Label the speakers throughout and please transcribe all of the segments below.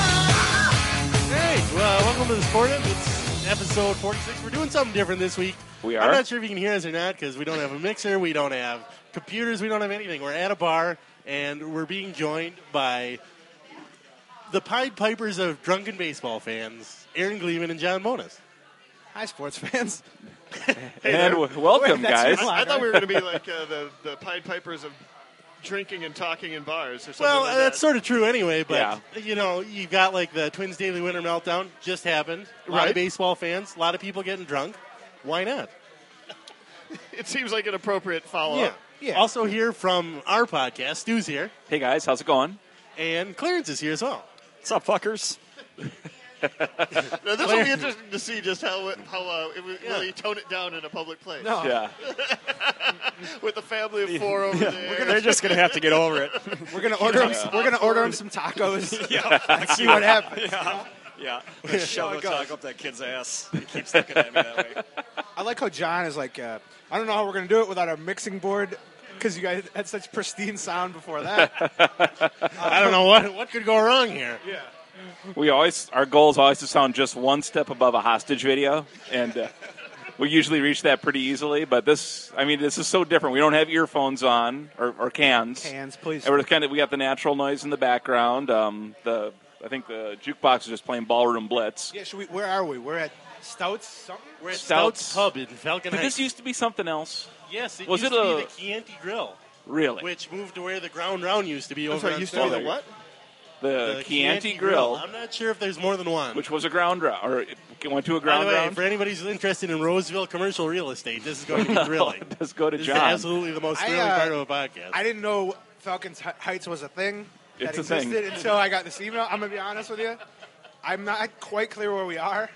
Speaker 1: All right, well, welcome to the Sportive. It's episode 46. We're doing something different this week.
Speaker 2: We
Speaker 1: I'm
Speaker 2: are?
Speaker 1: not sure if you can hear us or not because we don't have a mixer, we don't have computers, we don't have anything. We're at a bar, and we're being joined by the Pied Pipers of drunken baseball fans, Aaron Gleeman and John Monas.
Speaker 3: Hi, sports fans.
Speaker 2: and w- welcome,
Speaker 3: That's your
Speaker 2: guys.
Speaker 3: line.
Speaker 4: I thought we were going to be like uh, the the Pied Pipers of drinking and talking in bars or something.
Speaker 1: Well, uh,
Speaker 4: like
Speaker 1: that's sort of true anyway, but
Speaker 2: Yeah.
Speaker 1: you know, you've got like the Twins Daily Winter Meltdown just happened. A lot of
Speaker 4: Right.
Speaker 1: baseball fans, a lot of people getting drunk. Why not?
Speaker 4: that. It seems like an appropriate follow
Speaker 1: Yeah.
Speaker 4: up.
Speaker 3: yeah.
Speaker 1: Also here from our podcast, Stu's here.
Speaker 2: Hey, guys, how's it going?
Speaker 1: And Clarence is here as well.
Speaker 3: What's up, fuckers?
Speaker 4: Now, this will be interesting to see just how it- how uh, it would really tone it down in a public place
Speaker 3: No,
Speaker 2: Yeah.
Speaker 4: with the family of four over there.
Speaker 3: they're just gonna have to get over it. We're gonna order them. We're gonna order them some tacos. and see what happens.
Speaker 5: Yeah, I shove
Speaker 3: Oh,
Speaker 5: a
Speaker 3: God.
Speaker 5: taco up that kid's ass. He keeps looking at me that way.
Speaker 3: I like how John is like, uh, I don't know how we're gonna do it without a mixing board because you guys had such pristine sound before that.
Speaker 1: I don't know what what could go wrong here.
Speaker 2: We always, our goal is always to sound just one step above a hostage video, and uh, we usually reach that pretty easily. But this, I mean, this is so different. We don't have earphones on or, or cans.
Speaker 3: Cans, please.
Speaker 2: And we're kind of, we got the natural noise in the background. Um, the, I think the jukebox is just playing ballroom blitz.
Speaker 3: yeah, should we? Where are we? We're at Stouts something.
Speaker 1: We're at
Speaker 2: Stouts.
Speaker 1: Stouts, Pub in Falcon
Speaker 2: But
Speaker 1: Heights.
Speaker 2: this used to be something else.
Speaker 1: yes, it
Speaker 2: was
Speaker 1: used
Speaker 2: it
Speaker 1: to
Speaker 2: a-
Speaker 1: be the Chianti Grill,
Speaker 2: Really,
Speaker 1: which moved to where the Ground Round used to be
Speaker 4: I'm
Speaker 1: over
Speaker 4: sorry,
Speaker 1: on
Speaker 4: you still
Speaker 1: Stouts.
Speaker 4: the what?
Speaker 2: the,
Speaker 1: The
Speaker 2: Chianti, Grill,
Speaker 1: I'm not sure if there's more than one.
Speaker 2: which was a ground round, or it went to a
Speaker 1: By
Speaker 2: ground
Speaker 1: the way,
Speaker 2: round.
Speaker 1: for anybody who's interested in Roseville commercial real estate, this is going to be thrilling.
Speaker 2: Let's go to
Speaker 1: this
Speaker 2: Oh, John.
Speaker 1: is absolutely the most
Speaker 3: I,
Speaker 1: thrilling
Speaker 3: uh,
Speaker 1: part of a podcast.
Speaker 3: I didn't know Falcons Hi- Heights was a thing. That
Speaker 2: It's a thing.
Speaker 3: existed until I got this email. I'm gonna be honest with you. I'm not quite clear where we are,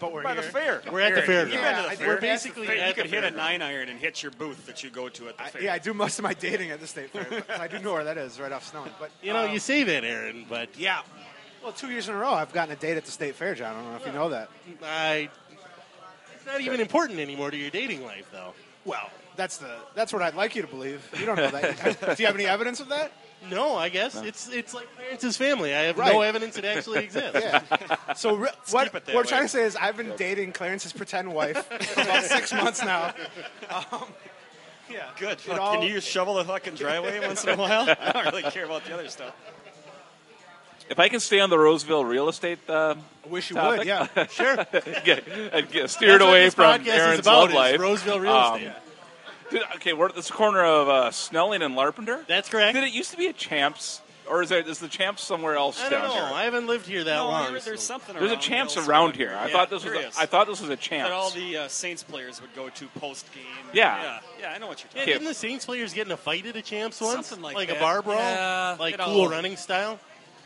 Speaker 3: but we're
Speaker 5: By the
Speaker 3: here.
Speaker 5: fair.
Speaker 1: We're at the
Speaker 5: Aaron,
Speaker 1: fair
Speaker 5: you've
Speaker 3: now.
Speaker 5: been to
Speaker 3: Yeah,
Speaker 5: the
Speaker 3: I-
Speaker 5: fair.
Speaker 3: we're
Speaker 5: You've been to the
Speaker 3: basically
Speaker 5: fair.
Speaker 3: at
Speaker 5: You
Speaker 3: the
Speaker 5: could hit
Speaker 3: fair.
Speaker 5: a nine iron and hit your booth that you go to at the
Speaker 3: I,
Speaker 5: fair.
Speaker 3: yeah, I do most of my dating at the state fair. But I do know where that is, right off Snowing. But
Speaker 1: you know,
Speaker 3: um,
Speaker 1: you say that, Aaron, but
Speaker 5: yeah.
Speaker 3: well, two years in a row, I've gotten a date at the state fair, John. I don't know if you know that.
Speaker 1: I. It's not even important anymore to your dating life, though.
Speaker 3: Well, that's the that's what I'd like you to believe. You don't know that. do you have any evidence of that?
Speaker 1: No, I guess it's it's like Clarence's family. I have no
Speaker 3: Right.
Speaker 1: evidence it actually exists.
Speaker 3: Yeah. So re- what,
Speaker 5: keep it
Speaker 3: what
Speaker 5: that
Speaker 3: I'm
Speaker 5: way.
Speaker 3: trying to say is I've been dating Clarence's pretend wife for about six months now.
Speaker 5: Good.
Speaker 3: It
Speaker 5: Fuck,
Speaker 3: all-
Speaker 5: Can you just shovel the fucking driveway once in a while? I don't really care about the other stuff.
Speaker 2: If I can stay on the Roseville real estate, uh,
Speaker 3: I wish you
Speaker 2: Topic?
Speaker 3: would. Yeah.
Speaker 1: Sure.
Speaker 2: get, I'd get steered away from Aaron's love life.
Speaker 1: Roseville real
Speaker 2: Um,
Speaker 1: estate.
Speaker 2: Dude, okay, we're at this corner of uh, Snelling and Larpenter.
Speaker 1: That's correct.
Speaker 2: Did it used to be a Champs, or is, there, is the Champs somewhere else
Speaker 1: I don't
Speaker 2: down
Speaker 1: know.
Speaker 2: here?
Speaker 1: I haven't lived here that
Speaker 5: No,
Speaker 1: long.
Speaker 5: there- there's
Speaker 1: so-
Speaker 5: something.
Speaker 2: There's a
Speaker 5: around
Speaker 2: Champs
Speaker 5: Mills
Speaker 2: around
Speaker 5: somewhere.
Speaker 2: here. I
Speaker 5: Yeah,
Speaker 2: thought this
Speaker 5: there
Speaker 2: was. A,
Speaker 5: is.
Speaker 2: I thought this was a Champs.
Speaker 5: that all the uh, Saints players would go to post game.
Speaker 2: Yeah.
Speaker 5: yeah, Yeah, I know what you're
Speaker 1: Yeah,
Speaker 5: talking.
Speaker 1: didn't the Saints players get in a fight at a champs once?
Speaker 5: Something like
Speaker 1: a
Speaker 5: that.
Speaker 1: bar brawl?
Speaker 5: Yeah,
Speaker 1: like
Speaker 5: it all-
Speaker 1: cool running style?
Speaker 5: about.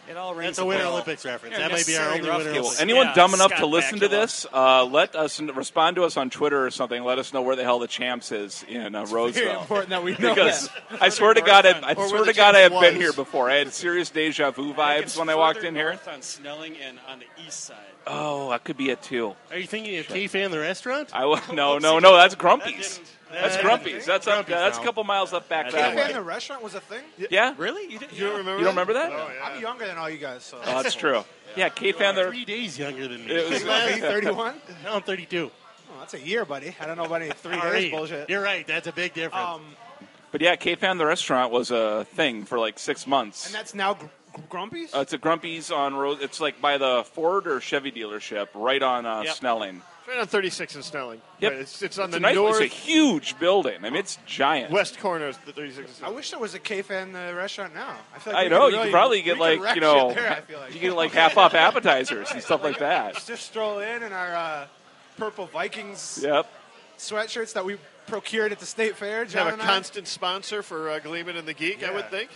Speaker 5: It all rings
Speaker 1: That's a Winter
Speaker 5: bell.
Speaker 1: Olympics reference.
Speaker 5: You're
Speaker 1: That might be our
Speaker 5: necessary
Speaker 1: only
Speaker 5: rough
Speaker 1: Winter
Speaker 5: kid.
Speaker 1: Olympics.
Speaker 5: Well,
Speaker 2: Anyone
Speaker 5: yeah,
Speaker 2: dumb enough to
Speaker 5: Scott
Speaker 2: listen to
Speaker 5: Bakula.
Speaker 2: this, uh, let us respond to us on Twitter or something. Let us know where the hell the champs is in uh, Roseville.
Speaker 3: Very important that we know
Speaker 2: because
Speaker 3: that.
Speaker 2: I swear to God, I, I
Speaker 4: Or where
Speaker 2: swear
Speaker 4: the
Speaker 2: to God, I have
Speaker 4: champs
Speaker 2: been
Speaker 4: was.
Speaker 2: here before. I had serious deja vu
Speaker 5: I think
Speaker 2: vibes
Speaker 5: it's
Speaker 2: when I walked
Speaker 5: further
Speaker 2: in here.
Speaker 5: north on Snelling and on the east side.
Speaker 2: Oh, I could be it too.
Speaker 1: Are you thinking of K Fan the restaurant?
Speaker 2: I w- no, no, no. That's Grumpy's.
Speaker 1: That
Speaker 2: That's
Speaker 1: didn't-
Speaker 2: Grumpy's. That's up,
Speaker 1: Grumpy's
Speaker 2: that's a
Speaker 1: now.
Speaker 2: couple miles up back
Speaker 3: Cafe
Speaker 2: that way.
Speaker 3: in the restaurant was a thing.
Speaker 2: Yeah,
Speaker 5: Really? You, didn't,
Speaker 4: You don't remember?
Speaker 2: You don't remember that?
Speaker 4: Oh, yeah.
Speaker 3: I'm younger than all you guys, so
Speaker 2: Oh, that's true. Yeah, K fan there.
Speaker 1: Three days younger than me.
Speaker 2: It was-
Speaker 3: Are you 31.
Speaker 1: now I'm 32.
Speaker 3: Oh, that's a year, buddy. I don't know about any three
Speaker 1: Sorry.
Speaker 3: days bullshit.
Speaker 1: You're right. That's a big difference.
Speaker 3: Um,
Speaker 2: But yeah, K fan the restaurant was a thing for like six months.
Speaker 3: and that's now gr- Gr- Grumpy's.
Speaker 2: Uh, it's a Grumpy's on Rose. It's like by the Ford or Chevy dealership, right on uh,
Speaker 4: Yep.
Speaker 2: Snelling.
Speaker 4: It's right on 36 in Snelling.
Speaker 2: Yep.
Speaker 4: Right, It's, it's on
Speaker 2: It's
Speaker 4: the
Speaker 2: a, nice,
Speaker 4: north
Speaker 2: it's a huge building. I mean, it's giant.
Speaker 4: west corner of the 36 in
Speaker 3: I
Speaker 4: Snelling.
Speaker 3: wish there was a K-Fan in the restaurant now. I feel like
Speaker 2: I
Speaker 3: we
Speaker 2: know.
Speaker 3: could
Speaker 2: You
Speaker 3: really-
Speaker 2: could probably get
Speaker 3: we could
Speaker 2: like
Speaker 3: wreck shit
Speaker 2: you know,
Speaker 3: there, I feel like.
Speaker 2: you get like half off appetizers and stuff like that.
Speaker 3: just stroll in in our uh, purple Vikings
Speaker 2: Yep.
Speaker 3: sweatshirts that we procured at the state fair.
Speaker 4: have
Speaker 3: John
Speaker 4: a
Speaker 3: and I.
Speaker 4: constant sponsor for uh, Gleeman and the Geek, I
Speaker 3: Yeah.
Speaker 4: would think.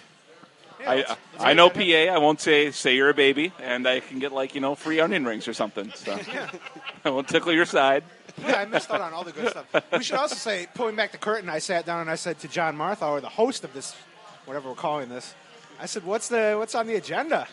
Speaker 3: Yeah,
Speaker 2: I
Speaker 3: let's-
Speaker 2: I-
Speaker 3: let's
Speaker 2: I
Speaker 3: get
Speaker 2: know
Speaker 3: that
Speaker 2: PA. I won't say say you're a baby, and I can get like you know free onion rings or something. So I won't tickle your side.
Speaker 3: done. Yeah, I missed out on all the good stuff. We should also say, pulling back the curtain, I sat down and I said to John Martha, or the host of this, whatever we're calling this, I said, "What's the what's on the agenda?"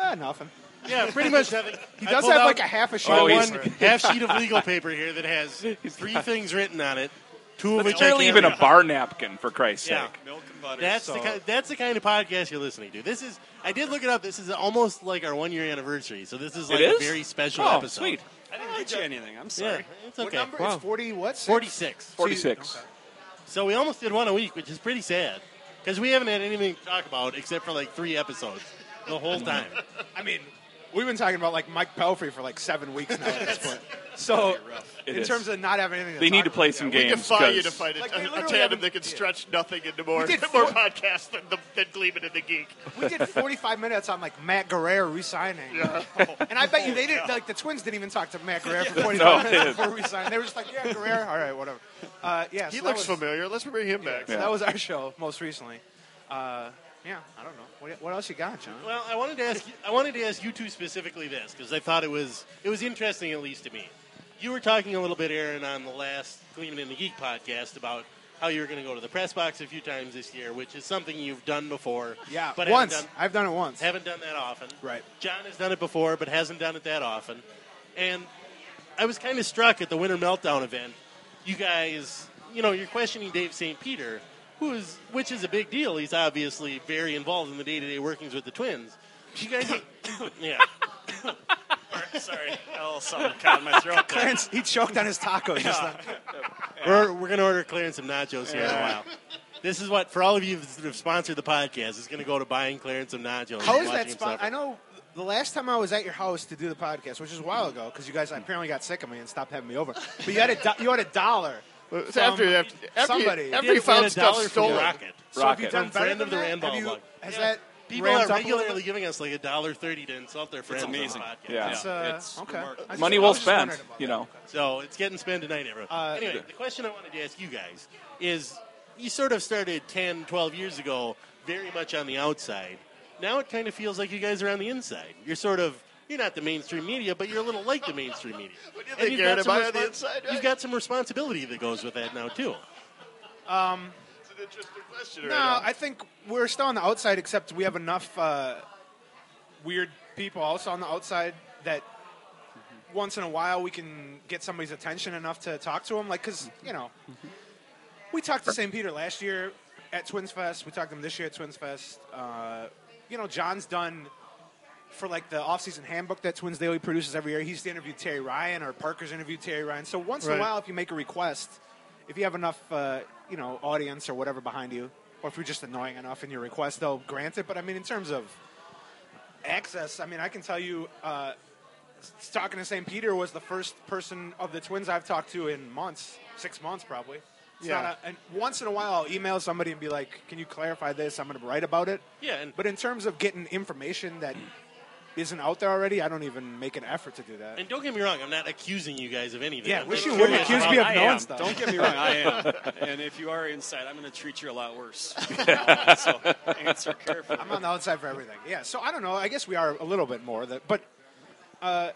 Speaker 3: Ah, nothing.
Speaker 1: yeah, pretty much. Having,
Speaker 3: He does have like a half a sheet.
Speaker 2: Oh,
Speaker 3: of
Speaker 2: he's-
Speaker 3: paper.
Speaker 1: half sheet of legal paper here that has three things written on it. Two of
Speaker 2: It's
Speaker 1: which I
Speaker 2: barely
Speaker 1: can't
Speaker 2: even a
Speaker 1: read.
Speaker 2: bar napkin for Christ's
Speaker 1: Yeah.
Speaker 2: sake.
Speaker 5: Milk and butter.
Speaker 1: That's the
Speaker 3: So-
Speaker 1: kind, that's the kind of podcast you're listening to. This is I did look it up. This is almost like our one year anniversary. So this is like
Speaker 2: It is
Speaker 1: a very special
Speaker 2: oh,
Speaker 1: episode.
Speaker 2: Sweet.
Speaker 5: I didn't get you anything. I'm
Speaker 1: Yeah,
Speaker 5: sorry.
Speaker 1: it's
Speaker 3: What
Speaker 1: okay.
Speaker 3: number is forty? What six?
Speaker 1: Forty six.
Speaker 2: Forty six.
Speaker 1: So we almost did one a week, which is pretty sad because we haven't had anything to talk about except for like three episodes the whole time.
Speaker 3: I mean, we've been talking about like Mike Pelfrey for like seven weeks now at this point. So,
Speaker 2: It
Speaker 3: in
Speaker 2: is.
Speaker 3: terms of not having anything, to
Speaker 2: They need
Speaker 3: talk
Speaker 2: to play
Speaker 3: about,
Speaker 2: some
Speaker 3: yeah,
Speaker 4: We
Speaker 2: games.
Speaker 4: defy you to
Speaker 2: 'cause-
Speaker 4: find a,
Speaker 3: Like,
Speaker 4: a,
Speaker 3: we literally
Speaker 4: tandem
Speaker 3: haven't-
Speaker 4: that can
Speaker 3: yeah.
Speaker 4: stretch nothing into more,
Speaker 3: did
Speaker 4: more
Speaker 3: four-
Speaker 4: podcasts than, the, than Gleeman and the Geek.
Speaker 3: We did 45 minutes on like Matt Guerrero resigning,
Speaker 4: Oh,
Speaker 3: and I bet you they didn't. Like the Twins didn't even talk to Matt Guerrero for 45
Speaker 2: No.
Speaker 3: minutes before we signed. They were just like, "Yeah, Guerrero, all right, whatever." Uh, yeah,
Speaker 4: He
Speaker 3: so that
Speaker 4: looks
Speaker 3: was-
Speaker 4: familiar. Let's bring him back.
Speaker 3: so that was our show most recently. Uh, yeah, I don't know. What, what else you got, John?
Speaker 1: Well, I wanted to ask you, I wanted to ask you two specifically this because I thought it was it was interesting at least to me. You were talking a little bit, Aaron, on the last Gleeman and the Geek podcast about how you were going to go to the press box a few times this year, which is something you've done before.
Speaker 3: Yeah,
Speaker 1: but
Speaker 3: once
Speaker 1: haven't done,
Speaker 3: I've done it once.
Speaker 1: haven't done that often.
Speaker 3: Right.
Speaker 1: John has done it before, but hasn't done it that often. And I was kind of struck at the Winter Meltdown event. You guys, you know, you're questioning Dave St. Peter, who is, which is a big deal. He's obviously very involved in the day to day workings with the twins. You guys, yeah.
Speaker 5: sorry. A little something caught in my throat. there.
Speaker 3: Clarence, he choked on his taco just now.
Speaker 1: We're, we're going to order Clarence some nachos here in a while. This is what, for all of you that have sponsored the podcast, is going to go to buying Clarence some nachos.
Speaker 3: How
Speaker 1: and
Speaker 3: is
Speaker 1: watching
Speaker 3: that
Speaker 1: him
Speaker 3: spot?
Speaker 1: suffer.
Speaker 3: I know the last time I was at your house to do the podcast, which is a while ago, because you guys apparently got sick of me and stopped having me over. But you had a do- you had a dollar.
Speaker 4: It's after,
Speaker 3: from
Speaker 4: after, after
Speaker 3: somebody.
Speaker 4: After
Speaker 1: Did
Speaker 4: you
Speaker 1: win a
Speaker 4: found stuff
Speaker 1: dollar from
Speaker 4: stolen.
Speaker 1: Rocket.
Speaker 3: So have you
Speaker 2: Rocket.
Speaker 3: done
Speaker 1: From
Speaker 3: better
Speaker 1: friend
Speaker 3: than
Speaker 1: of the
Speaker 3: that?
Speaker 1: Randball
Speaker 3: Have you-
Speaker 1: Blog.
Speaker 3: Has
Speaker 1: Yeah.
Speaker 3: that
Speaker 1: People
Speaker 3: ramped
Speaker 1: are
Speaker 3: up a little
Speaker 1: regularly
Speaker 3: bit?
Speaker 1: giving us like a dollar thirty to insult their friends.
Speaker 5: amazing.
Speaker 1: On the podcast.
Speaker 2: Yeah.
Speaker 3: It's, uh,
Speaker 5: It's
Speaker 3: okay.
Speaker 5: remarkable.
Speaker 3: I just-
Speaker 2: Money
Speaker 3: I
Speaker 2: well
Speaker 3: was just wondering
Speaker 2: spent.
Speaker 3: about
Speaker 2: You
Speaker 3: that.
Speaker 2: know.
Speaker 1: So it's getting spent tonight, everyone.
Speaker 3: Uh,
Speaker 1: anyway, the question I wanted to ask you guys is: you sort of started 10, 12 years ago, very much on the outside. Now it kind of feels like you guys are on the inside. You're sort of you're not the mainstream media, but you're a little like the mainstream media.
Speaker 4: What do you
Speaker 1: And
Speaker 4: think,
Speaker 1: you've
Speaker 4: Garrett?
Speaker 1: got some
Speaker 4: Am I on the
Speaker 1: respons-
Speaker 4: inside, right?
Speaker 1: You've got some responsibility that goes with that now too.
Speaker 4: It's an interesting question. right
Speaker 3: No,
Speaker 4: now.
Speaker 3: I think we're still on the outside, except we have enough uh, weird people also on the outside that once in a while we can get somebody's attention enough to talk to them. Like, because, you know, we talked to St. Peter last year at Twins Fest. We talked to him this year at Twins Fest. Uh, you know, John's done for like the off-season handbook that Twins Daily produces every year. He's interviewed Terry Ryan or Parker's interviewed Terry Ryan. So once in
Speaker 1: Right.
Speaker 3: a while, if you make a request, if you have enough, uh, you know, audience or whatever behind you, or if you're just annoying enough in your request, they'll grant it. But I mean, in terms of access, I mean, I can tell you, uh, s- talking to St. Peter was the first person of the Twins I've talked to in months, six months probably. It's
Speaker 4: Yeah.
Speaker 3: not a- and once in a while, I'll email somebody and be like, "Can you clarify this? I'm going to write about it."
Speaker 1: Yeah, and-
Speaker 3: but in terms of getting information that isn't out there already, I don't even make an effort to do that.
Speaker 1: And don't get me wrong, I'm not accusing you guys of anything.
Speaker 3: Yeah,
Speaker 1: I'm
Speaker 3: wish
Speaker 1: just
Speaker 3: you wouldn't
Speaker 1: curious
Speaker 3: accuse
Speaker 1: about-
Speaker 3: me of
Speaker 5: I
Speaker 3: knowing
Speaker 5: am.
Speaker 3: stuff.
Speaker 5: Don't get me wrong, I am. And if you are inside, I'm going to treat you a lot worse. so answer carefully.
Speaker 3: I'm on the outside for everything. Yeah, so I don't know. I guess we are a little bit more that, but
Speaker 1: I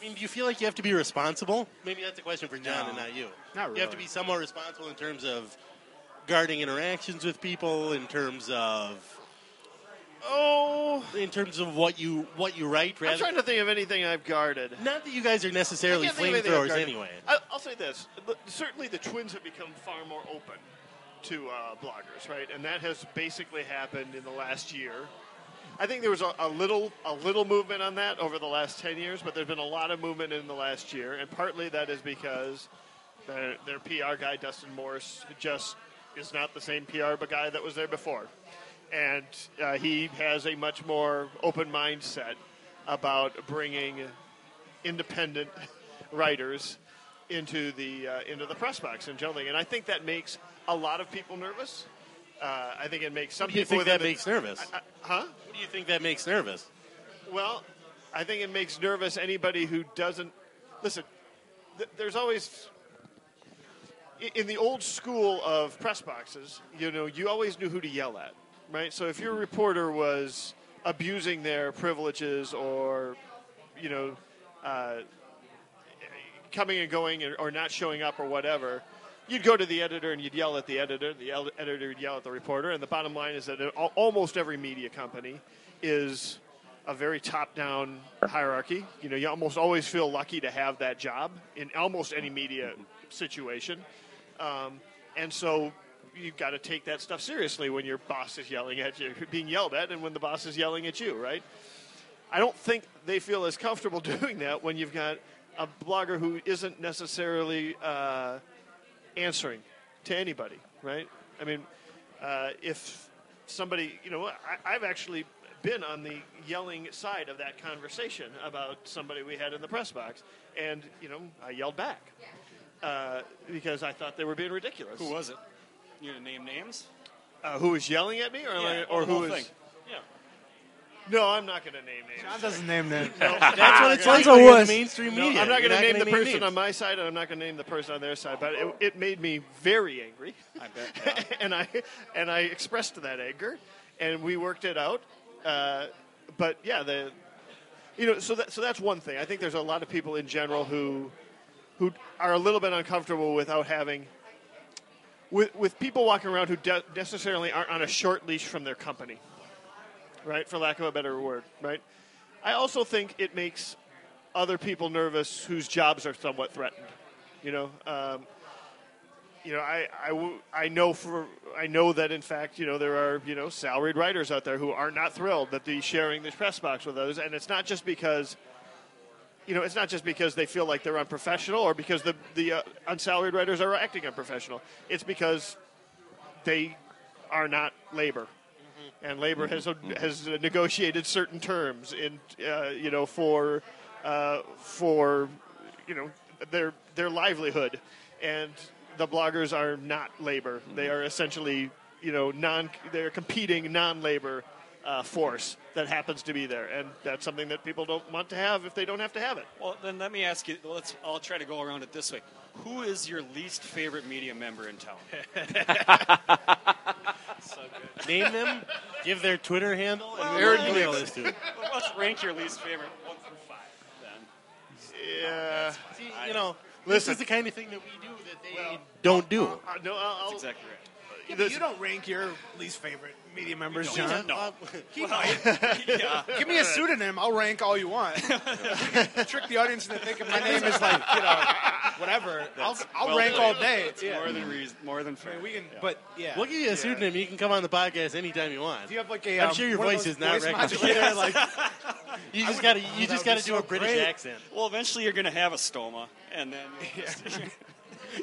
Speaker 1: mean, do you feel like you have to be responsible? Maybe that's a question for John
Speaker 3: No.
Speaker 1: and not you.
Speaker 3: Not
Speaker 1: You have to be
Speaker 3: really.
Speaker 1: somewhat responsible in terms of guarding interactions with people, in terms of oh, in terms of what you what you write. Rather,
Speaker 4: I'm trying to think of anything I've guarded.
Speaker 1: not that you guys are
Speaker 4: I
Speaker 1: necessarily
Speaker 4: can't think of anything I've
Speaker 1: flamethrowers
Speaker 4: guarded.
Speaker 1: anyway.
Speaker 4: I, I'll say this: Look, certainly the Twins have become far more open to uh, bloggers, right? And that has basically happened in the last year. I think there was a, a little a little movement on that over the last ten years, but there's been a lot of movement in the last year, and partly that is because their, their PR guy Dustin Morse just is not the same PR bu- guy that was there before, and uh, he has a much more open mindset about bringing independent writers into the uh, into the press box and generally, and I think that makes a lot of people nervous. Uh, I think it makes some
Speaker 1: What do you
Speaker 4: people
Speaker 1: think that
Speaker 4: within-
Speaker 1: makes nervous?
Speaker 4: I- I- huh?
Speaker 1: What do you think that makes nervous?
Speaker 4: Well, I think it makes nervous anybody who doesn't listen. Th- there's always i- in the old school of press boxes, you know, you always knew who to yell at, right? So if your reporter was abusing their privileges or, you know, uh, coming and going or, or not showing up or whatever, you'd go to the editor and you'd yell at the editor. The el- editor would yell at the reporter. And the bottom line is that it, al- almost every media company is a very top-down hierarchy. You know, you almost always feel lucky to have that job in almost any media situation. Um, and so you've got to take that stuff seriously when your boss is yelling at you, being yelled at, and when the boss is yelling at you, right? I don't think they feel as comfortable doing that when you've got a blogger who isn't necessarily uh, answering to anybody, right? I mean, uh, if somebody, you know, I, I've actually been on the yelling side of that conversation about somebody we had in the press box, and, you know, I yelled back uh, because I thought they were being ridiculous.
Speaker 5: Who was it? You going to name names?
Speaker 4: Uh, who was yelling at me, or, am I-
Speaker 5: Yeah,
Speaker 4: or
Speaker 5: the
Speaker 4: who
Speaker 5: whole
Speaker 4: was?
Speaker 5: thing. Yeah.
Speaker 4: No, I'm not going to name names.
Speaker 3: John doesn't name names.
Speaker 1: That's what it's like
Speaker 4: Sounds
Speaker 1: when
Speaker 4: like
Speaker 1: you're in the mainstream
Speaker 4: No,
Speaker 1: media.
Speaker 4: I'm not
Speaker 1: You're
Speaker 4: going to name the person
Speaker 1: names.
Speaker 4: on my side, and I'm not going to name the person on their side. But it, it made me very angry,
Speaker 5: I bet.
Speaker 4: and I and I expressed that anger, and we worked it out. Uh, but yeah, the you know, so that so that's one thing. I think there's a lot of people in general who who are a little bit uncomfortable without having with with people walking around who de- necessarily aren't on a short leash from their company, right? For lack of a better word, right? I also think it makes other people nervous whose jobs are somewhat threatened. You know, um, you know, I, I, w- I know for I know that in fact, you know, there are you know salaried writers out there who are not thrilled that they're sharing this press box with others, and it's not just because. You know, it's not just because they feel like they're unprofessional or because the the uh, unsalaried writers are acting unprofessional. It's because they are not labor and labor has
Speaker 3: Mm-hmm.
Speaker 4: has negotiated certain terms in uh, you know for uh, for you know their their livelihood, and the bloggers are not labor.
Speaker 3: Mm-hmm.
Speaker 4: They are essentially you know non they're competing non labor. Uh, force that happens to be there, and that's something that people don't want to have if they don't have to have it.
Speaker 5: Well, then let me ask you. Let's. I'll try to go around it this way. Who is your least favorite media member in town?
Speaker 1: Name them, give their Twitter handle, and
Speaker 5: Aaron
Speaker 1: we'll email this to 'em.
Speaker 5: Let's rank your least favorite one through five. Then.
Speaker 4: Yeah,
Speaker 1: See, you know, this
Speaker 4: Listen.
Speaker 1: is the kind of thing that we do that they
Speaker 4: Well,
Speaker 1: don't do.
Speaker 4: uh, no, I'll, I'll,
Speaker 5: Exactly right.
Speaker 4: this-
Speaker 3: you don't rank your least favorite media members,
Speaker 5: don't.
Speaker 3: John.
Speaker 5: No.
Speaker 3: He might. Give me a pseudonym. I'll rank all you want. Trick the audience into thinking my name is like you know whatever. I'll, I'll
Speaker 5: well
Speaker 3: rank
Speaker 5: played.
Speaker 3: all day.
Speaker 5: It's
Speaker 3: Yeah.
Speaker 5: more than reason, more than
Speaker 3: I
Speaker 5: fair.
Speaker 3: mean, we can, but yeah.
Speaker 1: We'll give you a pseudonym. You can come on the podcast anytime you want.
Speaker 3: Do you have like a?
Speaker 1: I'm
Speaker 3: um,
Speaker 1: sure your
Speaker 3: one of
Speaker 1: voice
Speaker 3: those
Speaker 1: is not
Speaker 3: voice
Speaker 1: recognized.
Speaker 3: modulator, like,
Speaker 1: You just got to you
Speaker 3: that
Speaker 1: just
Speaker 3: would
Speaker 1: got to
Speaker 3: be
Speaker 1: do
Speaker 3: so
Speaker 1: a British
Speaker 3: great.
Speaker 1: accent.
Speaker 5: Well, eventually you're going to have a stoma, and then you'll just-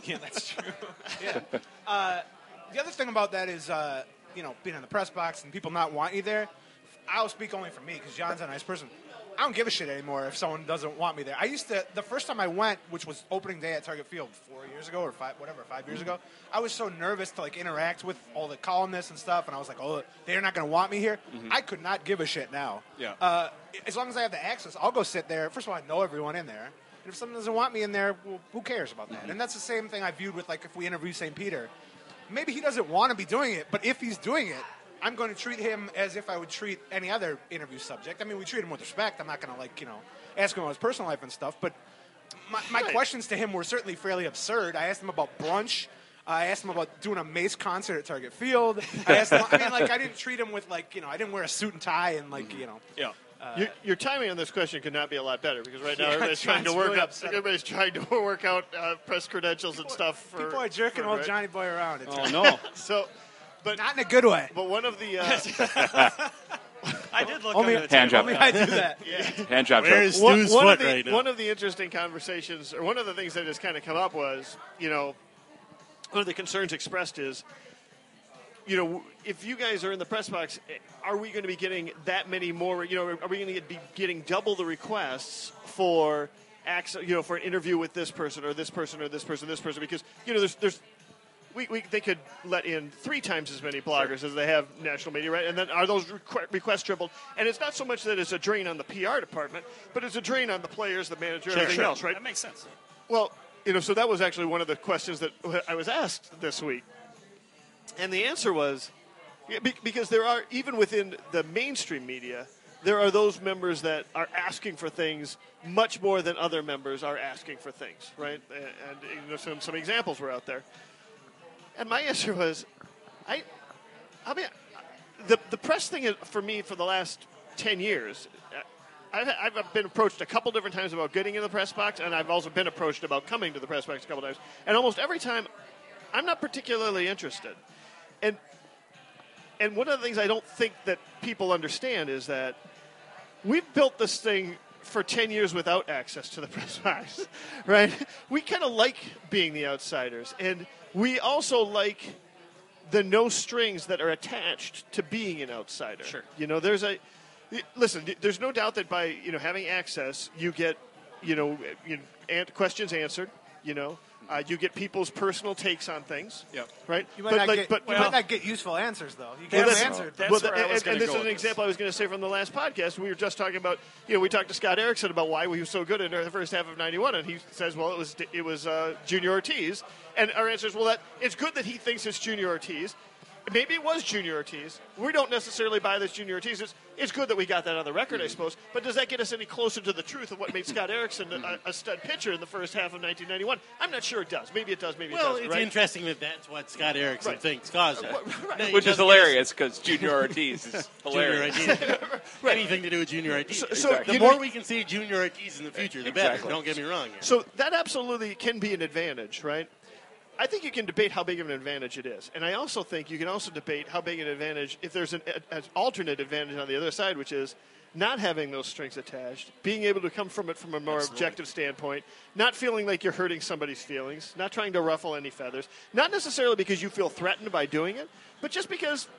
Speaker 3: yeah, that's true. yeah. Uh, the other thing about that is, uh, you know, being in the press box and people not wanting you there. I'll speak only for me because John's a nice person. I don't give a shit anymore if someone doesn't want me there. I used to the first time I went, which was opening day at Target Field four years ago or five, whatever, five years ago. I was so nervous to like interact with all the columnists and stuff, and I was like, oh, they're not going to want me here. I could not give a shit now.
Speaker 5: Yeah.
Speaker 3: Uh, as long as I have the access, I'll go sit there. First of all, I know everyone in there. And if someone doesn't want me in there, well, who cares about that? And that's the same thing I viewed with like if we interview St. Peter. Maybe he doesn't want to be doing it, but if he's doing it, I'm going to treat him as if I would treat any other interview subject. I mean, we treat him with respect. I'm not going to like you know ask him about his personal life and stuff. But my, my questions to him were certainly fairly absurd. I asked him about brunch. I asked him about doing a Mace concert at Target Field. I asked him. I mean, like I didn't treat him with like you know I didn't wear a suit and tie and like you know.
Speaker 5: Yeah.
Speaker 4: your, your timing on this question could not be a lot better because right now
Speaker 3: Uh, Yeah,
Speaker 4: everybody's trying to
Speaker 3: John's
Speaker 4: work
Speaker 3: really
Speaker 4: out
Speaker 3: upset.
Speaker 4: everybody's trying to work out uh, press credentials and stuff. For,
Speaker 3: People are jerking
Speaker 4: for,
Speaker 3: old
Speaker 4: right?
Speaker 3: Johnny Boy around. It's
Speaker 5: Oh no.
Speaker 4: So, but
Speaker 3: not in a good way.
Speaker 4: but one of the uh,
Speaker 5: I did look
Speaker 3: Only,
Speaker 5: under the
Speaker 2: Hand
Speaker 5: table.
Speaker 2: job.
Speaker 3: only I do that.
Speaker 2: Hand job.
Speaker 1: Where
Speaker 2: Joe.
Speaker 1: is
Speaker 4: one,
Speaker 1: Stu's
Speaker 4: one
Speaker 1: foot
Speaker 4: of the,
Speaker 1: right now?
Speaker 4: One of the interesting conversations, or one of the things that has kind of come up was, you know, one of the concerns expressed is, you know, if you guys are in the press box, are we going to be getting that many more? You know, are we going to be getting double the requests for access, you know, for an interview with this person or this person or this person, this person? Because you know, there's there's we, we, they could let in three times as many bloggers as they have national media, right? And then are those requ- requests tripled? And it's not so much that it's a drain on the PR department, but it's a drain on the players, the manager, everything
Speaker 5: Sure.
Speaker 4: else, right?
Speaker 5: That makes sense.
Speaker 4: Well, you know, so that was actually one of the questions that I was asked this week. And the answer was yeah, be- because there are, even within the mainstream media, there are those members that are asking for things much more than other members are asking for things, right? And, and you know, some, some examples were out there. And my answer was, I, I mean, the the press thing is- for me for the last ten years, I- I've, I've been approached a couple different times about getting in the press box, and I've also been approached about coming to the press box a couple times. And almost every time, I'm not particularly interested. And and one of the things I don't think that people understand is that we've built this thing for 10 years without access to the press box, right? We kind of like being the outsiders, and we also like the no strings that are attached to being an outsider.
Speaker 5: Sure.
Speaker 4: You know, there's a y- listen. th- There's no doubt that by you know having access, you get you know you know, an- questions answered. You know, uh, you get people's personal takes on things.
Speaker 5: Yep.
Speaker 4: Right.
Speaker 3: You might,
Speaker 4: but
Speaker 3: not,
Speaker 4: like,
Speaker 3: get,
Speaker 4: but
Speaker 3: you might not get useful answers though. You
Speaker 4: well,
Speaker 3: get
Speaker 4: that's-
Speaker 3: answered.
Speaker 5: That's
Speaker 4: well,
Speaker 5: where
Speaker 4: the-
Speaker 5: I was
Speaker 4: and,
Speaker 5: gonna
Speaker 4: and this is
Speaker 5: go
Speaker 4: an
Speaker 5: with this.
Speaker 4: example I was going to say from the last podcast. We were just talking about, you know, we talked to Scott Erickson about why we were so good in the first half of '91, and he says, "Well, it was it was uh, Junior Ortiz," and our answer is, "Well, that it's good that he thinks it's Junior Ortiz. Maybe it was Junior Ortiz. We don't necessarily buy this Junior Ortiz. It's, it's good that we got that on the record,
Speaker 5: Mm-hmm.
Speaker 4: I suppose. But does that get us any closer to the truth of what made Scott Erickson a, a stud pitcher in the first half of 1991? I'm not sure it does. Maybe it does. Maybe
Speaker 1: well,
Speaker 4: it doesn't.
Speaker 1: it's
Speaker 4: right?
Speaker 1: interesting that that's what Scott Erickson
Speaker 4: Right.
Speaker 1: thinks caused it,
Speaker 4: Uh, wh- right.
Speaker 1: No, he
Speaker 2: Which is
Speaker 1: doesn't get a
Speaker 2: hilarious because Junior Ortiz is
Speaker 1: Junior
Speaker 2: hilarious.
Speaker 1: Ortiz. Anything to do with Junior Ortiz.
Speaker 4: So- so
Speaker 1: the
Speaker 4: you
Speaker 1: more
Speaker 4: know-
Speaker 1: we can see Junior Ortiz in the future, the better.
Speaker 2: Exactly.
Speaker 1: Don't get me wrong. here.
Speaker 4: So that absolutely can be an advantage, right? I think you can debate how big of an advantage it is, and I also think you can also debate how big an advantage if there's an, an alternate advantage on the other side, which is not having those strings attached, being able to come from it from a more objective standpoint, not feeling like you're hurting somebody's feelings, not trying to ruffle any feathers, not necessarily because you feel threatened by doing it, but just because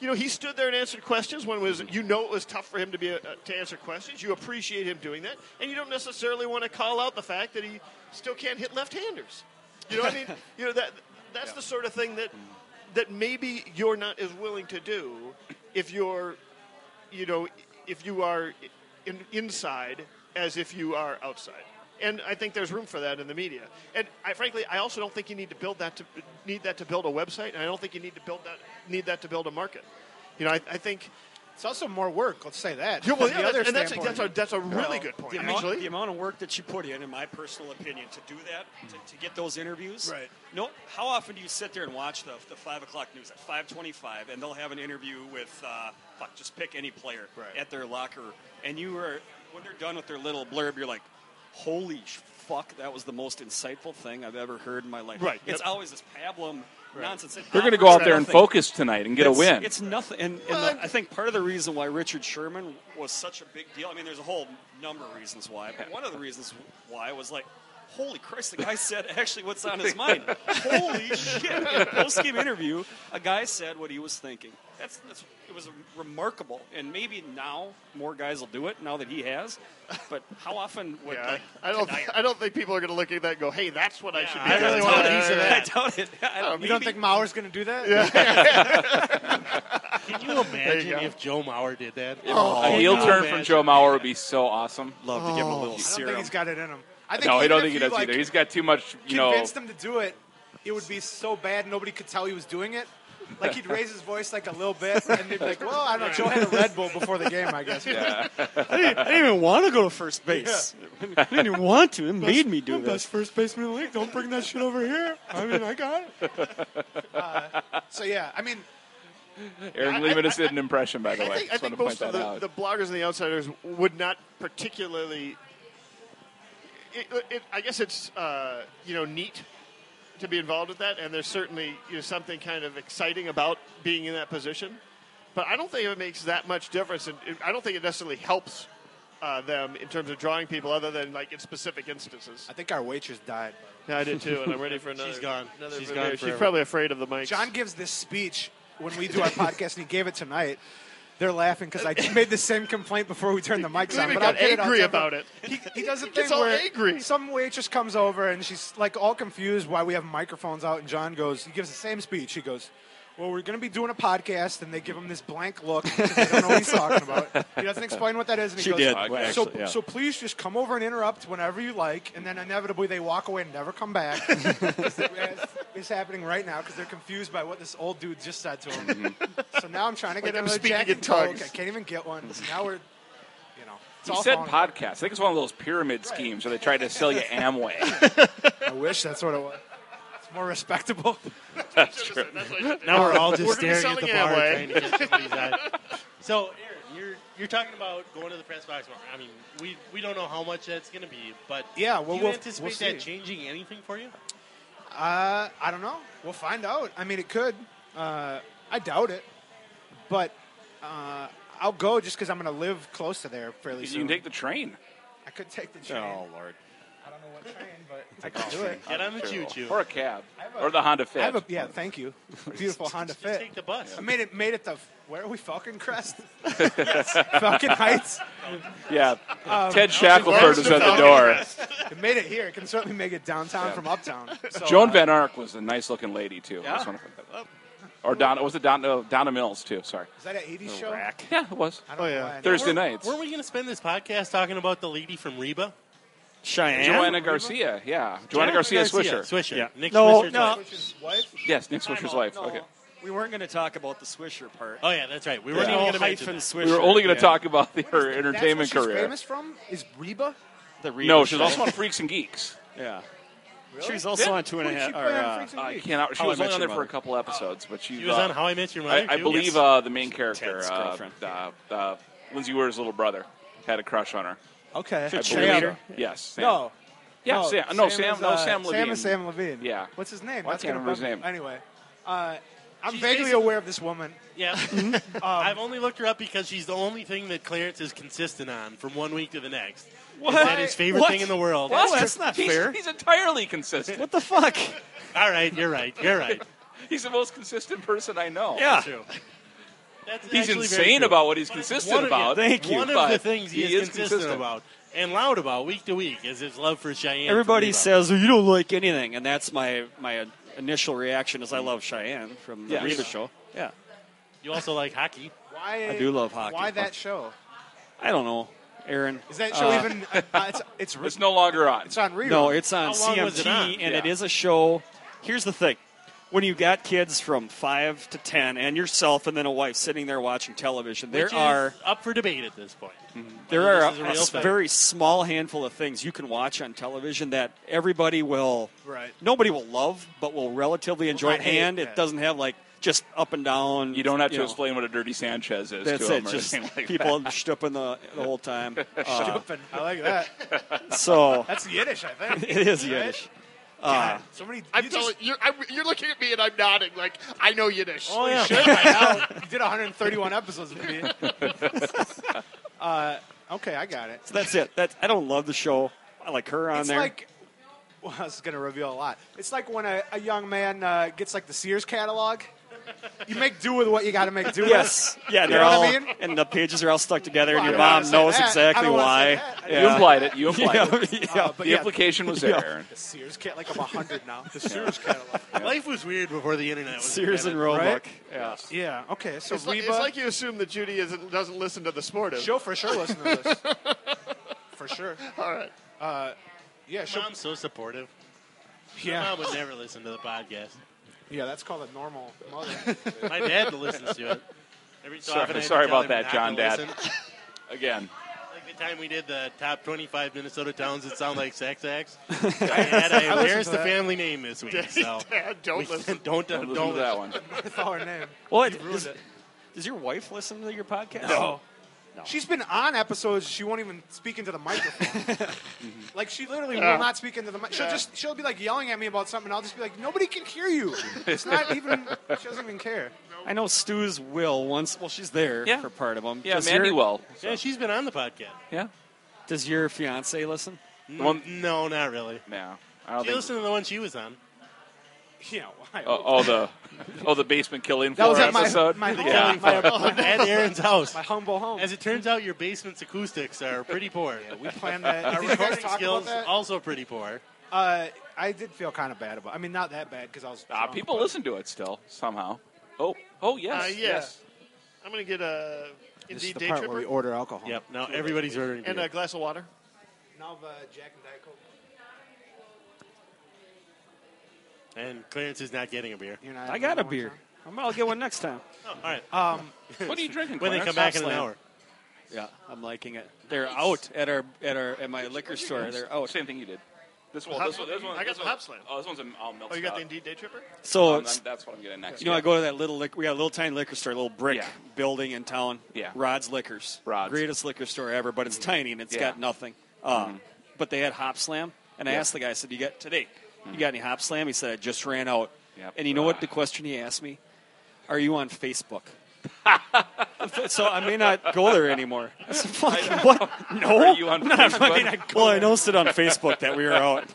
Speaker 4: you know, he stood there and answered questions when it was you know it was tough for him to be uh, to answer questions. You appreciate him doing that, and you don't necessarily want to call out the fact that he still can't hit left-handers. You know what I mean? You know that that's the sort of thing that that maybe you're not as willing to do if you're you know if you are in, inside as if you are outside. And I think there's room for that in the media. And I, frankly, I also don't think you need to build that to need that to build a website, and I don't think you need to build that need that to build a market. You know, I, I think.
Speaker 3: It's also more work. Let's say that.
Speaker 4: Yeah, well,
Speaker 3: From
Speaker 4: yeah,
Speaker 3: the other
Speaker 4: that's, and that's, a,
Speaker 3: standpoint.
Speaker 4: that's a that's a really
Speaker 5: Well,
Speaker 4: good point.
Speaker 5: The amount,
Speaker 4: actually,
Speaker 5: the amount of work that you put in, in my personal opinion, to do that, to, to get those interviews.
Speaker 3: Right.
Speaker 5: No, how often do you sit there and watch the, the five o'clock news at five twenty-five, and they'll have an interview with, uh, fuck, just pick any player
Speaker 3: Right.
Speaker 5: at their locker, and you are when they're done with their little blurb, you're like, holy sh- fuck, that was the most insightful thing I've ever heard in my life.
Speaker 4: Right,
Speaker 5: It's
Speaker 4: yep.
Speaker 5: always this pablum nonsense.
Speaker 2: They're going to go out there and
Speaker 5: Nothing.
Speaker 2: focus tonight and get a
Speaker 5: That's-
Speaker 2: win.
Speaker 5: It's nothing, and, and the- I think part of the reason why Richard Sherman was such a big deal. I mean, there's a whole number of reasons why, but one of the reasons why was like, holy Christ, the guy said actually what's on his mind. holy shit. In a post game interview, a guy said what he was thinking. That's, that's It was remarkable. And maybe now more guys will do it now that he has. But how often would
Speaker 4: Yeah,
Speaker 5: like,
Speaker 4: I don't.
Speaker 5: Kanae-
Speaker 4: I don't think people are going to look at that and go, "Hey, that's what I should be."
Speaker 1: I really
Speaker 4: doing."
Speaker 1: want a
Speaker 5: doubt
Speaker 1: piece
Speaker 5: it.
Speaker 1: of that.
Speaker 5: I doubt it. I don't,
Speaker 3: You don't
Speaker 5: maybe-
Speaker 3: think Maurer's going to do that?
Speaker 1: Can you imagine
Speaker 4: go.
Speaker 1: if Joe Mauer did that?
Speaker 2: a
Speaker 1: Can
Speaker 2: heel
Speaker 1: you
Speaker 2: turn from
Speaker 1: imagine?
Speaker 2: Joe Mauer would be so awesome.
Speaker 5: love to give him a little
Speaker 3: I don't
Speaker 5: serum?
Speaker 3: think he's got it in him. I think
Speaker 2: No, I
Speaker 3: even
Speaker 2: don't
Speaker 3: if
Speaker 2: think he
Speaker 3: you,
Speaker 2: does
Speaker 3: like,
Speaker 2: either. He's got too much, you know.
Speaker 3: convinced him to do it, it would be so bad nobody could tell he was doing it. Like he'd raise his voice like a little bit, and they'd be like, "Well, I don't know." Joe had a Red Bull before the game, I guess.
Speaker 5: I didn't even want to go to first base. I didn't even want to. It made me do this.
Speaker 3: first baseman in the league. Don't bring that shit over here. I mean, I got it. Uh, so yeah, I mean,
Speaker 2: Aaron Lehman just did an impression, by the
Speaker 4: I
Speaker 2: way.
Speaker 4: think, I
Speaker 2: Just
Speaker 4: think
Speaker 2: want to point
Speaker 4: most of
Speaker 2: that
Speaker 4: the,
Speaker 2: out.
Speaker 4: the bloggers and the outsiders would not particularly. It, it, I guess it's uh, you know neat to be involved with that, and there's certainly you know, something kind of exciting about being in that position. But I don't think it makes that much difference, and it, I don't think it necessarily helps uh, them in terms of drawing people, other than like in specific instances.
Speaker 3: I think our waitress died.
Speaker 4: Yeah, I did too, and I'm ready for another.
Speaker 1: She's gone.
Speaker 4: Another
Speaker 1: She's
Speaker 4: video.
Speaker 1: gone
Speaker 4: She's
Speaker 1: forever.
Speaker 4: probably afraid of the mic.
Speaker 3: John gives this speech when we do our podcast, and he gave it tonight. They're laughing because I made the same complaint before we turned the mics on.
Speaker 4: even
Speaker 3: But
Speaker 4: got
Speaker 3: I'll get
Speaker 4: angry
Speaker 3: it on
Speaker 4: about it.
Speaker 3: He, he does a
Speaker 4: He
Speaker 3: thing
Speaker 4: gets all
Speaker 3: where
Speaker 4: angry.
Speaker 3: some waitress comes over and she's like all confused why we have microphones out, and John goes, he gives the same speech. He goes, "Well, we're going to be doing a podcast," and they give him this blank look. 'cause They don't know what he's talking about. He doesn't explain what that is, and he
Speaker 5: She
Speaker 3: goes,
Speaker 5: did, well,
Speaker 3: "So,
Speaker 5: actually, yeah.
Speaker 3: so please just come over and interrupt whenever you like," and then inevitably they walk away and never come back. It's happening right now because they're confused by what this old dude just said to him. so now I'm trying to get
Speaker 4: Mm-hmm. Like I'm
Speaker 3: another
Speaker 4: speaking
Speaker 3: Jack
Speaker 4: in
Speaker 3: and Coke.
Speaker 4: tongues.
Speaker 3: I can't even get one. So now we're, you know, it's
Speaker 2: He
Speaker 3: all
Speaker 2: said
Speaker 3: falling apart.
Speaker 2: podcast. I think it's one of those pyramid schemes where they try to sell you Amway.
Speaker 3: I wish that's what it was. It's more respectable.
Speaker 1: Now we're all just
Speaker 4: We're gonna be
Speaker 1: staring at
Speaker 4: selling
Speaker 1: the bar
Speaker 4: Amway.
Speaker 1: trying to get somebody's eye. So, Aaron, you're you're talking about going to the press box. tomorrow. I mean, we we don't know how much that's going to be, but
Speaker 3: Yeah, well,
Speaker 1: do you
Speaker 3: we'll-
Speaker 1: anticipate
Speaker 3: we'll see.
Speaker 1: that changing anything for you?
Speaker 3: Uh, I don't know. We'll find out. I mean, it could. Uh, I doubt it, but uh, I'll go just because I'm going to live close to there fairly
Speaker 2: you
Speaker 3: soon.
Speaker 2: can take the train.
Speaker 3: I could take the train.
Speaker 5: Lord.
Speaker 3: I don't know what train, but I could do it.
Speaker 1: Get on the choo choo.
Speaker 2: Or a cab.
Speaker 3: have a-
Speaker 2: Or the Honda
Speaker 3: I have a,
Speaker 2: Fit.
Speaker 3: yeah, thank you. Beautiful Honda
Speaker 1: Just
Speaker 3: Fit.
Speaker 1: take the bus.
Speaker 3: I made it. Made it to where are we? Falcon Crest, Falcon Heights.
Speaker 2: Yeah. Ted Shackelford was at the door.
Speaker 3: It made it here. It can certainly make it downtown from uptown. So,
Speaker 2: Joan
Speaker 3: uh, Oh.
Speaker 2: Van Ark was a nice looking lady, too. I just wanna put that- Or Donna, was it Donna, Donna Mills, too? Sorry.
Speaker 3: is that an '80s show?
Speaker 2: Yeah, it was.
Speaker 3: I don't
Speaker 4: Oh,
Speaker 3: know
Speaker 4: yeah.
Speaker 3: why I know.
Speaker 2: Thursday
Speaker 1: Were-
Speaker 2: nights.
Speaker 1: Were we going to spend this podcast talking about the lady from Reba?
Speaker 5: Cheyenne.
Speaker 2: Joanna Garcia, yeah. Joanna Garcia Swisher.
Speaker 1: Swisher.
Speaker 5: Yeah.
Speaker 1: Nick
Speaker 5: No,
Speaker 1: Swisher's
Speaker 5: no.
Speaker 1: wife.
Speaker 3: His wife?
Speaker 2: Yes, Nick Swisher's wife.
Speaker 5: No,
Speaker 2: Okay.
Speaker 5: We weren't going to talk about the Swisher part.
Speaker 1: Oh yeah, that's right. We
Speaker 5: There's
Speaker 1: weren't
Speaker 5: no
Speaker 1: even going to
Speaker 5: hyphen
Speaker 1: mention that.
Speaker 5: Swisher.
Speaker 2: We were only going to
Speaker 5: Yeah.
Speaker 2: talk about the, her
Speaker 3: That's
Speaker 2: entertainment
Speaker 3: what she's
Speaker 2: career.
Speaker 3: famous from is Reba.
Speaker 5: the Reavers,
Speaker 2: No, she was also
Speaker 5: right?
Speaker 2: on Freaks and Geeks.
Speaker 5: Yeah. She was also on two and a
Speaker 3: Who did
Speaker 5: half.
Speaker 3: she
Speaker 5: or,
Speaker 3: play on
Speaker 5: uh,
Speaker 3: Freaks and
Speaker 2: I
Speaker 3: Geeks?
Speaker 2: cannot. She
Speaker 5: How I
Speaker 2: was
Speaker 5: Met
Speaker 2: only on there
Speaker 5: Your
Speaker 2: for
Speaker 5: Mother.
Speaker 2: a couple episodes, but she
Speaker 1: She was
Speaker 2: uh,
Speaker 1: on How I Met Your Mother.
Speaker 2: I, I
Speaker 1: too.
Speaker 2: believe
Speaker 1: Yes.
Speaker 2: uh, the main character,
Speaker 5: Ted's
Speaker 2: uh,
Speaker 5: girlfriend.
Speaker 2: uh, uh, Lindsay Ware's little brother, had a crush on her.
Speaker 3: Okay.
Speaker 2: I
Speaker 5: Sam.
Speaker 2: believe so. Yes. Sam.
Speaker 3: No.
Speaker 2: Yeah,
Speaker 3: no,
Speaker 2: Sam. No, Sam.
Speaker 3: is,
Speaker 2: no,
Speaker 3: uh,
Speaker 2: Sam Levine.
Speaker 3: Sam is Sam Levine.
Speaker 2: Yeah.
Speaker 3: What's his name?
Speaker 2: Well, I
Speaker 3: That's
Speaker 2: can't
Speaker 3: gonna
Speaker 2: remember
Speaker 3: bug
Speaker 2: his
Speaker 3: me. Anyway, uh, I'm
Speaker 1: She's
Speaker 3: vaguely
Speaker 1: basically-
Speaker 3: aware of this woman.
Speaker 1: Yeah. I've only looked her up because she's the only thing that Clarence is consistent on from one week to the next. What? Is that his favorite
Speaker 5: What?
Speaker 1: thing in the world?
Speaker 5: What? That's not
Speaker 2: he's,
Speaker 5: fair.
Speaker 2: He's entirely consistent.
Speaker 5: What the fuck?
Speaker 1: All right, you're right. You're right.
Speaker 2: He's the most consistent person I know.
Speaker 5: Yeah.
Speaker 1: That's true. That's
Speaker 2: He's
Speaker 1: actually very
Speaker 2: insane
Speaker 1: true.
Speaker 2: about what he's
Speaker 1: But it's
Speaker 2: consistent
Speaker 1: one of-
Speaker 2: about.
Speaker 1: yeah,
Speaker 5: Thank you.
Speaker 1: One of
Speaker 2: But
Speaker 1: the things he,
Speaker 2: he
Speaker 1: is,
Speaker 2: is
Speaker 1: consistent,
Speaker 2: consistent.
Speaker 1: about and loud about week to week is his love for Cheyenne.
Speaker 5: Everybody
Speaker 1: Fariba.
Speaker 5: says you don't like anything, and that's my my initial reaction is I love Cheyenne from the
Speaker 2: Yes.
Speaker 5: Reba show. Yeah.
Speaker 1: you also like hockey.
Speaker 3: Why?
Speaker 5: I do love hockey,
Speaker 3: Why
Speaker 5: but-
Speaker 3: that show?
Speaker 5: I don't know, Aaron.
Speaker 3: Is that show even? Uh, it's it's,
Speaker 2: It's no longer on.
Speaker 3: it's on Reba.
Speaker 5: No, it's on
Speaker 1: How long was it
Speaker 5: CMT,
Speaker 1: on?
Speaker 5: and it
Speaker 2: Yeah.
Speaker 5: is a show. Here's the thing: when you got kids from five to ten, and yourself, and then a wife sitting there watching television, there
Speaker 1: which is
Speaker 5: are
Speaker 1: up for debate at this point.
Speaker 2: Mm-hmm.
Speaker 5: there
Speaker 1: This
Speaker 5: are
Speaker 1: is
Speaker 5: a,
Speaker 1: a
Speaker 5: a
Speaker 1: real
Speaker 5: s-
Speaker 1: thing.
Speaker 5: very small handful of things you can watch on television that everybody will
Speaker 3: Right.
Speaker 5: nobody will love but will relatively enjoy
Speaker 3: might hate,
Speaker 5: and
Speaker 3: yeah.
Speaker 5: it doesn't have like just up and down
Speaker 2: You don't have to
Speaker 5: know.
Speaker 2: explain what a dirty Sanchez is
Speaker 5: that's
Speaker 2: to
Speaker 5: it
Speaker 2: him or
Speaker 5: just
Speaker 2: anything like
Speaker 5: people stupping the, the whole time Uh,
Speaker 3: Stupid. I like that.
Speaker 5: so
Speaker 3: That's Yiddish, I think.
Speaker 5: it is
Speaker 3: Right?
Speaker 5: Yiddish
Speaker 3: God, so many.
Speaker 4: I'm
Speaker 3: you just-
Speaker 4: telling you're, I'm, you're looking at me and I'm nodding like I know Yiddish.
Speaker 3: Oh yeah, should by now. You did 131 episodes with me. uh, okay, I got it.
Speaker 5: so that's it that I don't love the show I like her on
Speaker 3: it's
Speaker 5: there
Speaker 3: like well, this is going to reveal a lot. It's like when a, a young man uh, gets like the Sears catalog. You make do with what you got to make do with.
Speaker 5: Yes. Yeah, they're
Speaker 3: know what
Speaker 5: all,
Speaker 3: I mean?
Speaker 5: and the pages are all stuck together, and
Speaker 3: Well,
Speaker 5: your
Speaker 3: I don't
Speaker 5: mom
Speaker 3: wanna say
Speaker 5: knows
Speaker 3: that. I
Speaker 5: exactly
Speaker 3: don't wanna
Speaker 5: why.
Speaker 3: say that. Oh,
Speaker 5: Yeah.
Speaker 2: You implied it. You implied
Speaker 5: Yeah,
Speaker 2: it.
Speaker 5: yeah.
Speaker 3: Uh, but
Speaker 2: the
Speaker 3: yeah.
Speaker 2: implication was
Speaker 5: Yeah.
Speaker 2: there. Aaron.
Speaker 3: The Sears cat like I'm 100 now. The Sears catalog.
Speaker 1: Life was weird before the internet was
Speaker 5: Sears and
Speaker 1: invented.
Speaker 5: Roebuck.
Speaker 3: Right?
Speaker 5: Yeah.
Speaker 3: Yeah. Okay. So
Speaker 4: It's, like,
Speaker 3: Reba.
Speaker 4: it's like you assume that Judy isn't, doesn't listen to the sportive.
Speaker 3: She'll for sure listen to this. for sure. All right. Uh, yeah. She'll,
Speaker 1: Mom's so supportive. My
Speaker 3: yeah.
Speaker 1: mom would never listen to the podcast.
Speaker 3: Yeah. That's called a normal mother.
Speaker 1: My dad listens to it. Every so
Speaker 2: Sorry-
Speaker 1: often I had to
Speaker 2: sorry
Speaker 1: tell
Speaker 2: about
Speaker 1: him
Speaker 2: that,
Speaker 1: not
Speaker 2: John
Speaker 1: to
Speaker 2: Dad.
Speaker 1: listen.
Speaker 2: Again,
Speaker 1: Like the time we did the top 25 Minnesota towns that sound like sex acts. I had I embarrassed the
Speaker 3: that.
Speaker 1: family name this week. So
Speaker 4: Dad, don't listen.
Speaker 1: don't don't,
Speaker 2: don't listen
Speaker 1: don't
Speaker 2: to that one.
Speaker 3: That's all her name.
Speaker 5: Well, it- is- does your wife listen to your podcast?
Speaker 3: No. She's been on episodes. She won't even speak into the microphone. Mm-hmm. Like she literally will not speak into the mic. She'll just she'll be like yelling at me about something. and I'll just be like, nobody can hear you. It's not even. She doesn't even care.
Speaker 5: I know Stu's will once. Well, she's there
Speaker 2: Yeah.
Speaker 5: for part of them.
Speaker 2: Yeah,
Speaker 5: does
Speaker 2: Mandy
Speaker 5: your,
Speaker 2: will.
Speaker 1: Yeah, she's been on the podcast.
Speaker 2: Yeah.
Speaker 5: Does your fiance listen?
Speaker 2: The one,
Speaker 1: No, not really.
Speaker 2: yeah. I don't
Speaker 1: She
Speaker 2: think.
Speaker 1: listened to the one she was on.
Speaker 3: Yeah. Why?
Speaker 2: Oh, oh, the oh the basement killing
Speaker 3: that
Speaker 2: floor
Speaker 3: was at my
Speaker 2: episode.
Speaker 3: my home,
Speaker 2: yeah.
Speaker 3: my,
Speaker 1: at Aaron's house.
Speaker 3: my humble home.
Speaker 1: As it turns out, your basement's acoustics are pretty poor.
Speaker 3: we planned that.
Speaker 1: Our
Speaker 3: Did you guys
Speaker 1: recording
Speaker 3: talk
Speaker 1: skills Oh.
Speaker 3: about that?
Speaker 1: also pretty poor.
Speaker 3: Uh, I did feel kind of bad about. I mean, not that bad because I was.
Speaker 2: Ah,
Speaker 3: drunk,
Speaker 2: people
Speaker 3: but-
Speaker 2: listen to it still somehow. Oh oh yes.
Speaker 4: Uh, yes. I'm going to get a
Speaker 3: This
Speaker 4: Indeed
Speaker 3: is
Speaker 4: Day
Speaker 3: the part where we
Speaker 4: Tripper
Speaker 3: order alcohol.
Speaker 1: Yep. Now everybody's ordering
Speaker 4: and
Speaker 1: beer.
Speaker 4: a glass of water.
Speaker 3: Now the Jack and Diet Coke.
Speaker 1: and Clarence is not getting a beer.
Speaker 3: You're not
Speaker 5: I got a
Speaker 3: having one,
Speaker 5: beer.
Speaker 3: John?
Speaker 5: I'm, I'll get one next time.
Speaker 4: Oh.
Speaker 1: All right.
Speaker 3: Um,
Speaker 2: What are you drinking?
Speaker 1: when they
Speaker 2: Clarence?
Speaker 1: come back in an
Speaker 5: Slam.
Speaker 1: hour.
Speaker 5: Yeah, I'm liking it. They're out at our at our at my liquor store. They're out.
Speaker 2: Same thing you did. This one.
Speaker 4: Hop-
Speaker 2: This one. This one
Speaker 4: I got
Speaker 2: this
Speaker 4: some
Speaker 2: one-
Speaker 4: hop slam.
Speaker 2: Oh, this one's all melted.
Speaker 4: Oh, you got the
Speaker 2: out.
Speaker 4: Indeed Day Tripper?
Speaker 5: So
Speaker 2: Um,
Speaker 5: it's-
Speaker 2: that's what I'm getting next.
Speaker 5: you know, I go to that little liquor. We got a little tiny liquor store, a little brick
Speaker 2: Yeah.
Speaker 5: building in town.
Speaker 2: Yeah.
Speaker 5: Rod's Liquors.
Speaker 2: Rod's. Mm.
Speaker 5: Greatest liquor store ever, but it's tiny and it's
Speaker 2: Yeah. Mm-hmm.
Speaker 5: got nothing. Uh, But they had Hop Slam, and I
Speaker 2: Yeah. Mm-hmm.
Speaker 5: asked the guy. I said, "You got today? You got any Hop Slam?" He said, "I just ran out."
Speaker 2: Yep.
Speaker 5: And you know
Speaker 2: Ah.
Speaker 5: what? The question he asked me: Are you on Facebook? so I may not go there anymore. I said, "Fuck, what? No,
Speaker 2: Are you on
Speaker 5: I'm not- I
Speaker 2: Facebook?"
Speaker 5: mean, I well, I noticed it on Facebook that we were out.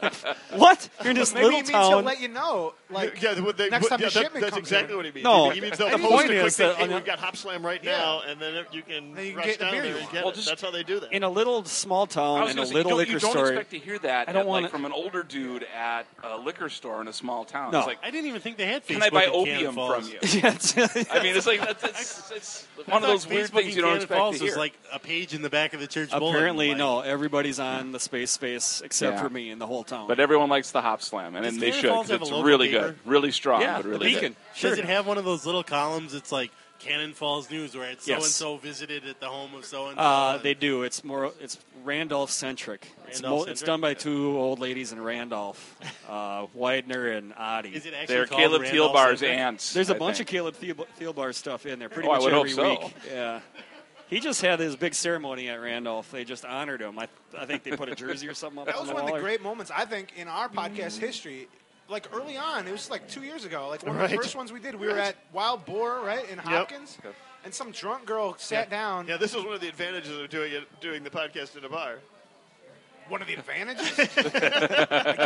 Speaker 5: what? You're in this
Speaker 3: maybe
Speaker 5: little
Speaker 3: it means he'll
Speaker 5: town.
Speaker 3: let you know. Like
Speaker 4: yeah, would they,
Speaker 3: next
Speaker 4: would-
Speaker 3: time
Speaker 4: yeah,
Speaker 3: the
Speaker 4: that-
Speaker 3: shipment
Speaker 4: That's
Speaker 3: comes
Speaker 4: exactly
Speaker 3: in.
Speaker 4: what he means.
Speaker 5: No,
Speaker 4: he means
Speaker 5: the
Speaker 4: they'll
Speaker 5: point
Speaker 4: post a quick
Speaker 5: is that
Speaker 4: thing,
Speaker 5: on
Speaker 4: hey,
Speaker 5: the-
Speaker 4: we've got Hop Slam right
Speaker 3: Yeah.
Speaker 4: now, and then you can
Speaker 3: Then you can
Speaker 4: rush
Speaker 3: get the
Speaker 4: down
Speaker 3: beer
Speaker 4: there
Speaker 3: you
Speaker 4: and
Speaker 3: want.
Speaker 4: get
Speaker 2: Well,
Speaker 4: it.
Speaker 2: just-
Speaker 4: That's how they do that.
Speaker 5: in a little small
Speaker 2: I
Speaker 5: town
Speaker 2: was
Speaker 5: in a
Speaker 2: gonna say,
Speaker 5: little
Speaker 2: you don't,
Speaker 5: liquor
Speaker 2: you don't
Speaker 5: store.
Speaker 2: expect to hear that
Speaker 5: I don't
Speaker 2: at, like,
Speaker 5: wanna-
Speaker 2: from an older dude at a liquor store in a small town.
Speaker 5: No.
Speaker 2: It's like,
Speaker 1: I didn't even think they had Facebook.
Speaker 2: can I buy
Speaker 1: in Cannon
Speaker 2: opium
Speaker 1: Falls.
Speaker 2: from you?
Speaker 5: Yeah, it's-
Speaker 2: I mean, it's like that's, it's, it's one
Speaker 1: I
Speaker 2: of those
Speaker 1: thought
Speaker 2: weird
Speaker 1: Facebook
Speaker 2: things
Speaker 1: in
Speaker 2: you don't
Speaker 1: Cannon
Speaker 2: expect
Speaker 1: Falls
Speaker 2: to
Speaker 1: was
Speaker 2: hear.
Speaker 1: like a page in the back of the church. bulletin,
Speaker 5: apparently
Speaker 1: like-
Speaker 5: no. Everybody's on the space space except
Speaker 2: Yeah.
Speaker 5: for me and the whole town.
Speaker 2: but everyone likes the hop slam, and,
Speaker 1: Does
Speaker 2: and they
Speaker 1: Cannon
Speaker 2: should
Speaker 1: Falls
Speaker 2: 'cause
Speaker 1: have a
Speaker 2: it's
Speaker 1: local
Speaker 2: really
Speaker 1: paper?
Speaker 2: good, really strong,
Speaker 5: yeah,
Speaker 2: but really
Speaker 5: the beacon.
Speaker 2: good.
Speaker 5: Sure.
Speaker 1: Does it have one of those little columns? It's like Cannon Falls News, where it's so and
Speaker 5: Yes.
Speaker 1: so visited at the home of so and
Speaker 5: Uh,
Speaker 1: so.
Speaker 5: they do. It's more. It's Randolph centric. It's, mo- it's
Speaker 1: Randolph-centric?
Speaker 5: done by two old ladies in Randolph, uh, Widener and Oddie.
Speaker 1: Is it actually
Speaker 2: They're
Speaker 1: called
Speaker 2: Caleb
Speaker 1: Randolph
Speaker 2: Thielbar's
Speaker 1: Center?
Speaker 2: aunts.
Speaker 5: There's a
Speaker 2: I
Speaker 5: bunch
Speaker 2: think.
Speaker 5: of Caleb Thiel- Thielbar stuff in there pretty
Speaker 2: Oh, I
Speaker 5: much
Speaker 2: would
Speaker 5: every
Speaker 2: hope so.
Speaker 5: week. Yeah. He just had his big ceremony at Randolph. They just honored him. I, I think they put a jersey or something up
Speaker 3: That
Speaker 5: on
Speaker 3: was
Speaker 5: the
Speaker 3: one of
Speaker 5: wall
Speaker 3: the
Speaker 5: or-
Speaker 3: great moments, I think, in our podcast history. Like early on, it was like two years ago. Like one of the
Speaker 4: Right.
Speaker 3: first ones we did, we were at Wild Boar, right in Hopkins, and some drunk girl sat down.
Speaker 4: Yeah, this is one of the advantages of doing it, doing the podcast in a bar.
Speaker 3: One of the advantages. Like,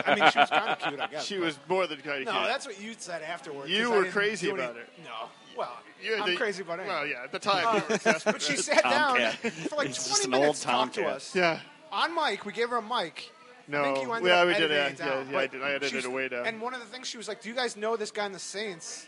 Speaker 3: I mean, she was kind of cute, I guess.
Speaker 4: She
Speaker 3: but-
Speaker 4: was more than kind of
Speaker 3: No,
Speaker 4: cute.
Speaker 3: that's what you said afterwards.
Speaker 4: You
Speaker 3: 'cause I
Speaker 4: were
Speaker 3: didn't
Speaker 4: crazy
Speaker 3: do any-
Speaker 4: about it.
Speaker 3: No, well,
Speaker 4: You had
Speaker 3: I'm
Speaker 4: the-
Speaker 3: crazy about Oh, it.
Speaker 4: Well, yeah, at the time. you were obsessed with
Speaker 3: But she
Speaker 4: that.
Speaker 3: sat down
Speaker 5: Tomcat.
Speaker 3: for like
Speaker 5: It's
Speaker 3: 20
Speaker 5: just an
Speaker 3: minutes
Speaker 5: old
Speaker 3: to talk to
Speaker 5: Tomcat.
Speaker 3: us.
Speaker 4: Yeah.
Speaker 3: On mic, we gave her a mic. I think
Speaker 4: No.
Speaker 3: you ended
Speaker 4: Yeah,
Speaker 3: up
Speaker 4: we did,
Speaker 3: editing
Speaker 4: yeah,
Speaker 3: it down.
Speaker 4: yeah, yeah, I
Speaker 3: but
Speaker 4: did- I edited
Speaker 3: she's-
Speaker 4: it way down.
Speaker 3: And one of the things she was like, "Do you guys know this guy in the Saints,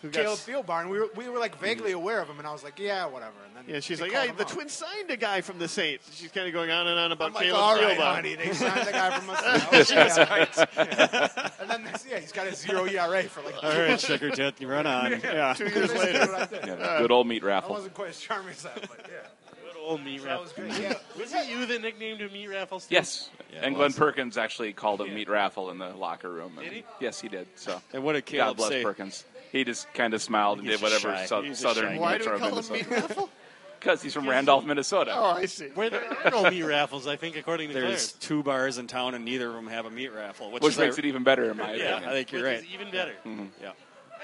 Speaker 4: Who got
Speaker 3: Caleb
Speaker 4: s-
Speaker 3: Thielbar?" And we were, we were like vaguely aware of him, and I was like, "Yeah, whatever." And then
Speaker 4: Yeah, she's
Speaker 3: they
Speaker 4: like,
Speaker 3: called
Speaker 4: yeah,
Speaker 3: him
Speaker 4: the
Speaker 3: out.
Speaker 4: twins signed a guy from the Saints. She's kind of going on and on about
Speaker 3: I'm like,
Speaker 4: Caleb
Speaker 3: all right,
Speaker 4: Thielbar.
Speaker 3: honey, they signed the guy from us. Oh, yeah. Yeah. And then this, yeah, he's got a zero ERA for like.
Speaker 5: All right, sugar tit, you run on. Yeah.
Speaker 4: Two years
Speaker 3: Basically
Speaker 4: later.
Speaker 3: what I did.
Speaker 2: Yeah, good old meat
Speaker 3: I
Speaker 2: raffle.
Speaker 3: wasn't quite as charming as that, but yeah,
Speaker 1: Good old meat
Speaker 3: that
Speaker 1: raffle.
Speaker 3: was great. Yeah,
Speaker 1: Was it you that nicknamed him Meat Raffles? too?
Speaker 2: Yes, and Glenn Perkins actually called him meat raffle in the locker room. and-
Speaker 1: Did he?
Speaker 2: Yes, he did. So
Speaker 5: And what did
Speaker 2: God
Speaker 5: Caleb
Speaker 2: bless
Speaker 5: say?
Speaker 2: Perkins. He just kind of smiled and
Speaker 5: He's
Speaker 2: did whatever
Speaker 5: shy.
Speaker 2: sou-
Speaker 5: He's a
Speaker 2: southern
Speaker 5: shy
Speaker 4: Why do
Speaker 2: metro
Speaker 4: we call him meat
Speaker 2: Minnesota.
Speaker 4: raffle?
Speaker 2: Because he's from Randolph, Minnesota.
Speaker 4: Oh, I see.
Speaker 1: Where there are no meat raffles, I think, according to
Speaker 5: There's
Speaker 1: Clarence.
Speaker 5: two bars in town, and neither of them have a meat raffle, which,
Speaker 2: which
Speaker 5: is
Speaker 2: makes
Speaker 5: ir-
Speaker 2: it e- even better in my
Speaker 5: Yeah, I
Speaker 2: opinion.
Speaker 5: think you're
Speaker 1: which
Speaker 5: right.
Speaker 1: is even better.
Speaker 5: Yeah.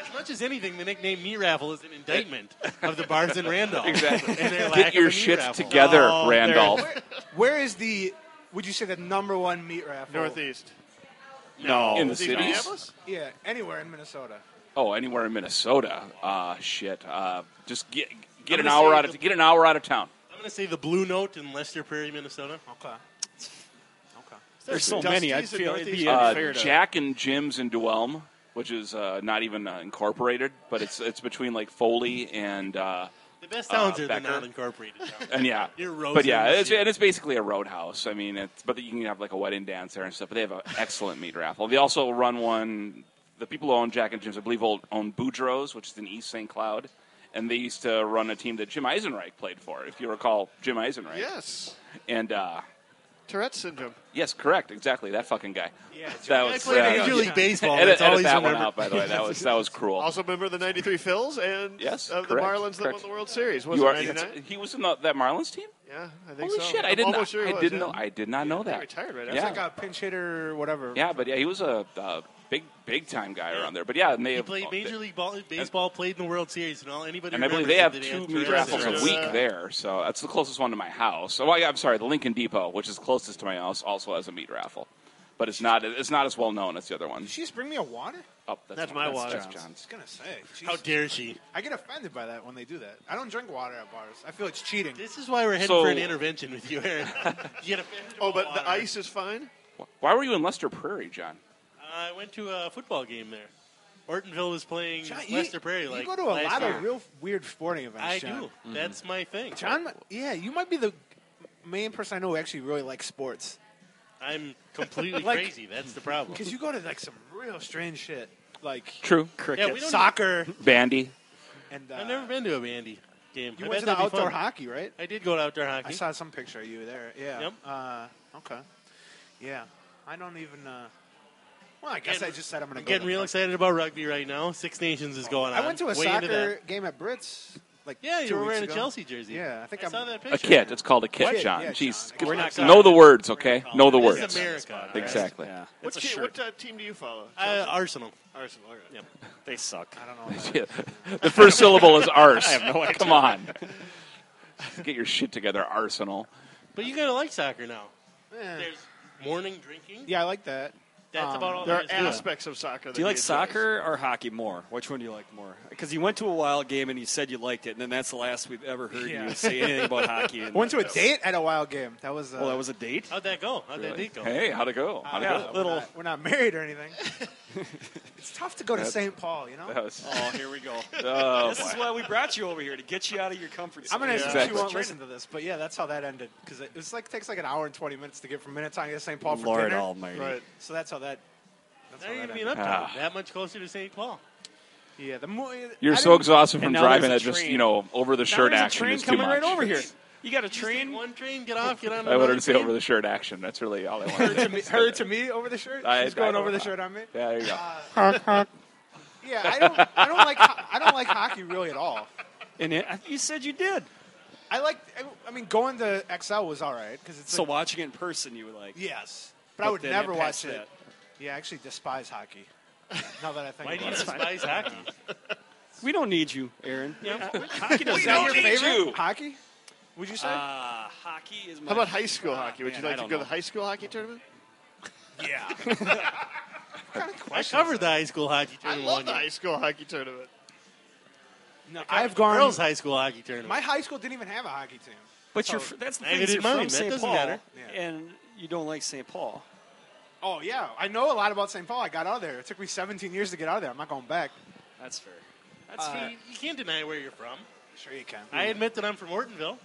Speaker 1: As much as anything, the nickname Meat Raffle is an indictment of the bars in Randolph.
Speaker 2: Exactly.
Speaker 1: And their lack
Speaker 2: Get
Speaker 1: of a
Speaker 2: your
Speaker 1: meat
Speaker 2: shit
Speaker 1: raffle.
Speaker 2: together,
Speaker 5: Oh, there-
Speaker 2: Randolph.
Speaker 3: where is the? Would you say the number one meat raffle?
Speaker 4: Northeast.
Speaker 2: No.
Speaker 5: Oh,
Speaker 2: In the
Speaker 4: Is it
Speaker 2: cities?
Speaker 4: Minneapolis?
Speaker 3: Yeah, anywhere in Minnesota.
Speaker 2: Oh, anywhere in Minnesota. Uh, shit. Uh, just get get
Speaker 1: I'm
Speaker 2: an
Speaker 1: gonna
Speaker 2: hour
Speaker 1: say
Speaker 2: out of
Speaker 1: the-
Speaker 2: get an hour out of town.
Speaker 1: I'm going to say the Blue Note in Lester Prairie, Minnesota.
Speaker 3: Okay.
Speaker 5: There's so many. I
Speaker 4: Dusty's in
Speaker 5: feel it'd be
Speaker 4: Northeast Uh,
Speaker 5: unfair to.
Speaker 2: Jack and Jim's in Duelm, which is uh, not even uh, incorporated, but it's it's between like Foley and uh,
Speaker 1: The best
Speaker 2: Uh,
Speaker 1: towns are the
Speaker 2: Becker.
Speaker 1: non-incorporated towns.
Speaker 2: and yeah,
Speaker 1: Your
Speaker 2: but
Speaker 1: Rosen
Speaker 2: yeah,
Speaker 1: and
Speaker 2: it's,
Speaker 1: shit.
Speaker 2: and it's basically a roadhouse. I mean, it's, but you can have like a wedding dance there and stuff. But they have an excellent meat raffle. They also run one. The people who own Jack and Jim's, I believe, own, own Boudreaux's, which is in East St. Cloud, and they used to run a team that Jim Eisenreich played for, if you recall Jim Eisenreich.
Speaker 4: Yes.
Speaker 2: And uh,
Speaker 4: Tourette syndrome.
Speaker 2: yes, correct, exactly that fucking guy. Yeah, that uh,
Speaker 1: I played Major League Baseball.
Speaker 2: Edit,
Speaker 1: That's
Speaker 2: edit
Speaker 1: always
Speaker 2: that one
Speaker 1: remembered.
Speaker 2: out, by the way. That was that was cruel.
Speaker 4: Also, remember the '93 Phils and
Speaker 2: Yes,
Speaker 4: uh, the
Speaker 2: correct,
Speaker 4: Marlins that won
Speaker 2: correct.
Speaker 4: the World Series. Was
Speaker 2: you
Speaker 4: it
Speaker 2: are.
Speaker 4: '99?
Speaker 2: He was in the, that Marlins team.
Speaker 4: Yeah, I think
Speaker 2: Holy
Speaker 4: so.
Speaker 2: shit! I
Speaker 4: I'm
Speaker 2: did not.
Speaker 4: almost sure he
Speaker 2: I
Speaker 4: was,
Speaker 2: didn't
Speaker 4: yeah.
Speaker 2: know. I did not know
Speaker 4: They
Speaker 2: that.
Speaker 4: retired right
Speaker 2: Yeah.
Speaker 4: after.
Speaker 3: Like a pinch hitter or whatever.
Speaker 2: Yeah, but yeah, he was a uh, big, big time guy around there. But yeah, and they
Speaker 1: He
Speaker 2: have,
Speaker 1: played Major League ball, Baseball, played in the World Series, and all anybody
Speaker 2: and I believe
Speaker 1: remembers
Speaker 2: they
Speaker 1: is
Speaker 2: have
Speaker 1: that
Speaker 2: two
Speaker 1: had
Speaker 2: meat
Speaker 1: Jurassic
Speaker 2: raffles a
Speaker 1: Park.
Speaker 2: week there, so that's the closest one to my house. Oh, yeah, I'm sorry, the Lincoln Depot, which is closest to my house, also has a meat raffle, but it's not it's not as well known as the other one.
Speaker 3: Did she just bring me a water? I
Speaker 2: Oh, that's,
Speaker 4: That's my water.
Speaker 2: That's
Speaker 3: was
Speaker 2: John's.
Speaker 3: gonna say.
Speaker 1: How
Speaker 3: Jesus.
Speaker 1: dare she?
Speaker 3: I get offended by that when they do that. I don't drink water at bars. I feel it's cheating.
Speaker 1: This is why we're heading
Speaker 2: So-
Speaker 1: for an intervention with you, Aaron. you get offended
Speaker 4: Oh,
Speaker 1: about
Speaker 4: but the
Speaker 1: water.
Speaker 4: ice is fine.
Speaker 2: Why were you in Lester Prairie, John?
Speaker 1: Uh, I went to a football game there. Ortonville was playing
Speaker 3: John, you-
Speaker 1: Lester Prairie.
Speaker 3: you
Speaker 1: like
Speaker 3: go to a
Speaker 1: last
Speaker 3: lot
Speaker 1: year.
Speaker 3: of real weird sporting events.
Speaker 1: I
Speaker 3: John.
Speaker 1: do.
Speaker 2: Mm-hmm.
Speaker 1: That's my thing.
Speaker 3: John, yeah, you might be the main person I know who actually really likes sports
Speaker 1: I'm completely
Speaker 3: Like-
Speaker 1: crazy. That's the problem.
Speaker 3: because you go to like some real strange shit, like
Speaker 2: True.
Speaker 1: Yeah, we don't-
Speaker 3: soccer,
Speaker 2: Bandy.
Speaker 3: and uh,
Speaker 1: I've never been to a bandy game.
Speaker 3: you
Speaker 1: I
Speaker 3: went
Speaker 1: bet
Speaker 3: to the
Speaker 1: that'd be
Speaker 3: outdoor
Speaker 1: fun.
Speaker 3: hockey, right?
Speaker 1: I did go to outdoor hockey.
Speaker 3: I saw some picture of you there. Yeah.
Speaker 1: Yep.
Speaker 3: Uh, okay. Yeah, I don't even. Uh, well, I guess
Speaker 1: Getting-
Speaker 3: I just said I'm gonna
Speaker 1: I'm
Speaker 3: go.
Speaker 1: getting
Speaker 3: to-
Speaker 1: real excited about rugby right now. Six Nations is going on.
Speaker 3: I went to a
Speaker 1: Way into that.
Speaker 3: soccer game at Brits. Like
Speaker 1: Yeah, you
Speaker 3: two
Speaker 1: were
Speaker 3: weeks
Speaker 1: wearing
Speaker 3: ago.
Speaker 1: a Chelsea jersey.
Speaker 3: Yeah, I think
Speaker 1: I
Speaker 3: I'm-
Speaker 1: saw that picture.
Speaker 2: A kit. It's called a kit,
Speaker 3: Kit,
Speaker 2: John.
Speaker 3: yeah,
Speaker 2: Jeez,
Speaker 3: John. We're
Speaker 1: not
Speaker 2: know the
Speaker 1: sorry.
Speaker 2: words, okay? Know the
Speaker 1: This
Speaker 2: words.
Speaker 1: is America. all right?
Speaker 2: Exactly.
Speaker 5: Yeah,
Speaker 4: What,
Speaker 5: it's a
Speaker 4: team-
Speaker 5: shirt.
Speaker 4: what uh, team do you follow?
Speaker 1: Uh, Arsenal.
Speaker 4: Arsenal. All right.
Speaker 1: Yep.
Speaker 5: They suck.
Speaker 3: I don't know.
Speaker 2: the first syllable is arse. I have no idea. Come on. Get your shit together, Arsenal.
Speaker 1: But you gotta like soccer now.
Speaker 3: Eh.
Speaker 1: There's morning drinking.
Speaker 3: Yeah, I like that.
Speaker 1: That's about all
Speaker 4: There are
Speaker 1: there is to it.
Speaker 4: aspects of soccer. That
Speaker 5: Do you
Speaker 4: he
Speaker 5: like
Speaker 4: enjoys.
Speaker 5: soccer or hockey more? Which one do you like more? Because you went to a wild game and you said you liked it, and then that's the last we've ever heard
Speaker 3: Yeah.
Speaker 5: you say anything about hockey. And
Speaker 3: I went to a date at a wild game. That was. Uh,
Speaker 5: Well, that was a date.
Speaker 1: How'd that go? How'd that date go?
Speaker 2: Hey, how'd it go? How'd it
Speaker 5: Yeah,
Speaker 2: go?
Speaker 5: little.
Speaker 3: We're not married or anything. it's tough to go to St. Paul, you know.
Speaker 2: That was,
Speaker 5: Oh, here we go.
Speaker 2: oh,
Speaker 5: this is
Speaker 2: boy.
Speaker 5: why we brought you over here to get you out of your comfort zone.
Speaker 3: I'm gonna assume she
Speaker 2: Exactly.
Speaker 3: won't listen to this, but yeah, that's how that ended. Because it it's like takes like an hour and twenty minutes to get from Minnetonka to St. Paul for
Speaker 5: Lord
Speaker 3: dinner.
Speaker 5: Almighty.
Speaker 4: Right.
Speaker 3: So that's how that. That's
Speaker 1: Not
Speaker 3: how that
Speaker 1: even
Speaker 3: ended.
Speaker 1: up
Speaker 2: Ah.
Speaker 1: that much closer to St. Paul.
Speaker 3: Yeah, the mo-
Speaker 2: You're
Speaker 3: I
Speaker 2: so
Speaker 3: didn't-
Speaker 2: exhausted from
Speaker 5: And now
Speaker 2: driving
Speaker 5: there's
Speaker 2: that
Speaker 5: a
Speaker 2: just,
Speaker 5: train.
Speaker 2: you know, over the
Speaker 5: Now
Speaker 2: shirt
Speaker 5: there's a
Speaker 2: action
Speaker 5: train
Speaker 2: is too
Speaker 5: coming
Speaker 2: much.
Speaker 5: right over here. You got a
Speaker 1: Take
Speaker 5: train.
Speaker 1: One train, get off, get on.
Speaker 2: I wanted
Speaker 1: another
Speaker 2: to say
Speaker 1: train.
Speaker 2: over the shirt action. That's really all I
Speaker 3: her
Speaker 2: wanted.
Speaker 3: to me, her to me over the shirt.
Speaker 2: I-
Speaker 3: She's
Speaker 2: I
Speaker 3: going
Speaker 2: know
Speaker 3: over the
Speaker 2: that.
Speaker 3: shirt on me.
Speaker 2: Yeah, there you go.
Speaker 3: Yeah, I don't. I don't like. ho- I don't like hockey really at all.
Speaker 5: And it, I- you said you did.
Speaker 3: I like. I- I mean, going to XL was all right because it's
Speaker 5: So
Speaker 3: like,
Speaker 5: watching it in person, you were like,
Speaker 3: yes, but, I
Speaker 5: But
Speaker 3: would
Speaker 5: then
Speaker 3: never
Speaker 5: it
Speaker 3: watch
Speaker 5: passed
Speaker 3: it.
Speaker 5: that.
Speaker 3: Yeah, I actually despise hockey. Now that I think
Speaker 1: Why do
Speaker 3: about
Speaker 1: you
Speaker 3: it.
Speaker 1: despise hockey?
Speaker 5: "We don't need you, Aaron." hockey
Speaker 3: Is
Speaker 5: doesn't
Speaker 3: that your
Speaker 5: need you.
Speaker 3: favorite hockey? Would you say?
Speaker 1: Uh,
Speaker 5: Ah, hockey is my.
Speaker 4: How about high school hockey? Would
Speaker 5: Ah, man,
Speaker 4: you
Speaker 5: I
Speaker 4: like to
Speaker 5: don't
Speaker 4: go to
Speaker 5: know.
Speaker 4: the high school hockey tournament?
Speaker 3: yeah.
Speaker 1: I covered the high school hockey
Speaker 4: I
Speaker 1: tournament.
Speaker 4: love the
Speaker 1: one year.
Speaker 4: high school hockey tournament.
Speaker 3: No, I've
Speaker 1: The
Speaker 3: gone.
Speaker 1: girls' high school hockey tournament.
Speaker 3: my high school didn't even have a hockey team.
Speaker 5: But you're, fr- that's the
Speaker 1: Neither
Speaker 5: thing. is
Speaker 1: did
Speaker 5: You're
Speaker 1: mine.
Speaker 5: from
Speaker 1: That
Speaker 5: St.
Speaker 1: doesn't
Speaker 5: Paul,
Speaker 1: matter.
Speaker 3: Yeah.
Speaker 5: and you don't like St. Paul.
Speaker 3: Oh yeah, I know a lot about St. Paul. I got out of there. It took me 17 years to get out of there. I'm not going back.
Speaker 5: That's fair.
Speaker 1: That's fair. you can't deny where you're from.
Speaker 3: Sure you can.
Speaker 1: I admit that I'm from Ortonville.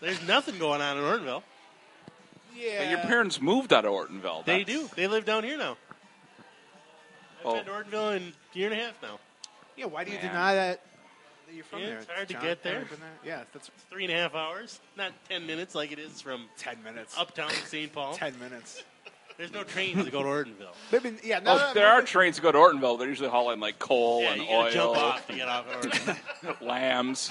Speaker 1: There's nothing going on in Ortonville.
Speaker 3: yeah.
Speaker 2: But your parents moved out of Ortonville.
Speaker 1: They
Speaker 2: That's-
Speaker 1: do. They live down here now. I've
Speaker 2: Oh.
Speaker 1: been to Ortonville in a year and a half now.
Speaker 3: Yeah. Why do you
Speaker 2: Man.
Speaker 3: deny that? that You're from
Speaker 1: Yeah,
Speaker 3: there.
Speaker 1: it's hard to
Speaker 3: John?
Speaker 1: get there.
Speaker 3: Haven't been Yeah, that's
Speaker 1: Three and a half hours, not ten minutes like it is from
Speaker 3: 10 minutes.
Speaker 1: uptown St. Paul.
Speaker 3: 10 minutes.
Speaker 1: There's no trains that go to Ortonville.
Speaker 3: Maybe, yeah, now
Speaker 2: Oh,
Speaker 3: that I'm
Speaker 2: there are
Speaker 3: older-
Speaker 2: trains that go to Ortonville. They're usually hauling like coal
Speaker 1: yeah,
Speaker 2: and
Speaker 1: you gotta jump
Speaker 2: oil,
Speaker 1: off to get off at Ortonville.
Speaker 2: lambs,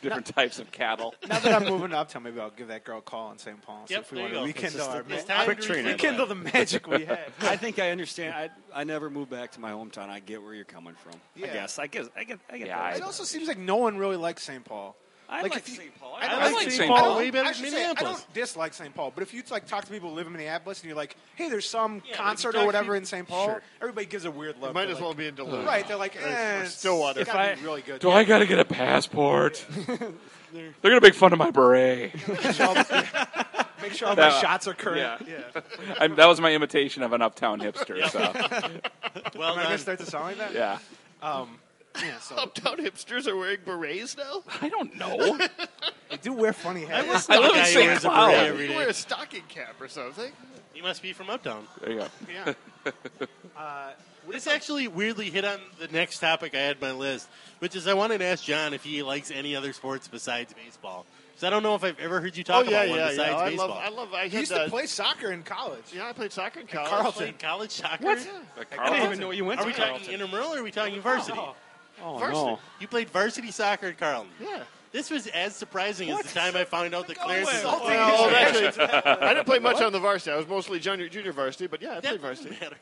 Speaker 2: different types of cattle.
Speaker 3: now that I'm moving up, tell maybe I'll give that girl a call in St. Paul. and see
Speaker 1: Yep,
Speaker 3: if we
Speaker 1: there
Speaker 3: want
Speaker 1: you
Speaker 3: to
Speaker 1: go.
Speaker 3: rekindle
Speaker 5: It's
Speaker 3: our
Speaker 5: just a-
Speaker 1: it's
Speaker 3: ma-
Speaker 1: time
Speaker 5: Quick
Speaker 1: to
Speaker 5: train
Speaker 1: rekindle
Speaker 3: rekindle the magic we had.
Speaker 5: I think I understand. I I never moved back to my hometown. I get where you're coming from.
Speaker 3: Yeah.
Speaker 5: I guess. I guess. I get. I get.
Speaker 2: Yeah,
Speaker 5: that.
Speaker 2: I-
Speaker 3: It also seems like no one really likes St. Paul.
Speaker 5: I like,
Speaker 3: if you-
Speaker 5: St. Paul.
Speaker 3: I,
Speaker 5: I
Speaker 3: like,
Speaker 2: like
Speaker 3: St.
Speaker 2: St.
Speaker 3: Paul.
Speaker 2: Paul.
Speaker 1: Way better than
Speaker 3: I should say, I
Speaker 1: Minneapolis.
Speaker 3: don't dislike St. Paul, but if you like talk to people who live in Minneapolis and you're like, "Hey, there's some
Speaker 5: if you
Speaker 3: concert
Speaker 5: talk
Speaker 3: or
Speaker 5: to
Speaker 3: whatever
Speaker 5: people-
Speaker 3: in St. Paul,"
Speaker 4: Sure.
Speaker 3: everybody gives a weird look.
Speaker 4: might
Speaker 3: They're
Speaker 4: as
Speaker 3: like-
Speaker 4: well be in Duluth.
Speaker 3: Right? They're like, eh,
Speaker 4: or Stillwater.
Speaker 3: It's gotta be really good.
Speaker 2: Do I got to get a passport? They're going to make fun of my beret.
Speaker 3: Make sure all
Speaker 2: That-
Speaker 3: my shots are current.
Speaker 2: yeah.
Speaker 3: yeah.
Speaker 2: I'm, that was my imitation of an uptown hipster. So,
Speaker 1: Well
Speaker 3: Am I gonna
Speaker 1: done.
Speaker 3: start the song like that?
Speaker 2: yeah.
Speaker 3: Yeah, so
Speaker 4: Uptown hipsters are wearing berets now.
Speaker 2: I don't know.
Speaker 3: they do wear funny hats.
Speaker 2: I live in
Speaker 1: Guy who
Speaker 2: St.
Speaker 1: wears a
Speaker 2: Cloud.
Speaker 1: beret
Speaker 4: You
Speaker 1: every
Speaker 4: can wear
Speaker 1: day.
Speaker 4: a stocking cap or something.
Speaker 1: He must be from Uptown.
Speaker 2: There you go.
Speaker 3: yeah.
Speaker 1: This actually weirdly hit on the next topic I had on my list, which is I wanted to ask John if he likes any other sports besides baseball. Because I don't know if I've ever heard you talk
Speaker 4: Oh,
Speaker 1: about one besides
Speaker 4: I
Speaker 1: baseball.
Speaker 4: love, I love. I
Speaker 3: He
Speaker 4: had
Speaker 3: used to
Speaker 4: uh,
Speaker 3: play soccer in college.
Speaker 4: Yeah, I played soccer in college.
Speaker 1: Carlton.
Speaker 3: Carlton.
Speaker 1: college soccer.
Speaker 5: I didn't even know you went
Speaker 1: Are
Speaker 5: to
Speaker 1: we
Speaker 5: Carlton.
Speaker 1: talking intramural or are we talking varsity?
Speaker 5: Oh,
Speaker 4: Varsity.
Speaker 5: no.
Speaker 1: You played varsity soccer at Carlton.
Speaker 4: Yeah.
Speaker 1: This was as surprising as the time I found out that Clarence
Speaker 5: way.
Speaker 1: is all
Speaker 4: Well, actually, I didn't play much on the varsity. I was mostly junior junior varsity, but yeah, I
Speaker 1: that
Speaker 4: played
Speaker 1: doesn't
Speaker 4: varsity.
Speaker 1: matter.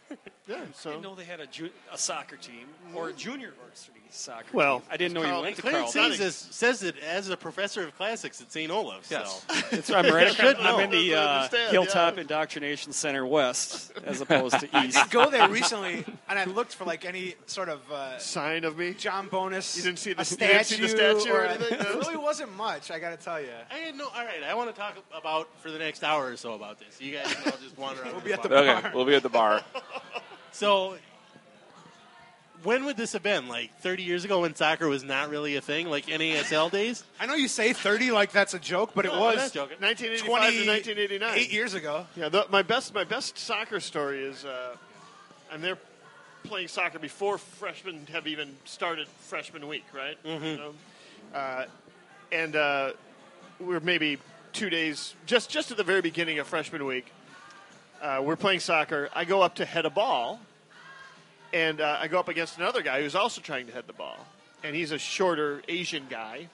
Speaker 4: Yeah,
Speaker 5: I
Speaker 4: so
Speaker 5: didn't know they had a, ju- a soccer team or a junior varsity soccer
Speaker 4: Well,
Speaker 5: team. I didn't know you
Speaker 4: Carl-
Speaker 5: went to
Speaker 1: Clarence
Speaker 5: Carlton.
Speaker 1: says, this, says it as a professor of classics at St. Olaf.
Speaker 5: Yes.
Speaker 1: So.
Speaker 5: That's right. I'm, right.
Speaker 1: should know.
Speaker 5: I'm in
Speaker 4: That's
Speaker 5: the
Speaker 4: what I
Speaker 5: uh,
Speaker 4: understand,
Speaker 5: Hilltop
Speaker 4: yeah.
Speaker 5: Indoctrination Center West as opposed to
Speaker 3: I did
Speaker 5: East.
Speaker 3: go there recently, and I looked for like any sort of uh,
Speaker 4: sign of me.
Speaker 3: John Bonus.
Speaker 4: You didn't see the-
Speaker 3: a
Speaker 4: you
Speaker 3: statue,
Speaker 4: didn't see the statue or
Speaker 3: a-
Speaker 4: anything, no?
Speaker 3: There really wasn't much. I gotta tell you.
Speaker 1: I had no. All right, I want to talk about for the next hour or so about this. You guys can all just wander. we'll
Speaker 3: be at the
Speaker 2: Okay, we'll be at the bar.
Speaker 1: So, when would this have been? Like 30 years ago when soccer was not really a thing, like NASL days?
Speaker 3: I know you say 30 like that's a joke, but it
Speaker 1: No, I'm
Speaker 3: was
Speaker 1: not joking.
Speaker 4: 1985 to 1989.
Speaker 3: eight years ago.
Speaker 4: Yeah, the, my best my best soccer story is uh, I'm there playing soccer before freshmen have even started freshman week, right?
Speaker 1: Mm-hmm.
Speaker 4: You know? uh, and uh, we're maybe two days just just at the very beginning of freshman week. Uh, we're playing soccer. I go up to head a ball, and uh, I go up against another guy who's also trying to head the ball, and he's a shorter Asian guy,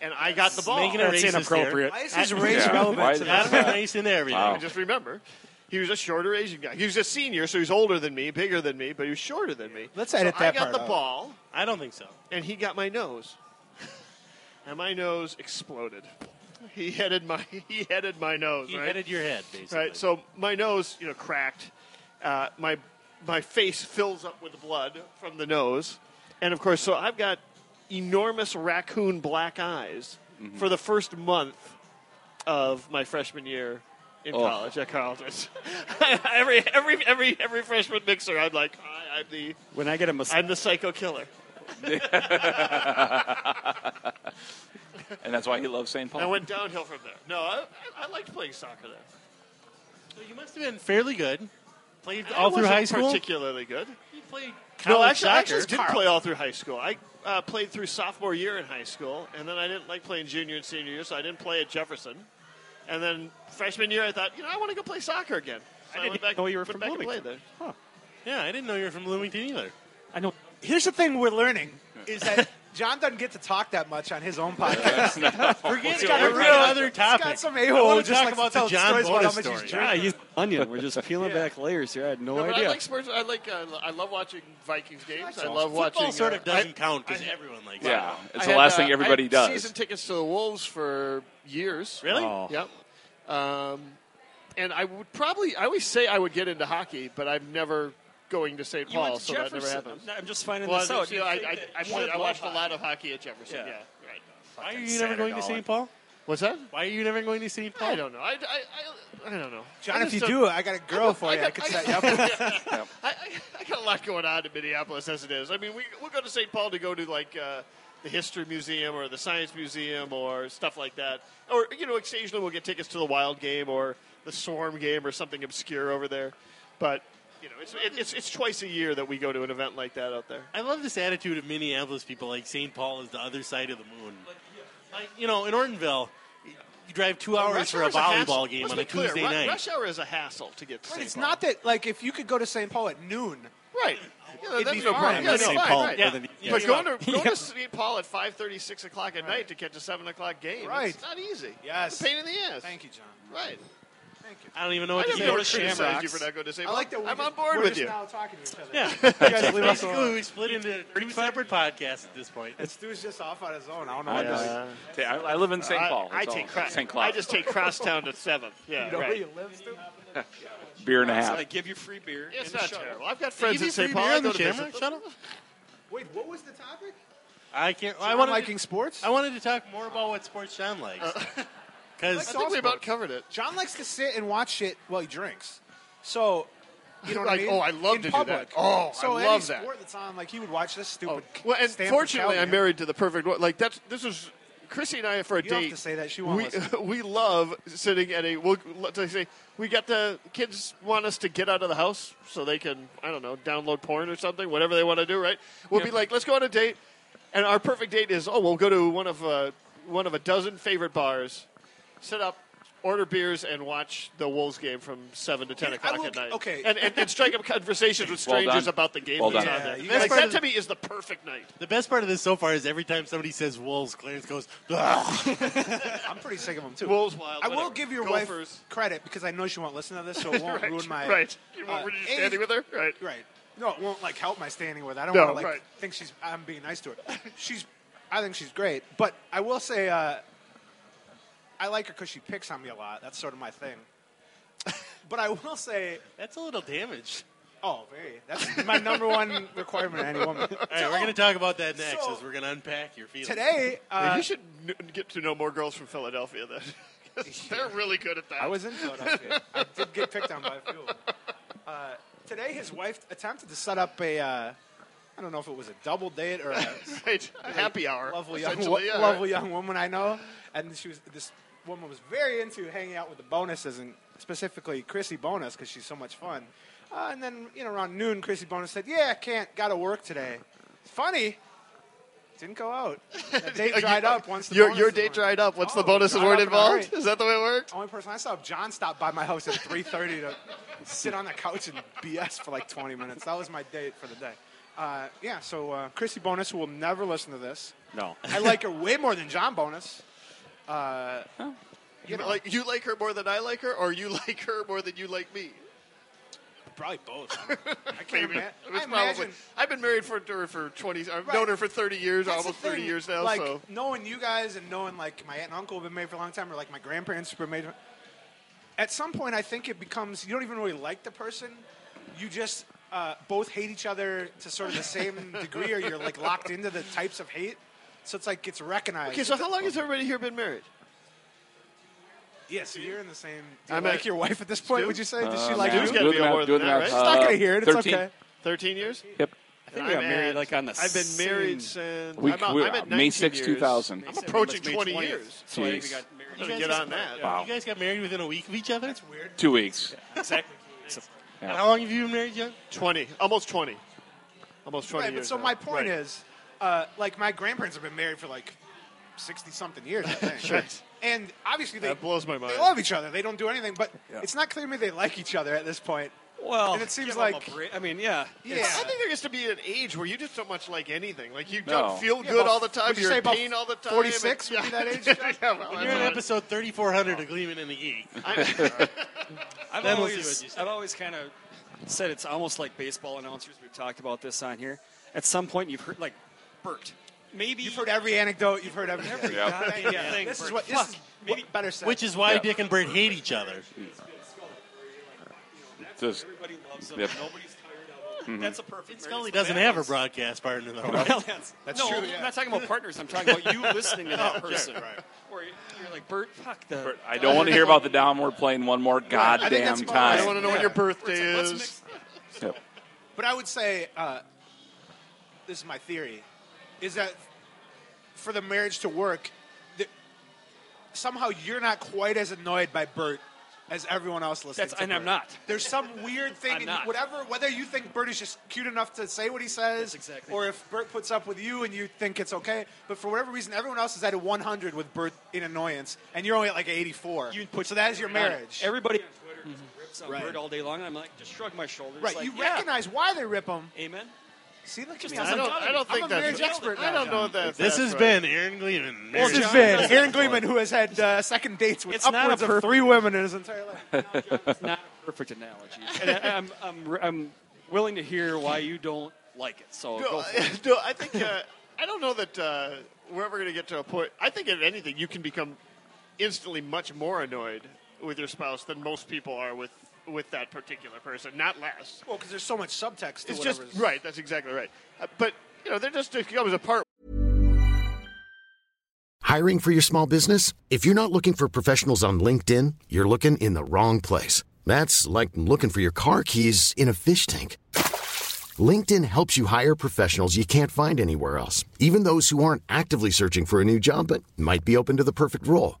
Speaker 4: and I got the ball.
Speaker 1: Making a racist
Speaker 5: inappropriate.
Speaker 3: Why is his race
Speaker 2: Yeah.
Speaker 3: relevant?
Speaker 2: Why
Speaker 3: to
Speaker 2: is
Speaker 1: There.
Speaker 3: this?
Speaker 1: Adam and race in everything.
Speaker 4: I just remember. He was a shorter Asian guy. He was a senior, so he was older than me, bigger than me, but he was shorter than me.
Speaker 3: Let's
Speaker 4: So
Speaker 3: edit that
Speaker 4: I got
Speaker 3: part
Speaker 4: the
Speaker 3: out.
Speaker 4: ball,
Speaker 1: I don't think so.
Speaker 4: and he got my nose, and my nose exploded. He headed my he headed my nose.
Speaker 1: You
Speaker 4: right?
Speaker 1: headed your head, basically.
Speaker 4: Right. So my nose, you know, cracked. Uh, my my face fills up with blood from the nose, and of course, so I've got enormous raccoon black eyes for the first month of my freshman year in college at Carleton. every every every every freshman mixer, I'm like, I, I'm the
Speaker 5: When I get a mistake,
Speaker 4: I'm the psycho killer.
Speaker 2: And that's why he loves St.
Speaker 4: I
Speaker 2: Paul.
Speaker 4: went downhill from there. No, I, I, I liked playing soccer there.
Speaker 1: So you must have been fairly good. Played
Speaker 4: I
Speaker 1: all through
Speaker 4: wasn't
Speaker 1: high school?
Speaker 4: particularly good.
Speaker 1: You played
Speaker 4: No,
Speaker 1: college
Speaker 4: actually, I
Speaker 1: soccer.
Speaker 4: actually did play all through high school. I uh, played through sophomore year in high school, and then I didn't like playing junior and senior year, so I didn't play at Jefferson. And then freshman year, I thought, you know, I want to go play soccer again. So
Speaker 5: I
Speaker 4: went
Speaker 5: didn't
Speaker 4: back,
Speaker 5: know Oh, you were
Speaker 4: went
Speaker 5: from
Speaker 4: back and played
Speaker 5: Bloomington.
Speaker 4: there.
Speaker 5: Huh.
Speaker 1: Yeah, I didn't know you were from Bloomington either.
Speaker 5: I know.
Speaker 3: Here's the thing we're learning is that John doesn't get to talk that much on his own podcast.
Speaker 1: We're getting
Speaker 3: got
Speaker 1: on
Speaker 3: a
Speaker 1: every
Speaker 3: real-
Speaker 1: other
Speaker 3: it's got
Speaker 1: topic.
Speaker 3: some
Speaker 1: I
Speaker 3: a-hole who
Speaker 1: wanna
Speaker 3: just
Speaker 1: talk
Speaker 3: likes to
Speaker 1: about
Speaker 3: tell
Speaker 1: the John
Speaker 3: stories about
Speaker 1: Bona
Speaker 3: how much he's
Speaker 1: story.
Speaker 5: Yeah, he's onion. We're just peeling back layers here. I had no
Speaker 4: No, but I
Speaker 5: idea.
Speaker 4: like sports. I like. Uh, I love watching Vikings games. I
Speaker 3: awesome.
Speaker 4: love watching.
Speaker 1: Football sort
Speaker 4: uh,
Speaker 1: of doesn't
Speaker 4: I-
Speaker 1: count because
Speaker 4: I-
Speaker 1: everyone likes
Speaker 2: Yeah,
Speaker 1: it.
Speaker 2: it's
Speaker 4: I
Speaker 2: the
Speaker 4: had,
Speaker 2: last
Speaker 4: uh,
Speaker 2: thing everybody
Speaker 4: I had
Speaker 2: does.
Speaker 4: Season tickets to the Wolves for years.
Speaker 1: Really?
Speaker 5: Oh.
Speaker 4: Yep. Um, and I would probably. I always say I would get into hockey, but I'm never going to St.
Speaker 5: you went
Speaker 4: Paul,
Speaker 5: to
Speaker 4: oh, so that
Speaker 5: Jefferson.
Speaker 4: never happens.
Speaker 5: I'm, not- I'm just finding
Speaker 4: Well,
Speaker 5: this
Speaker 4: I-
Speaker 5: out.
Speaker 4: you know, I, I, I, played, I watched a lot of hockey at Jefferson.
Speaker 5: Yeah.
Speaker 4: Yeah, right.
Speaker 1: Why are you never going to St. Paul?
Speaker 4: What's that?
Speaker 1: Why are you never going to St. Paul?
Speaker 4: I don't know. I, I, I, I don't know.
Speaker 3: John,
Speaker 4: I
Speaker 3: if
Speaker 4: just
Speaker 3: you
Speaker 4: don't-
Speaker 3: do, I got a girl for you. I, could set you up. with.
Speaker 4: I, I, I got a lot going on in Minneapolis as it is. I mean, we we'll go to St. Paul to go to like uh, the history museum or the science museum or stuff like that. Or you know, occasionally we'll get tickets to the Wild game or the Swarm game or something obscure over there. But you know, it's it, it's it's twice a year that we go to an event like that out there.
Speaker 1: I love this attitude of Minneapolis people like St. Paul is the other side of the moon. Like, you know, in Ortonville, you drive two hours
Speaker 4: Rush
Speaker 1: for a
Speaker 4: hour's hassle.
Speaker 1: volleyball game
Speaker 4: Let's
Speaker 1: on
Speaker 4: be
Speaker 1: a
Speaker 4: clear,
Speaker 1: Tuesday
Speaker 4: ru-
Speaker 1: night.
Speaker 4: Rush hour is a hassle to get to St.
Speaker 3: it's
Speaker 4: Paul.
Speaker 3: not that like if you could go to St. Paul at noon.
Speaker 4: Right. Yeah,
Speaker 3: It'd
Speaker 4: that's
Speaker 3: be
Speaker 4: no
Speaker 3: fine.
Speaker 4: problem.
Speaker 3: Yeah,
Speaker 4: That's
Speaker 3: St.
Speaker 4: fine,
Speaker 5: Paul.
Speaker 4: right.
Speaker 5: Yeah.
Speaker 4: But
Speaker 1: Yeah.
Speaker 4: going to going to St. Paul at 5:30, 6 o'clock at night to catch a seven o'clock game.
Speaker 3: Right.
Speaker 4: It's not easy.
Speaker 3: Yes.
Speaker 4: It's a pain in the ass.
Speaker 3: Thank you, John.
Speaker 4: Right.
Speaker 3: Thank you.
Speaker 1: I don't even know what
Speaker 4: I
Speaker 1: to
Speaker 4: never
Speaker 1: say.
Speaker 5: go to
Speaker 4: criticized you
Speaker 5: Shamrocks.
Speaker 4: for not going to say.
Speaker 3: I like that we
Speaker 4: I'm
Speaker 3: just-
Speaker 4: on board
Speaker 3: we're
Speaker 4: with
Speaker 3: just
Speaker 4: you.
Speaker 3: now talking to each other.
Speaker 1: Yeah.
Speaker 3: You guys leave us
Speaker 1: Basically,
Speaker 3: alone.
Speaker 1: we split into two separate podcasts at this point.
Speaker 3: This dude's just off on his own. I don't know
Speaker 2: I,
Speaker 3: what
Speaker 2: just, I, I live in St. Paul.
Speaker 4: I, I
Speaker 2: That's all.
Speaker 4: take crack.
Speaker 2: St. Cloud.
Speaker 4: I just take Crosstown to seventh. Yeah, right.
Speaker 2: beer and a
Speaker 5: So
Speaker 2: half.
Speaker 5: they give you free beer.
Speaker 4: It's
Speaker 5: and
Speaker 4: not
Speaker 5: shuttle.
Speaker 4: terrible. I've got
Speaker 1: They
Speaker 4: friends
Speaker 1: give you
Speaker 4: in St.
Speaker 1: free
Speaker 4: Paul.
Speaker 1: beer
Speaker 4: I
Speaker 1: on
Speaker 4: go
Speaker 1: the
Speaker 4: to
Speaker 1: Shamrock
Speaker 4: visit them.
Speaker 1: Shuttle?
Speaker 3: Wait, what was the topic?
Speaker 1: I can't. I
Speaker 3: I
Speaker 1: wanted,
Speaker 3: liking
Speaker 1: to,
Speaker 3: sports.
Speaker 1: I wanted to talk more about what sports Sean likes.
Speaker 4: I
Speaker 1: Because
Speaker 4: think we about covered it.
Speaker 3: John likes to sit and watch shit while he drinks. So, you know what
Speaker 4: Like,
Speaker 3: I mean?
Speaker 4: oh, I love
Speaker 3: In
Speaker 4: to do
Speaker 3: public.
Speaker 4: that. Oh, I
Speaker 3: so any
Speaker 4: love that.
Speaker 3: sport that's on, like, he would watch this
Speaker 4: Oh,
Speaker 3: stupid.
Speaker 4: well, and
Speaker 3: Stanford
Speaker 4: fortunately,
Speaker 3: Cowboy.
Speaker 4: I'm married to the perfect one. Like that's this is Chrissy and I for a
Speaker 3: You
Speaker 4: date.
Speaker 3: don't have to say that. She won't
Speaker 4: we,
Speaker 3: listen.
Speaker 4: we love sitting at a. We'll, let's say we got the kids want us to get out of the house so they can I don't know download porn or something, whatever they want to do. Right? We'll be like, let's go on a date, and our perfect date is oh we'll go to one of uh, one of a dozen favorite bars, sit up. Order beers and watch the Wolves game from seven to ten
Speaker 3: Dude, I
Speaker 4: o'clock
Speaker 3: will-
Speaker 4: at night.
Speaker 3: okay.
Speaker 4: and, and, and strike up conversations with
Speaker 2: Well done.
Speaker 4: strangers about the game
Speaker 2: Well
Speaker 4: that's
Speaker 2: done.
Speaker 4: on there.
Speaker 3: Yeah, you
Speaker 4: Like,
Speaker 1: guys-
Speaker 4: that to me is the perfect night.
Speaker 1: the best part of this so far is every time somebody says Wolves, Clarence goes, "Ugh."
Speaker 3: I'm pretty sick of him, too.
Speaker 4: Wolves, Wild,
Speaker 3: I will
Speaker 4: whatever.
Speaker 3: give your
Speaker 4: Gophers.
Speaker 3: wife credit because I know she won't listen to this, so it won't
Speaker 4: right.
Speaker 3: ruin my.
Speaker 4: right. You
Speaker 3: uh,
Speaker 4: won't really
Speaker 3: age-
Speaker 4: standing with her, right?
Speaker 3: Right. No, it won't like help my standing with. it. I don't
Speaker 4: No,
Speaker 3: want to like
Speaker 4: right.
Speaker 3: think she's. I'm being nice to her. She's. I think she's great, but I will say, uh, I like her because she picks on me a lot. That's sort of my thing. but I will say,
Speaker 1: That's a little damage.
Speaker 3: oh, very. That's my number one requirement to any woman.
Speaker 1: All right, we're going to talk about that next
Speaker 3: So-
Speaker 1: as we're going to unpack your feelings.
Speaker 3: Today,
Speaker 4: Hey,
Speaker 3: uh,
Speaker 4: you should kn- get to know more girls from Philadelphia. Then 'Cause they're really good at that.
Speaker 3: I was in Philadelphia. I did get picked on by a few. Uh, today, his wife attempted to set up a. Uh, I don't know if it was a double date or a
Speaker 4: right. happy hour.
Speaker 3: lovely young,
Speaker 4: essentially, yeah,
Speaker 3: lovely
Speaker 4: right.
Speaker 3: young woman I know, and she was this woman was very into hanging out with the bonuses and specifically Chrissy Bonus because she's so much fun. Uh, and then you know around noon, Chrissy Bonus said, "Yeah, I can't, got to work today." It's funny. Didn't go out. The date dried up once. The
Speaker 4: Your,
Speaker 3: bonuses
Speaker 4: your date
Speaker 3: weren't-
Speaker 4: dried up. Once
Speaker 3: Oh,
Speaker 4: the bonuses
Speaker 3: dried
Speaker 4: weren't
Speaker 3: up and all
Speaker 4: involved?
Speaker 3: right.
Speaker 4: Is that the way it worked?
Speaker 3: Only person I saw, John stopped by my house at 3:30 to sit on the couch and BS for like 20 minutes. That was my date for the day. Uh, yeah, so uh, Chrissy Bonus who will never listen to this.
Speaker 2: No.
Speaker 3: I like her way more than John Bonus.
Speaker 4: You, like, you like her more than I like her, or you like her more than you like me?
Speaker 3: Probably both. I can't
Speaker 4: Maybe.
Speaker 3: ima-
Speaker 4: It was probably-
Speaker 3: I imagine.
Speaker 4: I've been married for, to her for 20 I've
Speaker 3: Right.
Speaker 4: known her for 30 years,
Speaker 3: That's the
Speaker 4: almost 30
Speaker 3: thing,
Speaker 4: years now.
Speaker 3: Like
Speaker 4: so
Speaker 3: knowing you guys and knowing like my aunt and uncle have been married for a long time, or like my grandparents have been married. At some point, I think it becomes you don't even really like the person. You just uh, both hate each other to sort of the same degree, or you're like locked into the types of hate. So it's like it's recognized.
Speaker 4: Okay, so how long has everybody here been married?
Speaker 3: Yeah, so you're in the same. Do you
Speaker 4: I'm
Speaker 3: like
Speaker 4: at-
Speaker 3: your wife at this point? Would you say? Does she
Speaker 2: Um,
Speaker 3: like
Speaker 4: Dude's
Speaker 3: you?
Speaker 4: gotta
Speaker 2: do
Speaker 4: be
Speaker 2: the math,
Speaker 4: more
Speaker 2: do
Speaker 4: than
Speaker 2: the
Speaker 4: that,
Speaker 2: math.
Speaker 4: right?
Speaker 3: She's not
Speaker 2: Uh,
Speaker 3: gonna hear it. It's
Speaker 2: 13.
Speaker 3: okay.
Speaker 4: 13 years?
Speaker 2: Yep.
Speaker 4: I think
Speaker 5: I got married like on the
Speaker 4: I've been married since
Speaker 2: We-
Speaker 4: I'm, out-
Speaker 2: we-
Speaker 4: I'm at
Speaker 2: May
Speaker 4: 19
Speaker 2: 6,
Speaker 4: years.
Speaker 2: 2000.
Speaker 4: I'm approaching 20 years.
Speaker 5: So I think we
Speaker 2: Jeez.
Speaker 5: got
Speaker 4: I'm
Speaker 5: married.
Speaker 4: gonna get on that.
Speaker 1: You
Speaker 2: Wow.
Speaker 1: guys got married within a week of each other? That's weird.
Speaker 2: Two weeks.
Speaker 5: Exactly. So,
Speaker 2: Yeah.
Speaker 1: How long have you been married, John?
Speaker 4: 20, almost 20, almost 20
Speaker 3: Right, but
Speaker 4: years.
Speaker 3: so
Speaker 4: now.
Speaker 3: my point
Speaker 4: Right.
Speaker 3: is, uh, like my grandparents have been married for like sixty something years, I think.
Speaker 4: Right.
Speaker 3: And obviously they
Speaker 4: That blows my mind.
Speaker 3: They love each other. They don't do anything, but it's not clear to me they like each other at this point.
Speaker 5: well,
Speaker 3: And it seems
Speaker 5: give 'em
Speaker 3: like-
Speaker 5: a break. I mean, yeah.
Speaker 3: Yeah.
Speaker 4: I think there used to be an age where you just don't much like anything. Like you
Speaker 2: No.
Speaker 4: don't feel
Speaker 3: Yeah,
Speaker 4: good
Speaker 3: about-
Speaker 4: all the time.
Speaker 3: would you
Speaker 4: You're
Speaker 3: say
Speaker 4: in
Speaker 3: about
Speaker 4: pain all the time.
Speaker 3: 46
Speaker 4: and-
Speaker 3: would be that age,
Speaker 4: yeah, well,
Speaker 1: You're on
Speaker 4: that's-
Speaker 1: episode 3400 of Gleeman and the Geek.
Speaker 5: I've
Speaker 1: Then we'll see
Speaker 5: always,
Speaker 1: what you say.
Speaker 5: I've always kind of said it's almost like baseball announcers. We've talked about this on here. At some point, you've heard like Bert. Maybe
Speaker 3: You've heard every anecdote. You've heard every.
Speaker 5: every
Speaker 2: Yeah.
Speaker 5: goddamn thing.
Speaker 3: This is
Speaker 5: Bert.
Speaker 3: what this
Speaker 5: Fuck.
Speaker 3: is
Speaker 5: Maybe-
Speaker 3: what better said.
Speaker 1: Which is why
Speaker 2: Yeah.
Speaker 1: Dick and Bert hate each other.
Speaker 2: Just
Speaker 5: Everybody loves him.
Speaker 2: Yep.
Speaker 5: Nobody's tired of him. That's a perfect. marriage.
Speaker 1: Scully
Speaker 5: It's the
Speaker 1: doesn't
Speaker 5: bad
Speaker 1: have a
Speaker 5: ones.
Speaker 1: broadcast partner, though.
Speaker 5: Well, that's, no,
Speaker 3: true,
Speaker 5: I'm
Speaker 3: yeah.
Speaker 5: not talking about partners. I'm talking about you listening
Speaker 3: Oh,
Speaker 5: to that person. Or you're like Bert. Fuck the.
Speaker 2: I don't want to hear about the downward plane one more
Speaker 3: I think that's
Speaker 2: goddamn
Speaker 3: fine. I
Speaker 4: I want
Speaker 2: time.
Speaker 4: to know when your birthday
Speaker 5: Let's
Speaker 4: is.
Speaker 5: mix-
Speaker 2: Yep.
Speaker 3: But I would say uh, this is my theory: is that for the marriage to work, that somehow you're not quite as annoyed by Bert as everyone else listening.
Speaker 5: That's-
Speaker 3: to
Speaker 5: and I'm
Speaker 3: Bert.
Speaker 5: not.
Speaker 3: There's some weird thing,
Speaker 5: I'm
Speaker 3: in
Speaker 5: not.
Speaker 3: whatever. Whether you think Bert is just cute enough to say what he says,
Speaker 5: That's exactly-
Speaker 3: or if Bert puts up with you and you think it's okay, but for whatever reason, everyone else is at a 100 with Bert in annoyance, and you're only at like 84.
Speaker 5: You put
Speaker 3: so that is your marriage. Mm-hmm.
Speaker 5: Everybody on Twitter just rips on
Speaker 3: Right.
Speaker 5: Bert all day long, and I'm like, just shrug my shoulders.
Speaker 3: right,
Speaker 5: like,
Speaker 3: you
Speaker 5: yeah.
Speaker 3: recognize why they rip him.
Speaker 5: Amen.
Speaker 3: See, look at
Speaker 5: Just
Speaker 3: me.
Speaker 5: doesn't
Speaker 4: I
Speaker 3: I'm,
Speaker 4: don't.
Speaker 5: tell
Speaker 4: I
Speaker 5: you.
Speaker 4: don't think
Speaker 3: I'm a
Speaker 4: that's.
Speaker 3: marriage expert.
Speaker 4: I
Speaker 3: now,
Speaker 4: don't know what that's.
Speaker 1: This
Speaker 4: that's
Speaker 1: has
Speaker 4: right.
Speaker 1: been Aaron Gleeman.
Speaker 3: Well,
Speaker 1: Marriage
Speaker 3: John
Speaker 1: Expert.
Speaker 3: been Aaron Gleeman, who has had uh, second dates with
Speaker 5: It's not
Speaker 3: upwards
Speaker 5: a
Speaker 3: of
Speaker 5: perfect-
Speaker 3: three women in his entire life.
Speaker 5: It's not a perfect analogy. And I, I'm, I'm, re- I'm willing to hear why you don't like it. So go
Speaker 4: No,
Speaker 5: for it.
Speaker 4: no, I think uh, I don't know that uh, we're ever going to get to a point. I think if anything, you can become instantly much more annoyed with your spouse than most people are with with that particular person, not less.
Speaker 3: Well, because there's so much subtext. To
Speaker 4: It's just
Speaker 3: whatever's-
Speaker 4: right. That's exactly right. Uh, but you know, they're just it comes apart
Speaker 6: Hiring for your small business? If you're not looking for professionals on LinkedIn, you're looking in the wrong place. That's like looking for your car keys in a fish tank. LinkedIn helps you hire professionals you can't find anywhere else, even those who aren't actively searching for a new job but might be open to the perfect role.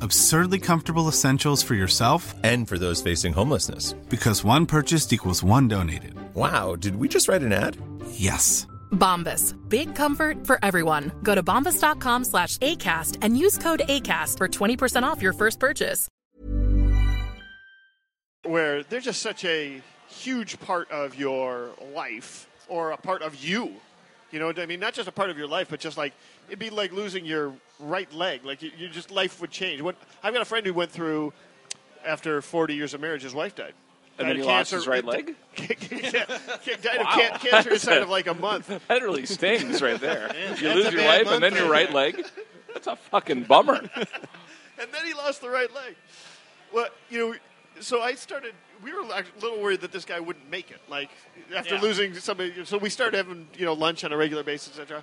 Speaker 7: Absurdly comfortable essentials for yourself
Speaker 8: And for those facing homelessness.
Speaker 7: because one purchased equals one donated.
Speaker 8: Wow, did we just write an ad?
Speaker 7: Yes.
Speaker 9: Bombas. Big comfort for everyone. Go to bombas.com slash ACAST and use code ACAST for 20% off your first purchase.
Speaker 4: where they're just such a huge part of your life or a part of you. You know, what I mean, not just a part of your life, but just like it'd be like losing your right leg. Like you, you just life would change. When, I've got a friend who went through after 40 years of marriage, his wife died.
Speaker 2: And
Speaker 4: Died
Speaker 2: then he
Speaker 4: of
Speaker 2: lost his right
Speaker 4: It-
Speaker 2: leg?
Speaker 4: Yeah, died
Speaker 2: Wow.
Speaker 4: of can- cancer inside of like a month.
Speaker 2: That really stings right there. you
Speaker 4: that's
Speaker 2: lose
Speaker 4: a
Speaker 2: your
Speaker 4: bad
Speaker 2: life
Speaker 4: month
Speaker 2: and then your
Speaker 4: right
Speaker 2: right leg. That's a fucking bummer.
Speaker 4: and then he lost the right leg. Well, you know, so I started. We were like, a little worried that this guy wouldn't make it. Like after
Speaker 5: Yeah.
Speaker 4: losing somebody, so we started having you know lunch on a regular basis, etc.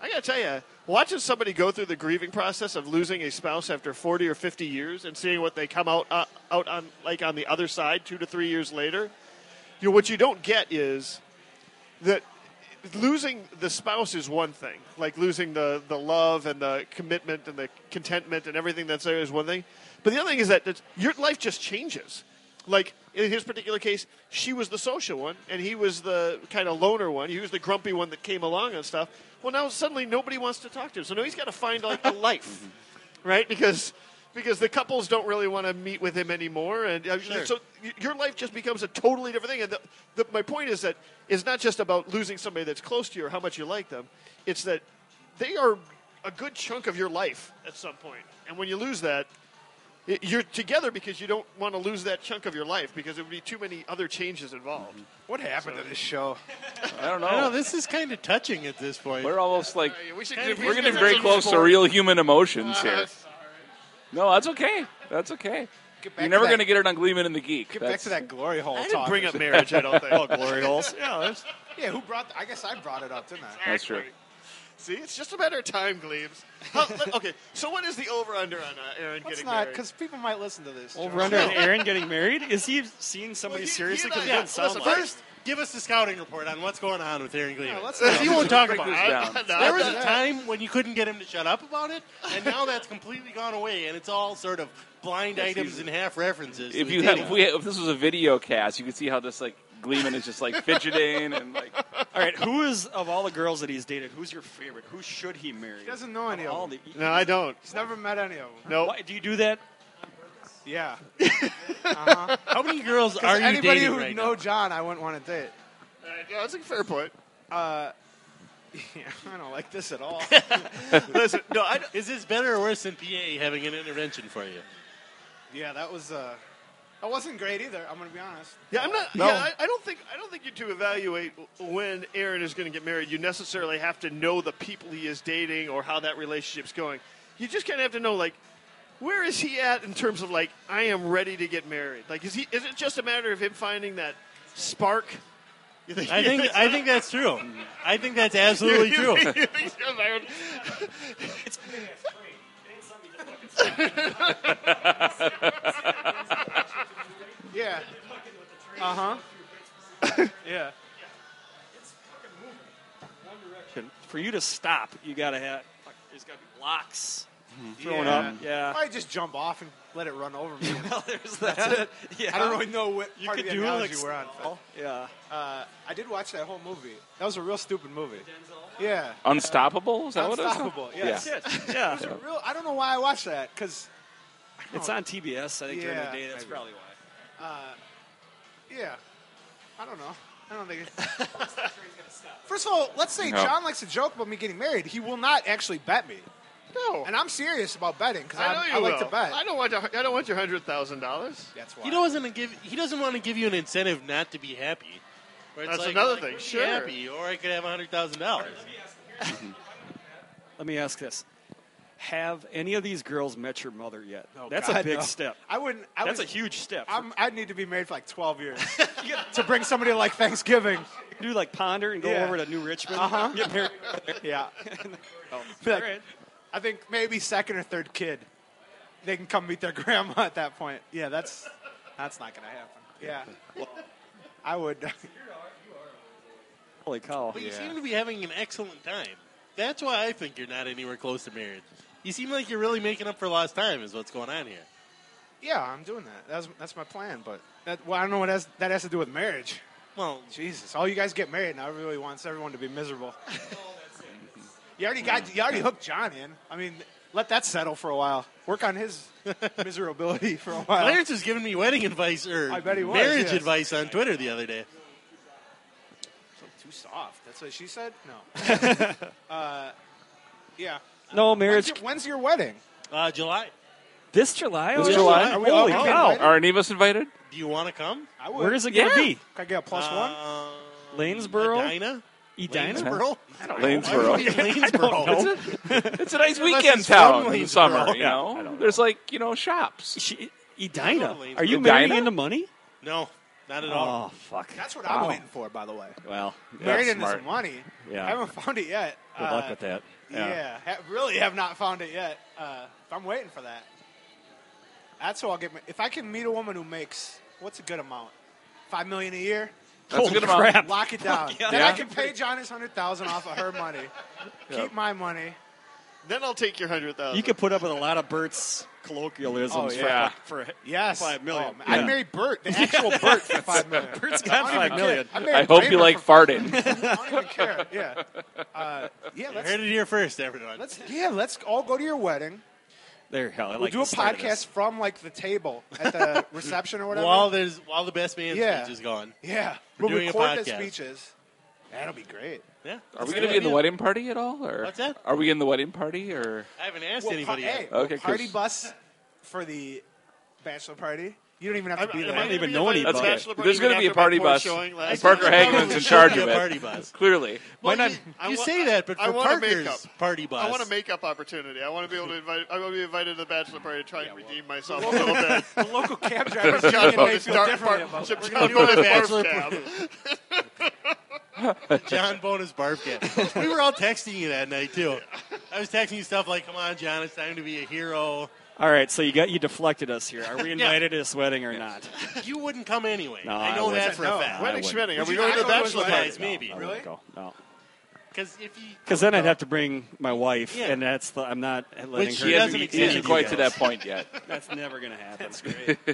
Speaker 4: I gotta tell you, watching somebody go through the grieving process of losing a spouse after forty or fifty years, and seeing what they come out uh, out on like on the other side two to three years later, you know what you don't get is that losing the spouse is one thing like losing the, the love and the commitment and the contentment and everything that's there is one thing but the other thing is that it's- your life just changes like in his particular case she was the social one and he was the kind of loner one he was the grumpy one that came along and stuff well now suddenly nobody wants to talk to him so now he's got to find like a life right because because the couples don't really want to meet with him anymore and uh, so y- your life just becomes a totally different thing and the, the, my point is that it's not just about losing somebody that's close to you or how much you like them it's that they are a good chunk of your life at some point and when you lose that i- you're together because you don't want to lose that chunk of your life because there would be too many other changes involved.
Speaker 3: What happened to this show?
Speaker 2: I don't know.
Speaker 1: I know this is kind of touching at this point.
Speaker 2: We're almost like
Speaker 4: We should,
Speaker 2: we're getting very close to real human emotions here. No, that's okay. That's okay. You're
Speaker 3: to
Speaker 2: never
Speaker 3: that-
Speaker 2: going to get it on Gleeman and the Geek.
Speaker 3: Get back
Speaker 2: That's-
Speaker 3: to that glory hole.
Speaker 4: I didn't
Speaker 3: talk.
Speaker 4: bring up marriage. I don't think. oh, glory holes.
Speaker 3: Yeah, that's- yeah, who brought? I guess I brought it up, didn't I?
Speaker 2: That's true.
Speaker 4: See, it's just a matter of time, Gleaves. How- let- okay, so what is the over/under on uh, Aaron
Speaker 3: Let's
Speaker 4: getting
Speaker 3: not,
Speaker 4: married?
Speaker 3: because people might listen to this.
Speaker 5: Over
Speaker 3: Joe.
Speaker 5: under and Aaron getting married? Is he seeing somebody
Speaker 4: Well, he-
Speaker 5: seriously?
Speaker 4: he and
Speaker 5: Because
Speaker 4: I-
Speaker 5: it doesn't sound
Speaker 4: listen,
Speaker 5: like it.
Speaker 1: First, give us the scouting report on what's going on with Aaron Gleeman.
Speaker 3: Yeah, let's-
Speaker 1: Because he won't talk about
Speaker 2: this
Speaker 1: it.
Speaker 2: down.
Speaker 4: No,
Speaker 1: There was
Speaker 4: I'm
Speaker 1: a
Speaker 4: not-
Speaker 1: time when you couldn't get him to shut up about it, and now that's completely gone away, and it's all sort of blind items and half references. to
Speaker 2: If
Speaker 1: the
Speaker 2: you had,
Speaker 1: dating
Speaker 2: if, we, if this was a video cast, you could see how this like Gleeman is just like fidgeting and like.
Speaker 5: All right, who is of all the girls that he's dated? Who's your favorite? Who should he marry? He
Speaker 3: doesn't know any of them.
Speaker 5: The,
Speaker 4: No, I don't.
Speaker 3: He's never met any of them.
Speaker 4: No,
Speaker 5: Why do you do that?
Speaker 3: Yeah.
Speaker 1: How many girls are
Speaker 3: Because
Speaker 1: you
Speaker 3: anybody
Speaker 1: dating
Speaker 3: who
Speaker 1: right
Speaker 3: know
Speaker 1: now?
Speaker 3: John, I wouldn't want to date.
Speaker 4: All right, no, that's a fair point.
Speaker 3: Yeah, I don't like this at all.
Speaker 1: Listen, no, I don't- is this better or worse than PA having an intervention for you?
Speaker 3: yeah, that was. Uh, that wasn't great either. I'm gonna be honest.
Speaker 4: Yeah, I'm not. Yeah, I, I don't think. I don't think you to evaluate w- when Aaron is going to get married. You necessarily have to know the people he is dating or how that relationship's going. You just kind of have to know, like, where is he at in terms of like, I am ready to get married. Like, is he? Is it just a matter of him finding that spark? You think?
Speaker 1: I think I think that's true. I think that's absolutely true.
Speaker 4: you think so, Aaron?
Speaker 3: Yeah. Uh huh. yeah.
Speaker 5: For you to stop, you gotta have There's got to be blocks.
Speaker 3: Throwing
Speaker 5: yeah.
Speaker 3: up.
Speaker 5: Yeah.
Speaker 3: I just jump off and let it run over me.
Speaker 5: well, there's
Speaker 3: That's
Speaker 5: that.
Speaker 3: it.
Speaker 5: Yeah.
Speaker 3: I don't really know what
Speaker 5: You
Speaker 3: part
Speaker 5: could
Speaker 3: of the
Speaker 5: do,
Speaker 3: analogy
Speaker 5: like,
Speaker 3: we're on. but-
Speaker 5: Yeah.
Speaker 3: Uh, I did watch that whole movie. That was a real stupid movie. Yeah.
Speaker 2: Unstoppable? Is that what it is?
Speaker 3: Unstoppable. Yeah, that's it.
Speaker 5: Yeah.
Speaker 3: It was a real, I don't know why I watched that because
Speaker 5: It's on TBS. I think during
Speaker 3: Oh. Yeah,
Speaker 5: the day. That's
Speaker 3: maybe.
Speaker 5: probably why.
Speaker 3: Uh, yeah, I don't know. I don't think. It's... First of all, let's say
Speaker 5: No.
Speaker 3: John likes to joke about me getting married. He will not actually bet me. No. And I'm serious about betting because
Speaker 4: I know
Speaker 3: I,
Speaker 4: you
Speaker 3: I like
Speaker 4: will.
Speaker 3: to bet.
Speaker 4: I don't want. To, I don't want your hundred thousand dollars.
Speaker 3: That's why.
Speaker 1: He doesn't give. He doesn't want to give you an incentive not to be happy. Where it's
Speaker 4: That's
Speaker 1: like,
Speaker 4: another
Speaker 1: like,
Speaker 4: thing,
Speaker 1: be
Speaker 4: sure.
Speaker 1: Happy, or I could have hundred thousand dollars.
Speaker 5: Let me ask this. Have any of these girls met your mother yet?
Speaker 3: Oh,
Speaker 5: That's a
Speaker 3: God,
Speaker 5: big
Speaker 3: no.
Speaker 5: step.
Speaker 3: I wouldn't. I
Speaker 5: That's
Speaker 3: would-
Speaker 5: a huge step.
Speaker 3: I'm, I'd need to be married for like 12 years to bring somebody like Thanksgiving.
Speaker 5: Do like Ponder and go
Speaker 3: Yeah.
Speaker 5: over to New Richmond.
Speaker 3: Uh-huh.
Speaker 5: Get married.
Speaker 3: Yeah.
Speaker 5: Oh,
Speaker 3: Be like,
Speaker 5: all right.
Speaker 3: I think maybe second or third kid, they can come meet their grandma at that point. Yeah, that's that's not gonna happen. Yeah, I would.
Speaker 5: Holy cow.
Speaker 1: But you seem to be having an excellent time. That's why I think you're not anywhere close to marriage. You seem like you're really making up for lost time. Is what's going on here.
Speaker 3: Yeah, I'm doing that. That's that's my plan. But that, well, I don't know what has, that has to do with marriage.
Speaker 1: Well,
Speaker 3: Jesus, all you guys get married, and I really wants everyone to be miserable. You already got. You already hooked John in. I mean, let that settle for a while. Work on his miserability for a while.
Speaker 1: Clarence was giving me wedding advice or
Speaker 3: I bet he was,
Speaker 1: marriage
Speaker 3: yes.
Speaker 1: advice on Twitter the other day.
Speaker 3: Too soft. That's what she said. No. uh, yeah.
Speaker 5: No,
Speaker 3: When's
Speaker 5: marriage.
Speaker 3: your, when's your wedding?
Speaker 1: Uh, July.
Speaker 5: This July?
Speaker 2: This
Speaker 5: Oh,
Speaker 2: July? Oh,
Speaker 3: Are we all
Speaker 5: Holy
Speaker 3: getting
Speaker 5: cow.
Speaker 3: invited?
Speaker 2: Are any of us invited?
Speaker 1: Do you want to come? Um,
Speaker 3: I would.
Speaker 5: Where is it going to
Speaker 2: Yeah.
Speaker 5: be?
Speaker 3: Can I get a
Speaker 5: Uh,
Speaker 3: plus one?
Speaker 5: Lanesboro?
Speaker 1: Edina?
Speaker 5: Edina?
Speaker 1: Lanesboro?
Speaker 2: Lanesboro.
Speaker 1: Lanesboro.
Speaker 2: It's a nice
Speaker 1: Unless
Speaker 2: weekend
Speaker 1: it's from
Speaker 2: town in the
Speaker 1: Lanesboro.
Speaker 2: summer, you
Speaker 1: Yeah,
Speaker 2: know? There's like, you know, shops.
Speaker 5: She, Edina.
Speaker 1: Probably.
Speaker 5: Are you
Speaker 2: Edina?
Speaker 5: marrying into money?
Speaker 1: No, not at all.
Speaker 5: Oh, fuck.
Speaker 3: That's what
Speaker 5: Wow.
Speaker 3: I'm waiting for, by the way.
Speaker 5: Well,
Speaker 3: Married
Speaker 5: that's
Speaker 3: into
Speaker 5: smart.
Speaker 3: some money.
Speaker 5: Yeah.
Speaker 3: I haven't found it yet. Uh,
Speaker 5: Good luck with that.
Speaker 3: Yeah. ha- really have not found it yet. Uh, I'm waiting for that. That's what I'll get. ma- If I can meet a woman who makes what's a good amount, five million a year,
Speaker 2: That's a good amount.
Speaker 3: lock it down.
Speaker 5: yeah.
Speaker 3: Then
Speaker 2: Yeah.
Speaker 3: I can pay John his hundred thousand off of her money. Keep my money.
Speaker 4: Then I'll take your hundred thousand.
Speaker 5: You could put up with a lot of Bert's colloquialisms
Speaker 3: Oh, yeah.
Speaker 5: for, for
Speaker 3: Yes,
Speaker 5: five million.
Speaker 3: Oh, man. I married Bert, the actual Bert, for five million.
Speaker 5: Bert's got
Speaker 3: I don't
Speaker 5: five
Speaker 3: even
Speaker 5: million.
Speaker 3: care. married
Speaker 2: I hope you
Speaker 3: Kramer
Speaker 2: like
Speaker 3: for-
Speaker 2: farting.
Speaker 3: I don't even care. Yeah, uh, yeah.
Speaker 1: You heard
Speaker 3: Let's,
Speaker 1: it here first, everyone.
Speaker 3: let's yeah. Let's all go to your wedding.
Speaker 5: There, hell, I
Speaker 3: We'll
Speaker 5: like
Speaker 3: do
Speaker 5: the
Speaker 3: a
Speaker 5: start of
Speaker 3: podcast
Speaker 5: this.
Speaker 3: from like the table at the reception or whatever.
Speaker 1: while there's while the best man
Speaker 3: Yeah.
Speaker 1: speech is gone.
Speaker 3: yeah,
Speaker 1: We're
Speaker 3: we'll
Speaker 1: doing a
Speaker 3: record the
Speaker 1: podcast.
Speaker 3: speeches. That'll be great.
Speaker 1: Yeah.
Speaker 2: Are we going to be in the wedding party at all? Or
Speaker 1: What's that?
Speaker 2: Are we in the wedding party? Or
Speaker 1: I haven't asked
Speaker 3: We'll
Speaker 1: anybody
Speaker 3: pa-
Speaker 1: yet.
Speaker 3: hey, we'll
Speaker 2: Okay,
Speaker 3: party
Speaker 2: Chris.
Speaker 3: bus for the bachelor party. You don't even have to be
Speaker 4: am
Speaker 3: there.
Speaker 4: I gonna
Speaker 5: even
Speaker 4: be
Speaker 5: know
Speaker 4: invited to
Speaker 5: anybody.
Speaker 4: the
Speaker 2: that's
Speaker 4: bachelor
Speaker 2: okay.
Speaker 4: party
Speaker 2: There's going
Speaker 4: even
Speaker 2: to be a
Speaker 4: after my
Speaker 2: party
Speaker 4: poor
Speaker 2: bus.
Speaker 4: showing last
Speaker 2: And
Speaker 4: night?
Speaker 2: Parker Hagman's in charge
Speaker 1: Should
Speaker 2: of
Speaker 1: be a party
Speaker 2: it.
Speaker 1: bus.
Speaker 2: Clearly.
Speaker 1: Well,
Speaker 5: Why
Speaker 1: you,
Speaker 5: not-
Speaker 1: you
Speaker 4: wa-
Speaker 1: say that, but for
Speaker 4: I want a
Speaker 1: Parker's
Speaker 4: makeup.
Speaker 1: party bus,
Speaker 4: I want a makeup opportunity. I want to be able to invite. I want to be invited to the bachelor party to try and redeem myself a little bit.
Speaker 3: the local cab driver
Speaker 4: John
Speaker 3: John
Speaker 4: Boy
Speaker 3: may
Speaker 4: is
Speaker 3: feel
Speaker 4: dark
Speaker 3: differently
Speaker 4: part-
Speaker 3: about
Speaker 4: Chip
Speaker 3: that.
Speaker 4: John Boy is
Speaker 1: bachelor
Speaker 4: dark
Speaker 1: party.
Speaker 4: cab.
Speaker 1: John Bonus Barb Cat. we were all texting you that night too. I was texting you stuff like, "Come on, John, it's time to be a hero."
Speaker 5: All right, so you got you deflected us here. Are we invited to this wedding or not?
Speaker 1: You wouldn't come anyway.
Speaker 5: No,
Speaker 1: I
Speaker 5: I
Speaker 1: know that
Speaker 5: wasn't.
Speaker 1: for
Speaker 3: No,
Speaker 1: a fact.
Speaker 4: Wedding
Speaker 5: wouldn't.
Speaker 4: schmitting. Are
Speaker 1: Would
Speaker 4: we
Speaker 1: you
Speaker 4: going
Speaker 1: not
Speaker 4: to the
Speaker 1: go to his
Speaker 4: bachelor party?
Speaker 1: Guys, maybe.
Speaker 5: No, I
Speaker 1: Really?
Speaker 5: wouldn't go. No,
Speaker 1: Because if you
Speaker 5: because then I'd have to bring my wife,
Speaker 1: Yeah.
Speaker 5: and that's the, I'm not letting
Speaker 1: Which
Speaker 5: her.
Speaker 1: she doesn't
Speaker 5: meet
Speaker 1: exist.
Speaker 5: any of
Speaker 1: She
Speaker 5: you
Speaker 2: Isn't quite to
Speaker 5: guys.
Speaker 2: that point yet.
Speaker 5: That's never gonna happen.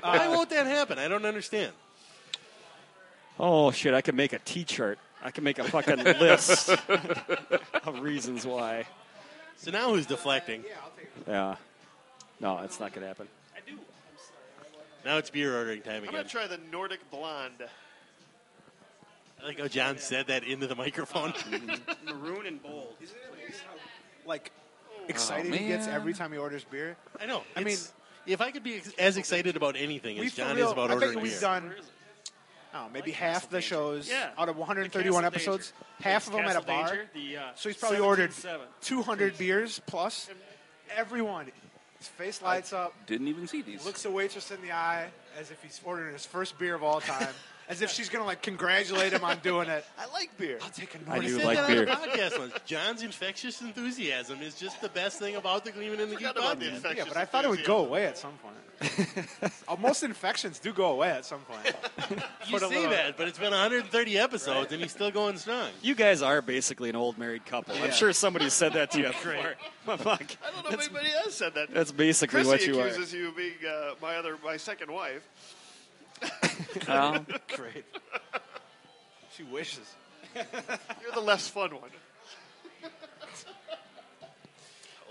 Speaker 1: why won't that happen? I don't understand.
Speaker 5: Oh shit! I could make a T chart. I could make a fucking list of reasons why.
Speaker 1: So now who's deflecting?
Speaker 5: Yeah. No, it's not gonna happen.
Speaker 1: Now it's beer ordering time
Speaker 4: I'm
Speaker 1: again.
Speaker 4: going to try the Nordic blonde.
Speaker 1: I like how John said that into the microphone.
Speaker 5: Maroon and bold.
Speaker 3: Like,
Speaker 2: Oh,
Speaker 3: excited he gets every time he orders beer.
Speaker 1: I know.
Speaker 3: I mean-
Speaker 1: it's- if I could be ex- as excited about anything
Speaker 3: We
Speaker 1: as
Speaker 3: for
Speaker 1: John
Speaker 3: real,
Speaker 1: is about
Speaker 3: I bet
Speaker 1: ordering
Speaker 3: you we've
Speaker 1: beer.
Speaker 3: done. Oh, maybe half the shows
Speaker 5: Yeah.
Speaker 3: out of 131
Speaker 5: Castle
Speaker 3: episodes,
Speaker 5: Danger.
Speaker 3: half of them at a
Speaker 5: Castle
Speaker 3: bar.
Speaker 5: Danger, the, uh,
Speaker 3: so he's probably
Speaker 5: 17
Speaker 3: ordered
Speaker 5: seven.
Speaker 3: 200 beers plus. Everyone, his face lights up.
Speaker 2: Didn't even see these.
Speaker 3: looks the waitress in the eye as if he's ordering his first beer of all time. as if she's gonna like congratulate him on doing it.
Speaker 4: I like beer.
Speaker 3: I'll take a
Speaker 2: I
Speaker 3: Nordic.
Speaker 2: do
Speaker 1: said
Speaker 2: like
Speaker 1: that
Speaker 2: beer.
Speaker 1: on the podcast once. John's infectious enthusiasm is just the best thing about the Gleeman and the Geek
Speaker 4: Forgot about the
Speaker 1: podcast.
Speaker 4: infectious
Speaker 3: Yeah, but I thought it would
Speaker 4: enthusiasm.
Speaker 3: go away at some point. Uh, Most infections do go away at some point.
Speaker 1: You
Speaker 3: a
Speaker 1: say
Speaker 3: little-
Speaker 1: that, but it's been 130 episodes and he's still going strong.
Speaker 5: You guys are basically an old married couple. I'm sure somebody said that to you before. Fuck.
Speaker 4: I don't know if anybody else said that.
Speaker 5: That's basically
Speaker 4: Chrissy
Speaker 5: what you are.
Speaker 4: accuses you of being uh, my other, my second wife.
Speaker 2: Well,
Speaker 3: Great. She wishes.
Speaker 4: You're the less fun one.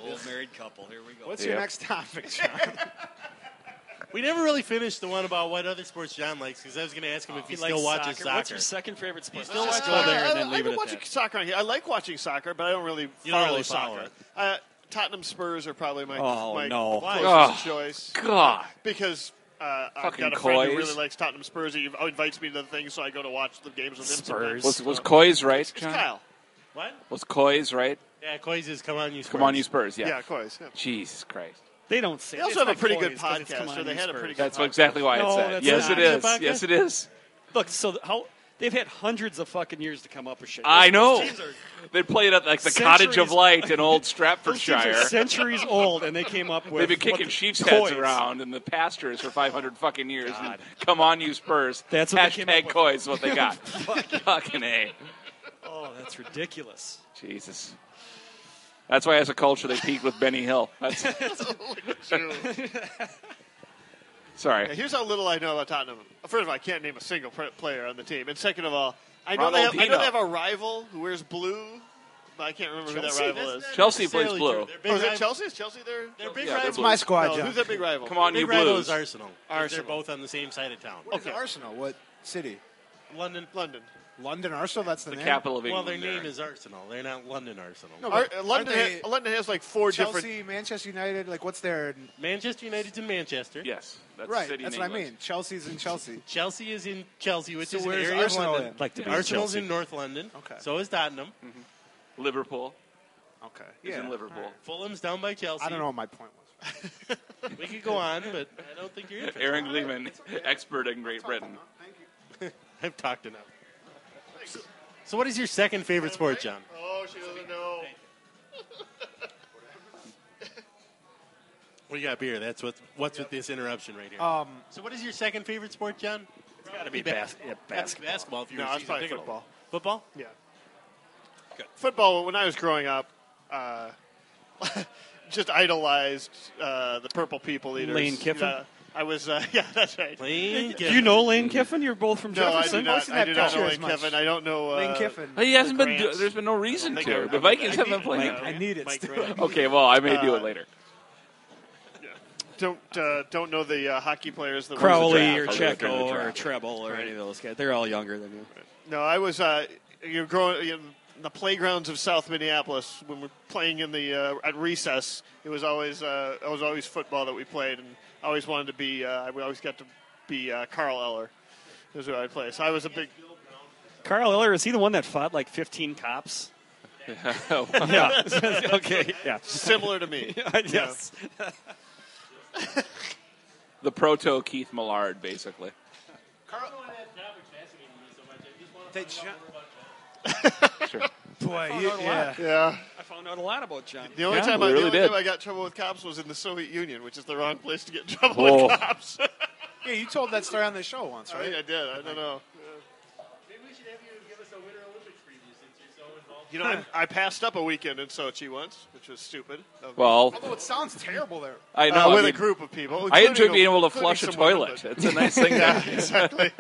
Speaker 5: Old married couple. Here we go.
Speaker 3: What's
Speaker 2: Yep.
Speaker 3: your next topic, John?
Speaker 1: We never really finished the one about what other sports John likes because I was going to ask him if he,
Speaker 5: He
Speaker 1: still
Speaker 5: likes
Speaker 1: watches
Speaker 5: soccer.
Speaker 1: soccer.
Speaker 5: What's your second favorite sport?
Speaker 1: still
Speaker 5: Let's
Speaker 1: watch
Speaker 5: just go there
Speaker 4: I,
Speaker 5: and then
Speaker 4: I
Speaker 5: leave
Speaker 4: don't
Speaker 5: it
Speaker 4: watch
Speaker 5: at that.
Speaker 4: soccer on here. I like watching soccer, but I don't really
Speaker 1: You don't
Speaker 4: follow
Speaker 1: really follow
Speaker 4: soccer.
Speaker 1: it.
Speaker 4: Uh, Tottenham Spurs are probably my,
Speaker 5: Oh,
Speaker 4: my
Speaker 5: no.
Speaker 4: closest
Speaker 2: Why?
Speaker 4: choice
Speaker 2: God.
Speaker 4: because uh, I've
Speaker 2: Fucking
Speaker 4: got a friend
Speaker 2: coys.
Speaker 4: who really likes Tottenham Spurs. He invites me to the things, so I go to watch the games with him. sometimes.
Speaker 2: Was was Coy's right,
Speaker 4: It's
Speaker 2: John?
Speaker 4: Kyle?
Speaker 1: What?
Speaker 2: Was Coy's right?
Speaker 1: Yeah, Coy's is come on, you.
Speaker 2: Come
Speaker 1: Spurs.
Speaker 2: on, you Spurs. Yeah.
Speaker 4: Yeah, of course. yeah.
Speaker 2: Jesus Christ.
Speaker 5: They don't say.
Speaker 4: They also have a pretty good podcast, so they had a pretty good.
Speaker 2: That's exactly why
Speaker 5: No,
Speaker 2: it's that.
Speaker 5: that's
Speaker 2: Yes,
Speaker 5: not.
Speaker 2: it
Speaker 5: Is it
Speaker 2: is.
Speaker 5: vodka?
Speaker 2: Yes, it is.
Speaker 5: Look, so th- how they've had hundreds of fucking years to come up with shit.
Speaker 2: I know.
Speaker 5: These are-
Speaker 2: They play it at like the Cottage of
Speaker 5: Centuries-
Speaker 2: Light in old
Speaker 5: Those things are
Speaker 2: Stratfordshire.
Speaker 5: centuries old, and they came up with.
Speaker 2: They've been
Speaker 5: what
Speaker 2: kicking
Speaker 5: the-
Speaker 2: sheep's
Speaker 5: toys.
Speaker 2: heads around in the pastures for 500 fucking years. And come on, you Spurs.
Speaker 5: That's what they came up
Speaker 2: Hashtag
Speaker 5: with.
Speaker 2: Coy's is what they got. fucking A.
Speaker 5: Oh, that's ridiculous.
Speaker 2: Jesus. That's why as a culture they peaked with Benny Hill. That's,
Speaker 4: True.
Speaker 2: sorry.
Speaker 4: Here's how little I know about Tottenham. First of all, I can't name a single pr- player on the team, and second of all, I know, they have, I know
Speaker 2: Ronaldinho.
Speaker 4: they have a rival who wears blue, but I can't remember who that rival is.
Speaker 2: Chelsea plays
Speaker 1: Necessarily
Speaker 2: blue.
Speaker 1: true. Their big
Speaker 4: Oh, is it
Speaker 1: rival-
Speaker 4: Chelsea? Is Chelsea there?
Speaker 1: Their big
Speaker 2: Yeah, they're
Speaker 1: rival.
Speaker 2: blue.
Speaker 3: My squad,
Speaker 4: no,
Speaker 3: John.
Speaker 4: who's their big rival?
Speaker 2: Come on,
Speaker 1: Big
Speaker 2: you
Speaker 1: rival
Speaker 2: Blues.
Speaker 1: is Arsenal. 'cause They're
Speaker 4: Arsenal.
Speaker 1: both on the same side of town.
Speaker 3: Okay. Arsenal. What city?
Speaker 1: London.
Speaker 4: London.
Speaker 3: London Arsenal. That's the, name.
Speaker 2: Capital of
Speaker 1: Well,
Speaker 2: England.
Speaker 1: their name
Speaker 2: there.
Speaker 1: is Arsenal. They're not London Arsenal.
Speaker 3: No,
Speaker 4: Ar-
Speaker 3: but aren't
Speaker 4: London,
Speaker 3: they
Speaker 4: ha- London has like four
Speaker 3: Chelsea,
Speaker 4: different.
Speaker 3: Manchester United. Like, what's their
Speaker 1: Manchester United's in Manchester.
Speaker 2: Yes. That's a
Speaker 3: right?
Speaker 2: city
Speaker 3: that's
Speaker 2: in
Speaker 3: what I
Speaker 2: England.
Speaker 3: mean. Chelsea's in Chelsea.
Speaker 1: Chelsea is in Chelsea, which
Speaker 3: So
Speaker 1: is an
Speaker 3: where's
Speaker 1: area
Speaker 3: Arsenal
Speaker 1: of London.
Speaker 3: in?
Speaker 5: Like to be in
Speaker 1: Arsenal's
Speaker 5: Chelsea.
Speaker 1: in North London.
Speaker 3: Okay.
Speaker 1: So is Tottenham.
Speaker 2: Liverpool
Speaker 3: Okay.
Speaker 2: is
Speaker 3: Yeah.
Speaker 2: in Liverpool.
Speaker 1: Fulham's down by Chelsea.
Speaker 3: I don't know what my point was.
Speaker 1: We could go on, but I don't think you're interested.
Speaker 2: Aaron Gleeman, expert in Great Britain.
Speaker 1: I've talked enough. So, what is your second favorite sport, John?
Speaker 4: Oh, she doesn't know.
Speaker 1: We got beer. That's what. What's with this interruption right here?
Speaker 3: Um,
Speaker 1: so, what is your second favorite sport, John? It's got to be bas- basketball. Basketball. If you
Speaker 4: No,
Speaker 1: were
Speaker 4: it's
Speaker 1: season
Speaker 4: probably
Speaker 1: ticket
Speaker 4: football.
Speaker 1: holder. Football.
Speaker 4: Yeah. Football, when I was growing up, uh, just idolized uh, the Purple People Eaters.
Speaker 5: Lane Kiffin?
Speaker 4: Yeah, I was, uh, yeah, that's right.
Speaker 1: Lane
Speaker 5: Do you know Lane Kiffin? You're both from
Speaker 4: No, I
Speaker 5: Jefferson.
Speaker 4: do
Speaker 3: I've
Speaker 4: not,
Speaker 3: seen
Speaker 4: I
Speaker 3: that
Speaker 4: do not
Speaker 3: picture
Speaker 4: know
Speaker 3: as
Speaker 4: Lane
Speaker 3: much.
Speaker 4: Kiffin. I don't know. Uh,
Speaker 3: Lane Kiffin.
Speaker 2: He hasn't been.
Speaker 4: Grants.
Speaker 2: Do- there's been no reason
Speaker 4: think
Speaker 2: to.
Speaker 4: I-
Speaker 2: The
Speaker 4: I-
Speaker 2: Vikings
Speaker 4: I
Speaker 2: haven't
Speaker 4: need-
Speaker 2: played.
Speaker 4: uh,
Speaker 3: I need it.
Speaker 4: Mike
Speaker 3: still.
Speaker 4: Grant.
Speaker 2: Okay, well, I may do it later.
Speaker 4: Don't uh, don't know the uh, hockey players. That were-
Speaker 5: Crowley
Speaker 2: Draft.
Speaker 5: or
Speaker 2: I'll do it during the
Speaker 5: Checo or
Speaker 2: draft.
Speaker 5: Treble or any of those guys. They're all younger than you.
Speaker 4: No, I was. Uh, you're growing in the playgrounds of South Minneapolis when we're playing in the uh, at recess. It was always uh, it was always football that we played, and I always wanted to be. Uh, we always got to be uh, Carl Eller. Is who I play. So I was a big.
Speaker 5: Carl Eller, is he the one that fought like 15 cops?
Speaker 2: Oh,
Speaker 5: Yeah. okay. Yeah.
Speaker 4: Similar to me,
Speaker 5: yes.
Speaker 2: the proto Keith Millard, basically.
Speaker 3: They ju- Boy, you- yeah.
Speaker 4: yeah.
Speaker 5: I found out a lot about John.
Speaker 4: The only
Speaker 2: Yeah,
Speaker 4: time
Speaker 2: we
Speaker 4: I,
Speaker 2: really
Speaker 4: the only
Speaker 2: did.
Speaker 4: time I got in trouble with cops was in the Soviet Union, which is the wrong place to get in trouble
Speaker 2: Oh.
Speaker 4: with cops.
Speaker 3: yeah, you told that story on the show once,
Speaker 4: I think
Speaker 3: right?
Speaker 4: I did. I don't know.
Speaker 1: Maybe we should have you give us a Winter Olympics preview since you're so involved.
Speaker 4: You know, I, I passed up a weekend in Sochi once, which was stupid. of me.
Speaker 2: Well,
Speaker 3: Although Oh, it sounds terrible there.
Speaker 2: I
Speaker 4: Uh,
Speaker 2: know. I,
Speaker 4: with
Speaker 2: mean,
Speaker 4: a group of people.
Speaker 2: I
Speaker 4: including
Speaker 2: enjoy being
Speaker 4: a-
Speaker 2: able to
Speaker 4: including
Speaker 2: flush a
Speaker 4: some women,
Speaker 2: toilet.
Speaker 4: but-
Speaker 2: It's a nice thing.
Speaker 4: yeah,
Speaker 2: to-
Speaker 4: exactly.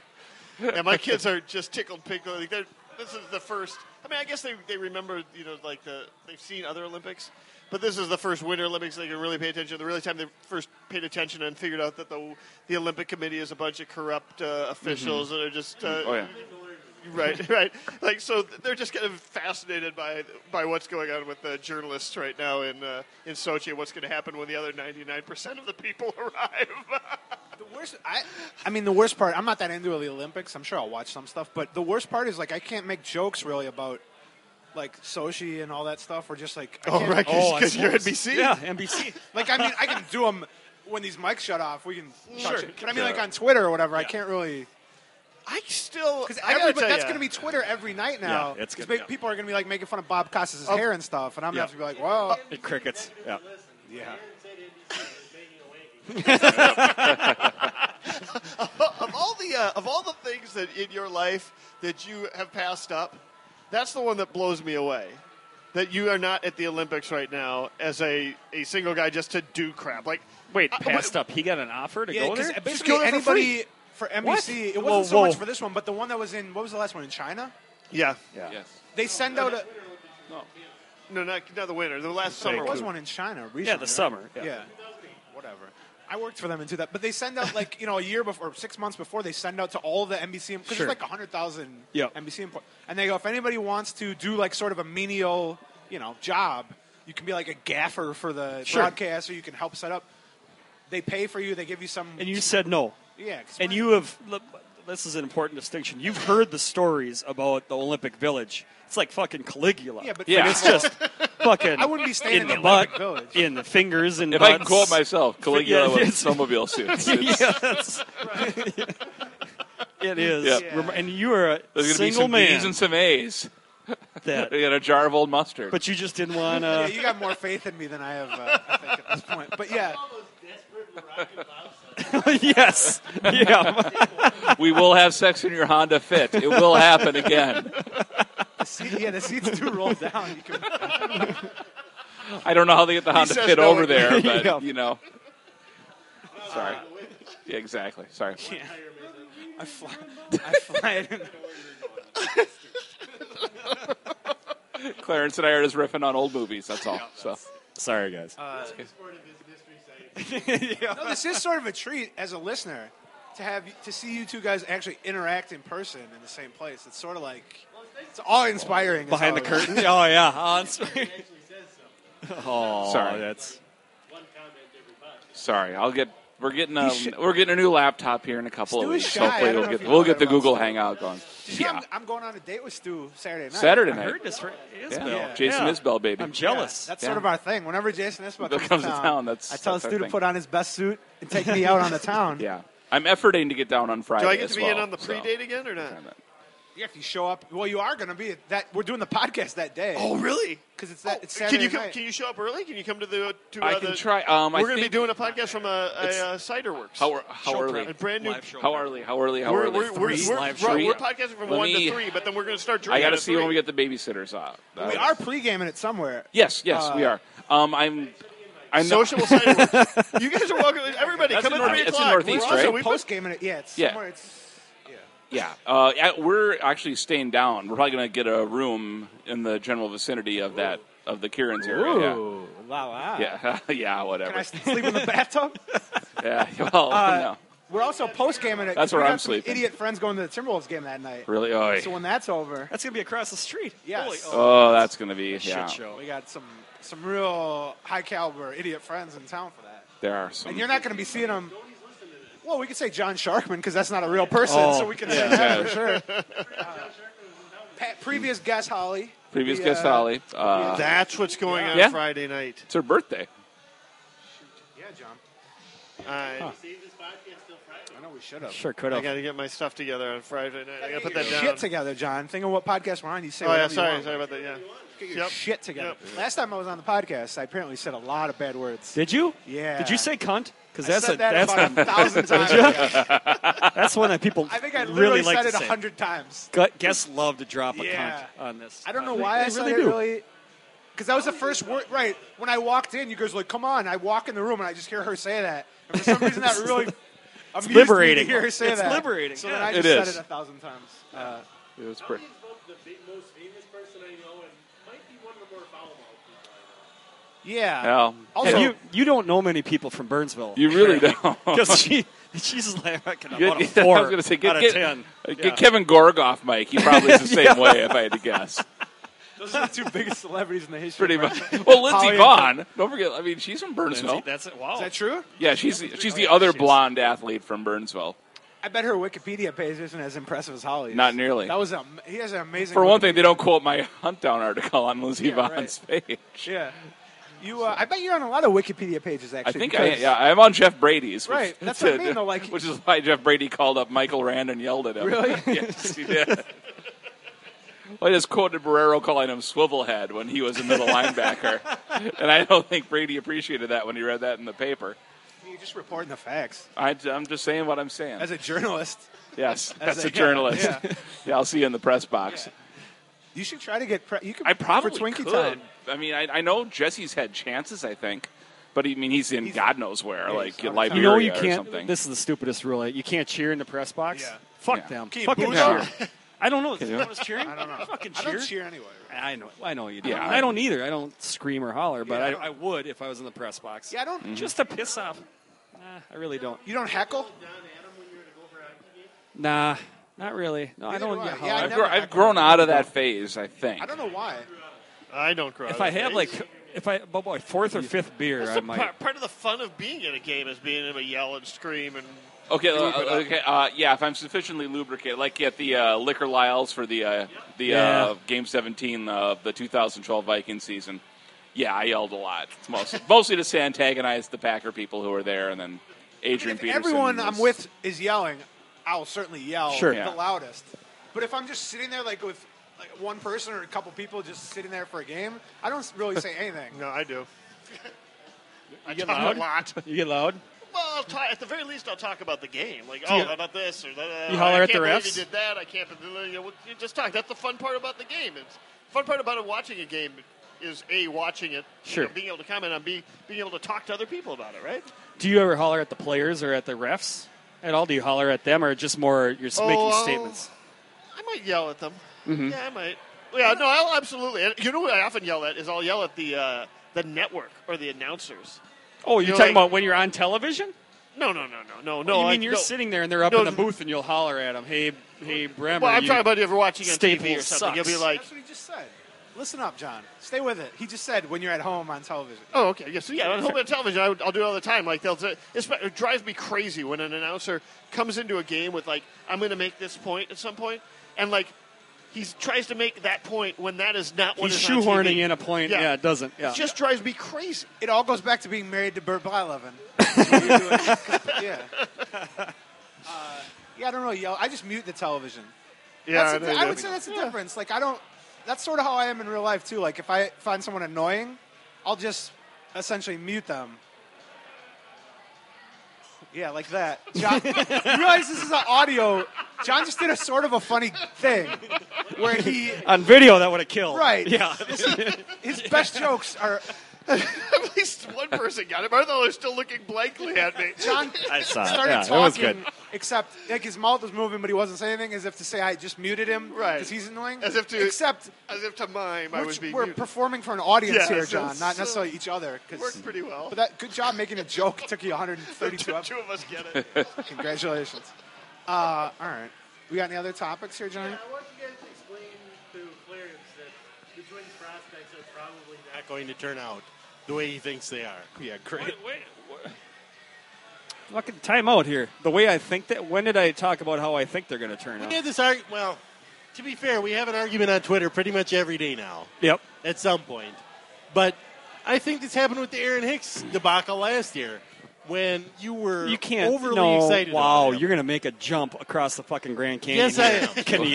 Speaker 4: yeah, my kids are just tickled pickle. Like they're, this is the first. I mean, I guess they, they remember, you know, like the they've seen other Olympics, but this is the first Winter Olympics they can really pay attention. The really time they first paid attention and figured out that the the Olympic Committee is a bunch of corrupt uh, officials
Speaker 5: Mm-hmm.
Speaker 4: that are just uh,
Speaker 2: oh yeah.
Speaker 4: right, right. Like so, th- they're just kind of fascinated by by what's going on with the journalists right now in uh, in Sochi and what's going to happen when the other ninety nine percent of the people arrive.
Speaker 3: The worst, I, I mean, the worst part. I'm not that into the Olympics. I'm sure I'll watch some stuff, but the worst part is like I can't make jokes really about like Sochi and all that stuff. Or just like, I
Speaker 4: Oh,
Speaker 3: can't-
Speaker 4: right,
Speaker 5: Oh, I
Speaker 4: because you're
Speaker 5: suppose.
Speaker 4: NBC.
Speaker 5: Yeah, NBC.
Speaker 3: Like I mean, I can do them when these mics shut off. We can
Speaker 4: Sure.
Speaker 3: sure. But I mean, like on Twitter or whatever, I can't really.
Speaker 4: I still.
Speaker 3: Because
Speaker 4: I gotta tell
Speaker 3: that's
Speaker 4: ya.
Speaker 3: going to be Twitter every night now.
Speaker 10: Yeah, it's
Speaker 3: 'Cause
Speaker 10: gonna-
Speaker 3: ma-
Speaker 10: yeah.
Speaker 3: People are going to be like making fun of Bob Costas'
Speaker 10: Oh.
Speaker 3: hair and stuff, and I'm
Speaker 10: Yeah. Uh,
Speaker 3: going to have to be like, well,
Speaker 10: crickets. Yeah.
Speaker 3: yeah.
Speaker 4: of all the uh, of all the things that in your life that you have passed up, that's the one that blows me away. That you are not at the Olympics right now as a, a single guy just to do crap. Like
Speaker 10: Wait,
Speaker 4: I-
Speaker 10: passed up. He got an offer to go
Speaker 3: Yeah, 'cause
Speaker 10: there.
Speaker 4: Just
Speaker 3: basically
Speaker 4: go there for
Speaker 3: anybody
Speaker 4: free.
Speaker 3: for, NBC. It wasn't
Speaker 10: Whoa,
Speaker 3: so much
Speaker 10: whoa.
Speaker 3: for this one, but the one that was in what was the last one in China?
Speaker 4: Yeah.
Speaker 10: Yes.
Speaker 3: They send out a.
Speaker 4: No, not, not the winter. The last summer.
Speaker 3: There was one in China recently.
Speaker 4: the summer,
Speaker 3: Yeah.
Speaker 4: yeah.
Speaker 3: Whatever. I worked for them and did that, but they send out like you know a year before, or six months before, they send out to all the NBC because
Speaker 5: Sure.
Speaker 3: there's like hundred thousand
Speaker 5: Yep.
Speaker 3: NBC employees, and they go if anybody wants to do like sort of a menial you know job, you can be like a gaffer for the
Speaker 5: Sure.
Speaker 3: broadcast, or you can help set up. They pay for you. They give you some.
Speaker 5: And you said no.
Speaker 3: Yeah, 'cause
Speaker 5: And you have. look, This is an important distinction. You've heard the stories about the Olympic Village. It's like fucking Caligula.
Speaker 3: Yeah, but-
Speaker 5: I mean,
Speaker 3: Yeah.
Speaker 5: it's just fucking.
Speaker 3: I wouldn't be staying
Speaker 5: in
Speaker 3: in
Speaker 5: the,
Speaker 3: the
Speaker 5: butt,
Speaker 3: Olympic Village.
Speaker 5: in the fingers, and
Speaker 2: If I can
Speaker 5: butts.
Speaker 2: quote myself, Caligula
Speaker 5: Yeah,
Speaker 2: with
Speaker 5: it's-
Speaker 2: snowmobile suits. It's-
Speaker 5: yeah, that's, it is.
Speaker 2: Yep.
Speaker 5: Rem- And you are a
Speaker 2: There's going to be
Speaker 5: single
Speaker 2: some
Speaker 5: man.
Speaker 2: B's and some A's.
Speaker 5: That-
Speaker 2: you got a jar of old mustard.
Speaker 5: But you just didn't want
Speaker 3: yeah,
Speaker 5: to.
Speaker 3: you got more faith in me than I have. Uh, I think at this point, but yeah.
Speaker 5: yes. Yeah.
Speaker 2: we will have sex in your Honda Fit. It will happen again.
Speaker 3: The seat, yeah, the seats do roll down. You can,
Speaker 2: I don't know how they get the
Speaker 3: He
Speaker 2: Honda
Speaker 3: says
Speaker 2: Fit
Speaker 3: no
Speaker 2: over
Speaker 3: again.
Speaker 2: there, but
Speaker 3: Yeah.
Speaker 2: you know. Sorry. Yeah, exactly. Sorry.
Speaker 3: I fly. I fly it in.
Speaker 2: Clarence and I are just riffing on old movies. That's all. so.
Speaker 10: Sorry, guys.
Speaker 3: Uh, no, this is sort of a treat as a listener to have to see you two guys actually interact in person in the same place. It's sort of like it's awe inspiring.
Speaker 5: Behind the curtain. Oh, yeah. Oh, it's- oh
Speaker 2: Sorry.
Speaker 5: That's
Speaker 2: Sorry. I'll get. We're getting a
Speaker 3: He should-
Speaker 2: we're getting a new laptop here in a couple
Speaker 3: Stu
Speaker 2: of
Speaker 3: is
Speaker 2: weeks.
Speaker 3: shy. I don't
Speaker 2: Hopefully we'll
Speaker 3: know
Speaker 2: get
Speaker 3: if you
Speaker 2: we'll
Speaker 3: know that
Speaker 2: get the
Speaker 3: about
Speaker 2: Google
Speaker 3: Stu.
Speaker 2: Hangout going.
Speaker 3: Did you know I'm, I'm going on a date with Stu Saturday night.
Speaker 2: Saturday
Speaker 5: I
Speaker 2: night.
Speaker 5: heard this. Right.
Speaker 2: Yeah.
Speaker 3: Yeah.
Speaker 2: Jason
Speaker 3: Yeah.
Speaker 2: Isbell, baby.
Speaker 5: I'm jealous.
Speaker 3: That's sort of our thing. Whenever Jason Isbell
Speaker 2: That
Speaker 3: comes,
Speaker 2: comes
Speaker 3: to
Speaker 2: to
Speaker 3: town,
Speaker 2: town, that's-
Speaker 3: I tell
Speaker 2: that's our
Speaker 3: Stu to
Speaker 2: thing.
Speaker 3: put on his best suit and take me out on the town.
Speaker 2: Yeah. I'm efforting to get down on Friday.
Speaker 4: Do I get
Speaker 2: as
Speaker 4: to be in
Speaker 2: well,
Speaker 4: on the
Speaker 2: so.
Speaker 4: pre-date again or not?
Speaker 3: Yeah, if you show up, well, you are going to be at that. We're doing the podcast that day.
Speaker 4: Oh, really? Oh,
Speaker 3: Because it's that. it's Saturday
Speaker 4: Can you come,
Speaker 3: night.
Speaker 4: can you show up early? Can you come to the? To, uh,
Speaker 2: I can
Speaker 4: the-
Speaker 2: try. Um, I
Speaker 4: we're going to be
Speaker 2: think-
Speaker 4: doing a podcast from a,
Speaker 2: It's-
Speaker 4: a uh, cider works.
Speaker 2: How, how early?
Speaker 4: A brand new.
Speaker 2: How early? How early? How
Speaker 4: we're,
Speaker 2: early?
Speaker 4: We're, we're, we're, we're, we're podcasting from
Speaker 2: Let
Speaker 4: one
Speaker 2: me-
Speaker 4: to three, but then we're going to start drinking.
Speaker 2: I got to
Speaker 4: at
Speaker 2: see when
Speaker 4: three.
Speaker 2: we get the babysitters out.
Speaker 3: we are pre-gaming it somewhere.
Speaker 2: Yes, yes,
Speaker 3: Uh,
Speaker 2: we are. Um, I'm. I'm
Speaker 3: Social
Speaker 4: cider works. You guys are welcome. Everybody,
Speaker 2: That's
Speaker 4: come
Speaker 2: in
Speaker 4: at
Speaker 2: North-
Speaker 4: three
Speaker 2: it's in
Speaker 4: o'clock.
Speaker 2: Northeast,
Speaker 4: We're also-
Speaker 2: right?
Speaker 4: we put-
Speaker 3: Post gaming it, yeah. It's
Speaker 2: Yeah.
Speaker 3: somewhere. It's
Speaker 2: Yeah, uh, yeah, we're actually staying down. We're probably going to get a room in the general vicinity of that of the Kieran's area.
Speaker 5: Ooh, wow, wow.
Speaker 2: Yeah, yeah, yeah whatever.
Speaker 3: Can I sleep in the bathtub?
Speaker 2: Yeah, well,
Speaker 3: Uh,
Speaker 2: no.
Speaker 3: We're also post gaming it.
Speaker 2: That's
Speaker 3: 'cause we
Speaker 2: where
Speaker 3: got
Speaker 2: I'm
Speaker 3: some
Speaker 2: sleeping.
Speaker 3: Idiot friends going to the Timberwolves game that night.
Speaker 2: Really? Oy.
Speaker 3: So when that's over,
Speaker 5: That's gonna be across the street.
Speaker 3: Yes.
Speaker 5: Holy-
Speaker 2: Oh, that's going to be yeah.
Speaker 3: We got some some real high caliber idiot friends in town for that.
Speaker 2: There are some.
Speaker 3: And you're not going to be seeing them. Well, we could say John Sharkman because that's not a real person,
Speaker 2: Oh,
Speaker 3: so we can say
Speaker 2: yeah.
Speaker 3: that
Speaker 2: Yeah.
Speaker 3: for sure. Uh, Pat, previous guest Holly.
Speaker 2: Previous
Speaker 3: The,
Speaker 2: guest
Speaker 3: uh,
Speaker 2: Holly. Uh,
Speaker 4: That's what's going on
Speaker 2: Yeah.
Speaker 4: Friday night.
Speaker 2: It's her birthday.
Speaker 3: Yeah, John.
Speaker 4: I,
Speaker 3: I know we should have.
Speaker 5: Sure could
Speaker 4: I
Speaker 5: have.
Speaker 4: got to get my stuff together on Friday night. I got to put
Speaker 3: Get
Speaker 4: that
Speaker 3: your
Speaker 4: down.
Speaker 3: shit together, John. Think of what podcast we're on. You say.
Speaker 4: oh yeah,
Speaker 3: whatever you
Speaker 4: sorry,
Speaker 3: want.
Speaker 4: sorry about that. Yeah.
Speaker 3: Get your
Speaker 4: Yep.
Speaker 3: shit together.
Speaker 4: Yep.
Speaker 3: Last time I was on the podcast, I apparently said a lot of bad words.
Speaker 5: Did you?
Speaker 3: Yeah.
Speaker 5: Did you say cunt? Because
Speaker 3: I
Speaker 5: that's
Speaker 3: said
Speaker 5: a
Speaker 3: that
Speaker 5: that's
Speaker 3: about a thousand times.
Speaker 5: that's one that people
Speaker 3: I think I literally
Speaker 5: really like
Speaker 3: said
Speaker 5: to
Speaker 3: it
Speaker 5: say.
Speaker 3: a hundred times.
Speaker 5: Gu- Guests love to drop a
Speaker 3: Yeah.
Speaker 5: cunt on this. Uh,
Speaker 3: I don't know
Speaker 5: They-
Speaker 3: why
Speaker 5: they
Speaker 3: I said
Speaker 5: really
Speaker 3: it
Speaker 5: do.
Speaker 3: really. Because that was the first word, right? When I walked in, you guys were like, "Come on!" I walk in the room and I just hear her say that. And for some reason, that really amused me
Speaker 5: liberating.
Speaker 3: to hear her say
Speaker 5: It's
Speaker 3: that.
Speaker 5: liberating,
Speaker 3: So
Speaker 5: yeah.
Speaker 3: then I
Speaker 5: It
Speaker 3: just said
Speaker 2: is.
Speaker 3: it a thousand times. Uh,
Speaker 2: It was pretty.
Speaker 3: yeah.
Speaker 2: Well,
Speaker 3: Also,
Speaker 5: you you don't know many people from Burnsville.
Speaker 2: You really don't.
Speaker 5: Because she she's like I can
Speaker 2: Get-
Speaker 5: about a
Speaker 2: I
Speaker 5: four
Speaker 2: was going to say,
Speaker 5: out
Speaker 2: get,
Speaker 5: of
Speaker 2: get,
Speaker 5: ten.
Speaker 2: uh, get
Speaker 5: Yeah.
Speaker 2: Kevin Gorgoff, Mike. He probably is the same
Speaker 5: Yeah.
Speaker 2: way, if I had to guess.
Speaker 3: those are the two biggest celebrities in the history.
Speaker 2: Pretty
Speaker 3: of
Speaker 2: much.
Speaker 3: wrestling.
Speaker 2: Well, Lindsay
Speaker 3: Holly and-
Speaker 2: Vaughn. Don't forget. I mean, she's from Burnsville.
Speaker 5: Lindsay, that's it. Wow.
Speaker 3: Is that true?
Speaker 2: yeah, she's the, she's the other blonde athlete from Burnsville.
Speaker 3: I bet her Wikipedia page isn't as impressive as Holly's.
Speaker 2: Not nearly.
Speaker 3: That was am- he has an amazing.
Speaker 2: For one
Speaker 3: Wikipedia-
Speaker 2: thing, they don't quote my hunt down article on Lindsay
Speaker 3: Yeah,
Speaker 2: Vaughn's page.
Speaker 3: yeah. You, uh, I bet you're on a lot of Wikipedia pages.
Speaker 2: I
Speaker 3: Actually,
Speaker 2: think I,
Speaker 3: because-
Speaker 2: yeah, I'm on Jeff Brady's. Which,
Speaker 3: Right, that's what I mean, though, like-
Speaker 2: which is why Jeff Brady called up Michael Rand and yelled at him.
Speaker 3: Really?
Speaker 2: yes, he did. Well, I just quoted Barrero calling him swivelhead when he was a middle linebacker, and I don't think Brady appreciated that when he read that in the paper.
Speaker 3: You're just reporting the facts
Speaker 2: I, am just saying what I'm saying.
Speaker 3: as a journalist.
Speaker 2: yes,
Speaker 3: as
Speaker 2: as,
Speaker 3: a-
Speaker 2: a, journalist.
Speaker 3: yeah.
Speaker 2: Yeah. I'll see you in the press box.
Speaker 3: You should try to get. Pre- you could
Speaker 2: I probably
Speaker 3: for Twinkie
Speaker 2: could.
Speaker 3: Time.
Speaker 2: I mean, I, I know Jesse's had chances. I think, but I mean, he's in God knows where, like
Speaker 5: You
Speaker 2: Liberia
Speaker 5: know you
Speaker 2: or
Speaker 5: can't.
Speaker 2: something.
Speaker 5: This is the stupidest rule. You can't cheer in the press box. Fuck
Speaker 2: Yeah.
Speaker 5: them.
Speaker 2: Can you
Speaker 5: Fucking
Speaker 2: boo
Speaker 5: cheer.
Speaker 2: them?
Speaker 5: I don't know.
Speaker 2: Can
Speaker 5: Is
Speaker 2: you?
Speaker 5: that what it's cheering? I
Speaker 3: don't know.
Speaker 5: Fucking
Speaker 3: I
Speaker 5: cheer.
Speaker 3: don't cheer anyway.
Speaker 5: I know. I know you do.
Speaker 2: Yeah,
Speaker 5: I don't either. I don't scream or holler, but
Speaker 3: Yeah, I
Speaker 5: I, I would if I was in the press box.
Speaker 3: Yeah, I don't-
Speaker 2: Mm.
Speaker 3: Mhm.
Speaker 5: Just to piss off. Nah, I really don't.
Speaker 3: You don't heckle.
Speaker 5: Nah, not really. No, I don't.
Speaker 3: do I.
Speaker 5: get
Speaker 3: Yeah,
Speaker 5: holler.
Speaker 3: I
Speaker 2: I've,
Speaker 3: never
Speaker 2: gr- I've grown out of that phase. I think.
Speaker 3: I don't know why.
Speaker 4: I don't cry.
Speaker 5: If I had like, if I, but boy, fourth or fifth beer,
Speaker 4: That's
Speaker 5: I
Speaker 4: the
Speaker 5: might.
Speaker 4: part, part of the fun of being at a game is being able to yell and scream and.
Speaker 2: Okay, uh,
Speaker 4: group it up.
Speaker 2: okay, uh, yeah. If I'm sufficiently lubricated, like at the uh, liquor Lyles for the uh, the
Speaker 5: Yeah.
Speaker 2: uh, game 17 of the 2012 Viking season, yeah, I yelled a lot. It's mostly mostly just to antagonize the Packer people who were there, and then Adrian
Speaker 3: If
Speaker 2: Peterson.
Speaker 3: everyone
Speaker 2: was-
Speaker 3: I'm with is yelling, I'll certainly yell
Speaker 5: Sure.
Speaker 3: the
Speaker 2: Yeah.
Speaker 3: loudest. But if I'm just sitting there, like with like one person or a couple people, just sitting there for a game, I don't really say anything.
Speaker 4: No, I do. I
Speaker 5: get
Speaker 4: talk
Speaker 5: loud?
Speaker 4: a lot.
Speaker 5: You get loud.
Speaker 4: Well, I'll ta- at the very least, I'll talk about the game. Like,
Speaker 5: Do
Speaker 4: oh,
Speaker 5: you-
Speaker 4: how about this? Or, uh,
Speaker 5: You holler
Speaker 4: I
Speaker 5: at the
Speaker 4: can't believe
Speaker 5: refs?
Speaker 4: You did that. I can't believe you, know, you just talk. That's the fun part about the game. It's the fun part about watching a game is a watching it, you
Speaker 5: Sure.
Speaker 4: know, being able to comment on, b being able to talk to other people about it, right?
Speaker 5: Do you ever holler at the players or at the refs at all? Do you holler at them or just more you're just making
Speaker 4: Oh, I'll-
Speaker 5: statements?
Speaker 4: I might yell at them.
Speaker 5: Mm-hmm.
Speaker 4: Yeah, I might. Yeah, no, I'll absolutely. And You know what I often yell at is I'll yell at the uh, the network or the announcers.
Speaker 5: Oh, you're
Speaker 4: You know,
Speaker 5: talking
Speaker 4: like-
Speaker 5: about when you're on television?
Speaker 4: No, no, no, no, no, no.
Speaker 5: you
Speaker 4: I-
Speaker 5: mean you're
Speaker 4: no.
Speaker 5: sitting there and they're up
Speaker 4: No,
Speaker 5: in the
Speaker 4: th-
Speaker 5: booth and you'll holler at them, hey, hey, Bremer.
Speaker 4: Well, I'm
Speaker 5: you-
Speaker 4: talking about if you're watching on TV or
Speaker 5: Staples
Speaker 4: something. You'll be
Speaker 5: sucks.
Speaker 4: like,
Speaker 3: That's what he just said. Listen up, John. Stay with it. He just said when you're at home on television.
Speaker 4: Oh, okay. Yeah, so yeah, on home television, I would, I'll do it all the time. Like they'll, say- it's, it drives me crazy when an announcer comes into a game with like, I'm going to make this point at some point, and like he tries to make that point when that is not what
Speaker 5: He's
Speaker 4: is on
Speaker 5: shoehorning
Speaker 4: TV.
Speaker 5: in a point. Yeah, it doesn't. Yeah.
Speaker 4: It just drives me crazy.
Speaker 3: It all goes back to being married to Bert Blyleven. That's what you're doing. 'Cause- yeah. Uh, yeah, I don't know. Yell. I just mute the television.
Speaker 4: Yeah,
Speaker 3: that's a, I would say that's the difference. Like I don't. That's sort of how I am in real life too. Like if I find someone annoying, I'll just essentially mute them. Yeah, like that. John, you realize this is an audio. John just did a sort of a funny thing where he
Speaker 5: on video, that would have
Speaker 1: Oh,
Speaker 5: killed.
Speaker 3: right.
Speaker 5: Yeah.
Speaker 3: His best jokes are
Speaker 4: at least one person got it. But they're still looking blankly at me.
Speaker 3: John
Speaker 10: I saw it.
Speaker 3: started
Speaker 10: Yeah,
Speaker 3: talking,
Speaker 10: it was good.
Speaker 3: except like his mouth was moving, but he wasn't saying anything, as if to say I just muted him
Speaker 4: Right.
Speaker 3: because he's annoying.
Speaker 4: As if to-
Speaker 3: except
Speaker 4: As if to mime, I was
Speaker 3: which
Speaker 4: being.
Speaker 3: we're
Speaker 4: muted.
Speaker 3: performing for an audience
Speaker 4: Yeah,
Speaker 3: here,
Speaker 4: so-
Speaker 3: John, not
Speaker 4: so-
Speaker 3: necessarily each other. 'cause-
Speaker 4: worked pretty well.
Speaker 3: But that good job making a joke It took you
Speaker 4: the
Speaker 3: 132
Speaker 4: two,
Speaker 3: episodes.
Speaker 4: two of us get it.
Speaker 3: Congratulations. Uh, all right, we got any other topics here, John?
Speaker 1: I want you guys to explain to Clarence that the Twins prospects are probably not going to turn out the way he thinks they are. Yeah, great.
Speaker 5: Fucking time out here. The way I think that. When did I talk about how I think they're going to turn
Speaker 1: We
Speaker 5: out?
Speaker 1: did this argument. Well, to be fair, we have an argument on Twitter pretty much every day now.
Speaker 5: Yep.
Speaker 1: At some point, but I think this happened with the Aaron Hicks debacle last year when you were
Speaker 5: You can't.
Speaker 1: overly
Speaker 5: no,
Speaker 1: excited.
Speaker 5: Wow,
Speaker 1: about him.
Speaker 5: you're going to make a jump across the fucking Grand Canyon.
Speaker 1: Yes, I
Speaker 5: here,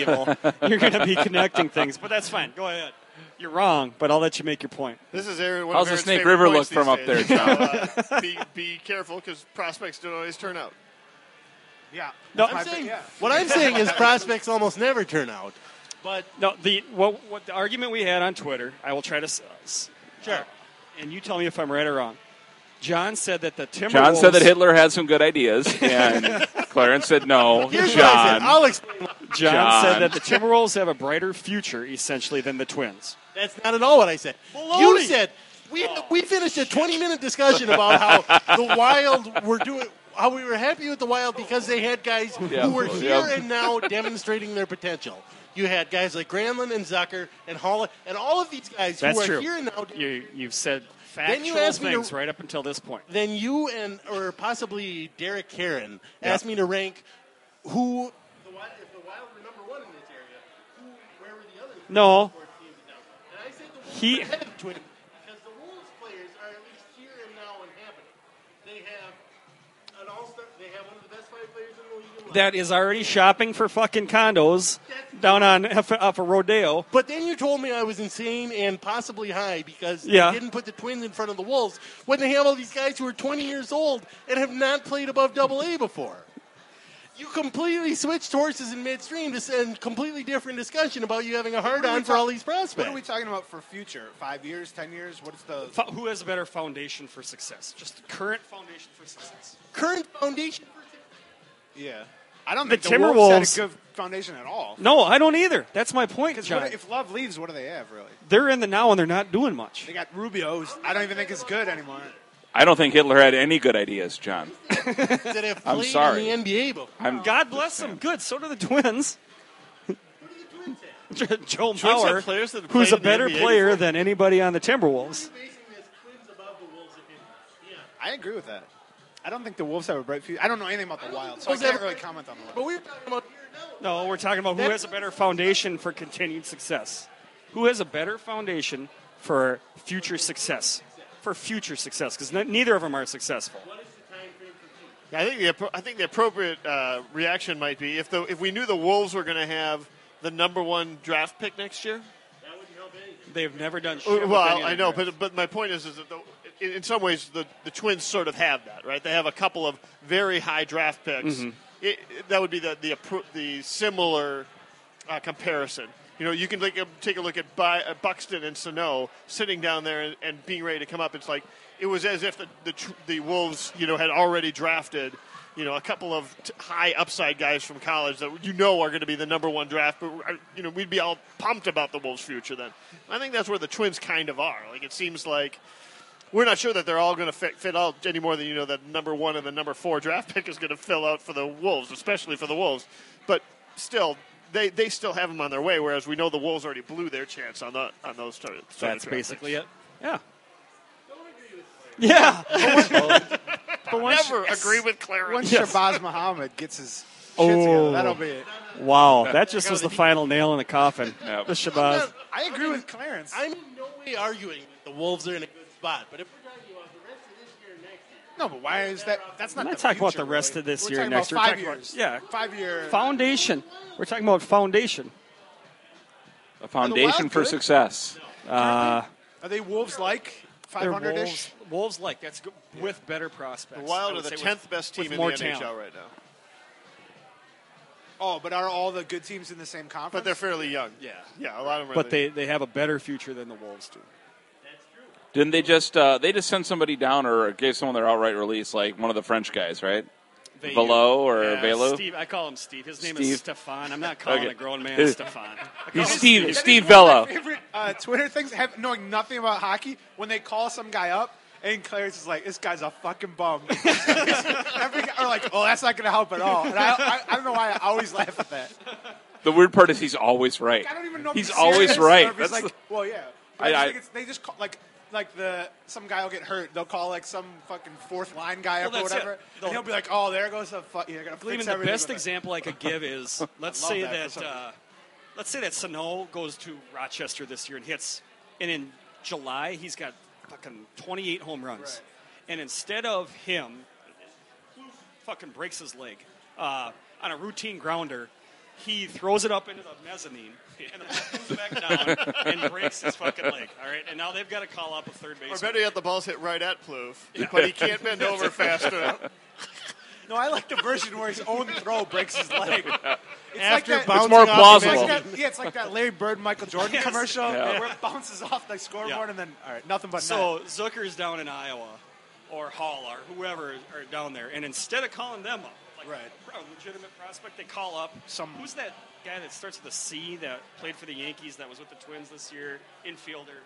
Speaker 1: am.
Speaker 5: Knievel. you're going to be connecting things, but that's fine. Go ahead. You're wrong, but I'll let you make your point.
Speaker 4: This is Aaron. One
Speaker 2: How's
Speaker 4: of
Speaker 2: the
Speaker 4: Aaron's
Speaker 2: Snake
Speaker 4: favorite
Speaker 2: River
Speaker 4: points
Speaker 2: look
Speaker 4: these
Speaker 2: from up
Speaker 4: days.
Speaker 2: there,
Speaker 4: So, uh, be be careful because prospects don't always turn out.
Speaker 3: Yeah.
Speaker 5: No,
Speaker 3: That's my
Speaker 1: I'm
Speaker 3: pick,
Speaker 1: saying,
Speaker 3: yeah.
Speaker 1: What I'm saying is prospects almost never turn out. But
Speaker 5: No, the what, what the argument we had on Twitter. I will try to. s- s-
Speaker 1: Sure.
Speaker 5: and you tell me if I'm right or wrong. John said that the Timberwolves.
Speaker 2: John said that Hitler had some good ideas, and Clarence said no.
Speaker 1: here's what I said.
Speaker 2: John,
Speaker 1: I'll explain.
Speaker 5: John,
Speaker 2: John.
Speaker 5: said that the Timberwolves have a brighter future essentially than the Twins.
Speaker 1: That's not at all what I said. You
Speaker 5: Baloney.
Speaker 1: said we we finished a 20 minute discussion about how the Wild were doing. How we were happy with the Wild because they had guys
Speaker 2: Yeah,
Speaker 1: who were
Speaker 2: well,
Speaker 1: here
Speaker 2: yeah.
Speaker 1: and now demonstrating their potential. You had guys like Granlund and Zucker and Holland and all of these guys
Speaker 5: That's
Speaker 1: who are
Speaker 5: true.
Speaker 1: here and now.
Speaker 5: You you've said
Speaker 1: Then you
Speaker 5: factual
Speaker 1: asked me to-
Speaker 5: things right up until this point.
Speaker 1: Then you and or possibly Derek Karen asked me to rank who. The Wild, if the Wild were number one in this area, who, where were the other?
Speaker 5: No,
Speaker 1: four teams down? And I said the Wolves
Speaker 5: He-
Speaker 1: were ahead of Twins because the Wolves players are They have an all-star. They have one of the best five players in the league.
Speaker 5: that is already shopping for fucking condos down on off of Rodeo.
Speaker 1: But then you told me I was insane and possibly high because
Speaker 5: Yeah.
Speaker 1: they didn't put the Twins in front of the Wolves when they have all these guys who are 20 years old and have not played above Double A before. You completely switched horses in midstream to send completely different discussion about you having a hard
Speaker 3: What are we
Speaker 1: on for
Speaker 3: talk-
Speaker 1: all these
Speaker 3: What are
Speaker 1: prospects.
Speaker 3: we talking about for future? Five years, ten years? What's the
Speaker 5: Fo- Who has a better foundation for success? Just the current foundation for success.
Speaker 1: current foundation?
Speaker 3: Yeah, I don't
Speaker 5: The
Speaker 3: think the Wolves
Speaker 5: Timberwolves-
Speaker 3: had a good foundation at all.
Speaker 5: No, I don't either. That's my point,
Speaker 3: Because
Speaker 5: John.
Speaker 3: what, if Love leaves, what do they have really?
Speaker 5: They're in the now and they're not doing much.
Speaker 3: They got Rubio, who's I don't even think is good anymore.
Speaker 2: I don't think Hitler had any good ideas, John.
Speaker 1: that have
Speaker 2: I'm
Speaker 1: played
Speaker 2: sorry.
Speaker 1: in the NBA before.
Speaker 2: I'm-
Speaker 5: God bless them. Good. So do the Twins. Jo- Joe
Speaker 1: Twins have
Speaker 5: Mauer,
Speaker 1: players that have
Speaker 5: who's
Speaker 1: played
Speaker 5: a
Speaker 1: in the
Speaker 5: better
Speaker 1: NBA
Speaker 5: player
Speaker 1: before?
Speaker 5: than anybody on the Timberwolves.
Speaker 3: I agree with that. I don't think the Wolves have a bright future. I don't know anything about the Wild, so I
Speaker 1: Wolves
Speaker 3: can't
Speaker 1: have a-
Speaker 3: really comment on the Wild.
Speaker 1: But we were talking about
Speaker 5: No, we're talking about who
Speaker 3: That-
Speaker 5: has a better foundation for continued success. Who has a better foundation for future success? For future success, because neither of them are successful.
Speaker 4: I think the appro- I think the appropriate uh, reaction might be if the if we knew the Wolves were going to have the number one draft pick next year.
Speaker 5: They've never done shit.
Speaker 4: Oh,
Speaker 5: with any
Speaker 4: Well,
Speaker 5: of
Speaker 4: I
Speaker 5: the
Speaker 4: know,
Speaker 5: draft.
Speaker 4: but but my point is is that the, in, in some ways the the Twins sort of have that, right? They have a couple of very high draft picks.
Speaker 5: Mhm.
Speaker 4: It, it- that would be the the appro- the similar uh, comparison. You know, you can take a, take a look at By, uh, Buxton and Sano sitting down there and, and being ready to come up. It's like it was as if the the, tr- the Wolves, you know, had already drafted. You know, a couple of t- high upside guys from college that you know are going to be the number one draft, but uh, you know we'd be all pumped about the Wolves' future. Then I think that's where the Twins kind of are. Like it seems like we're not sure that they're all going to fit, fit out any more than you know that number one and the number four draft pick is going to fill out for the Wolves, especially for the Wolves. But still, they, they still have them on their way, whereas we know the Wolves already blew their chance on the on those. Start,
Speaker 5: That's basically it. Yeah. Yeah.
Speaker 4: But
Speaker 3: once-
Speaker 4: Never agree with Clarence.
Speaker 3: Once Shabazz Muhammad gets his shit together,
Speaker 5: Oh.
Speaker 3: that'll be it.
Speaker 5: Wow, that just was the final nail in the coffin. The Shabazz.
Speaker 3: I agree with Clarence.
Speaker 1: I'm in no way arguing that the Wolves are in a good spot, but if we're talking about the rest of this year and next year,
Speaker 3: No, but why is that? That's not.
Speaker 5: I'm not
Speaker 3: the
Speaker 5: talking about
Speaker 3: future,
Speaker 5: the rest
Speaker 3: really.
Speaker 5: of this
Speaker 3: We're
Speaker 5: year,
Speaker 3: talking
Speaker 5: next
Speaker 3: about
Speaker 5: year.
Speaker 3: Five
Speaker 5: We're
Speaker 3: years.
Speaker 5: talking- yeah.
Speaker 3: five year.
Speaker 5: Foundation. We're talking about foundation.
Speaker 2: A foundation for
Speaker 3: good?
Speaker 2: success.
Speaker 5: Uh,
Speaker 3: Are they Wolves like
Speaker 5: they're
Speaker 3: 500 ish?
Speaker 5: Wolves- Wolves like that's good, with better prospects.
Speaker 4: The
Speaker 5: I
Speaker 4: Wild are
Speaker 5: would
Speaker 4: the
Speaker 5: say with-
Speaker 4: tenth best team
Speaker 5: with
Speaker 4: in the
Speaker 5: more
Speaker 4: NHL
Speaker 5: talent.
Speaker 4: right now,
Speaker 3: Oh, but are all the good teams in the same conference?
Speaker 4: but they're fairly young. Yeah, yeah, a lot of them. Are
Speaker 5: But they, they have a better future than the Wolves do.
Speaker 2: Didn't they just uh, they just sent somebody down or gave someone their outright release, like one of the French guys, right? Velo or
Speaker 5: yeah,
Speaker 2: Velo?
Speaker 5: Steve, I call him Steve. His name
Speaker 2: Steve.
Speaker 5: is Stefan. I'm not calling
Speaker 2: Okay.
Speaker 5: a grown man
Speaker 2: Dude.
Speaker 5: Stefan. I call
Speaker 2: He's
Speaker 5: him
Speaker 2: Steve
Speaker 3: That
Speaker 2: Steve
Speaker 3: is one
Speaker 2: Velo.
Speaker 3: of my favorite uh, Twitter things, have, knowing nothing about hockey, when they call some guy up and Clarence is like, "This guy's a fucking bum," Every guy, or like, "Oh, that's not going to help at all." And I, I, I don't know why I always laugh at that.
Speaker 2: The weird part is he's always right.
Speaker 3: I don't even know. If
Speaker 2: He's
Speaker 3: he's
Speaker 2: always
Speaker 3: serious
Speaker 2: right.
Speaker 3: Or if he's
Speaker 2: That's
Speaker 3: like, well, yeah. But I, just
Speaker 2: I- I-
Speaker 3: think it's, they just call, like like the some guy will get hurt. They'll call like some fucking fourth line guy up
Speaker 5: Well,
Speaker 3: or
Speaker 5: that's it.
Speaker 3: whatever, and he'll be like, "Oh, there goes the fuck." You're gonna
Speaker 5: Gleeman,
Speaker 3: fix
Speaker 5: the
Speaker 3: everything
Speaker 5: best
Speaker 3: with it."
Speaker 5: example I could give is let's
Speaker 3: love
Speaker 5: say
Speaker 3: that for
Speaker 5: that,
Speaker 3: some reason.
Speaker 5: uh, let's say that Sano goes to Rochester this year and hits, and in July he's got fucking 28 home runs, and instead of him, fucking breaks his leg uh, on a routine grounder. He throws it up into the mezzanine, and the ball comes back down and breaks his fucking leg. All right, and now they've got to call up a third
Speaker 4: or
Speaker 5: baseman.
Speaker 4: better yet, the ball's hit right at Plouffe, but he can't bend over fast enough.
Speaker 3: No, I like the version where his own throw breaks his leg. It's
Speaker 1: After
Speaker 3: like that,
Speaker 1: bouncing
Speaker 2: It's more
Speaker 1: off the back-
Speaker 2: plausible.
Speaker 3: It's like that, yeah, it's like that Larry Bird, Michael Jordan
Speaker 5: Yes.
Speaker 3: commercial
Speaker 5: Yeah.
Speaker 3: where it bounces off the scoreboard
Speaker 5: Yeah.
Speaker 3: and then all right, nothing but net.
Speaker 5: So Zucker's down in Iowa, or Hall, or whoever are down there, and instead of calling them up, like
Speaker 3: Right.
Speaker 5: a legitimate prospect, they call up
Speaker 3: Some-
Speaker 5: Who's that guy that starts with a C that played for the Yankees that was with the Twins this year? Infielder,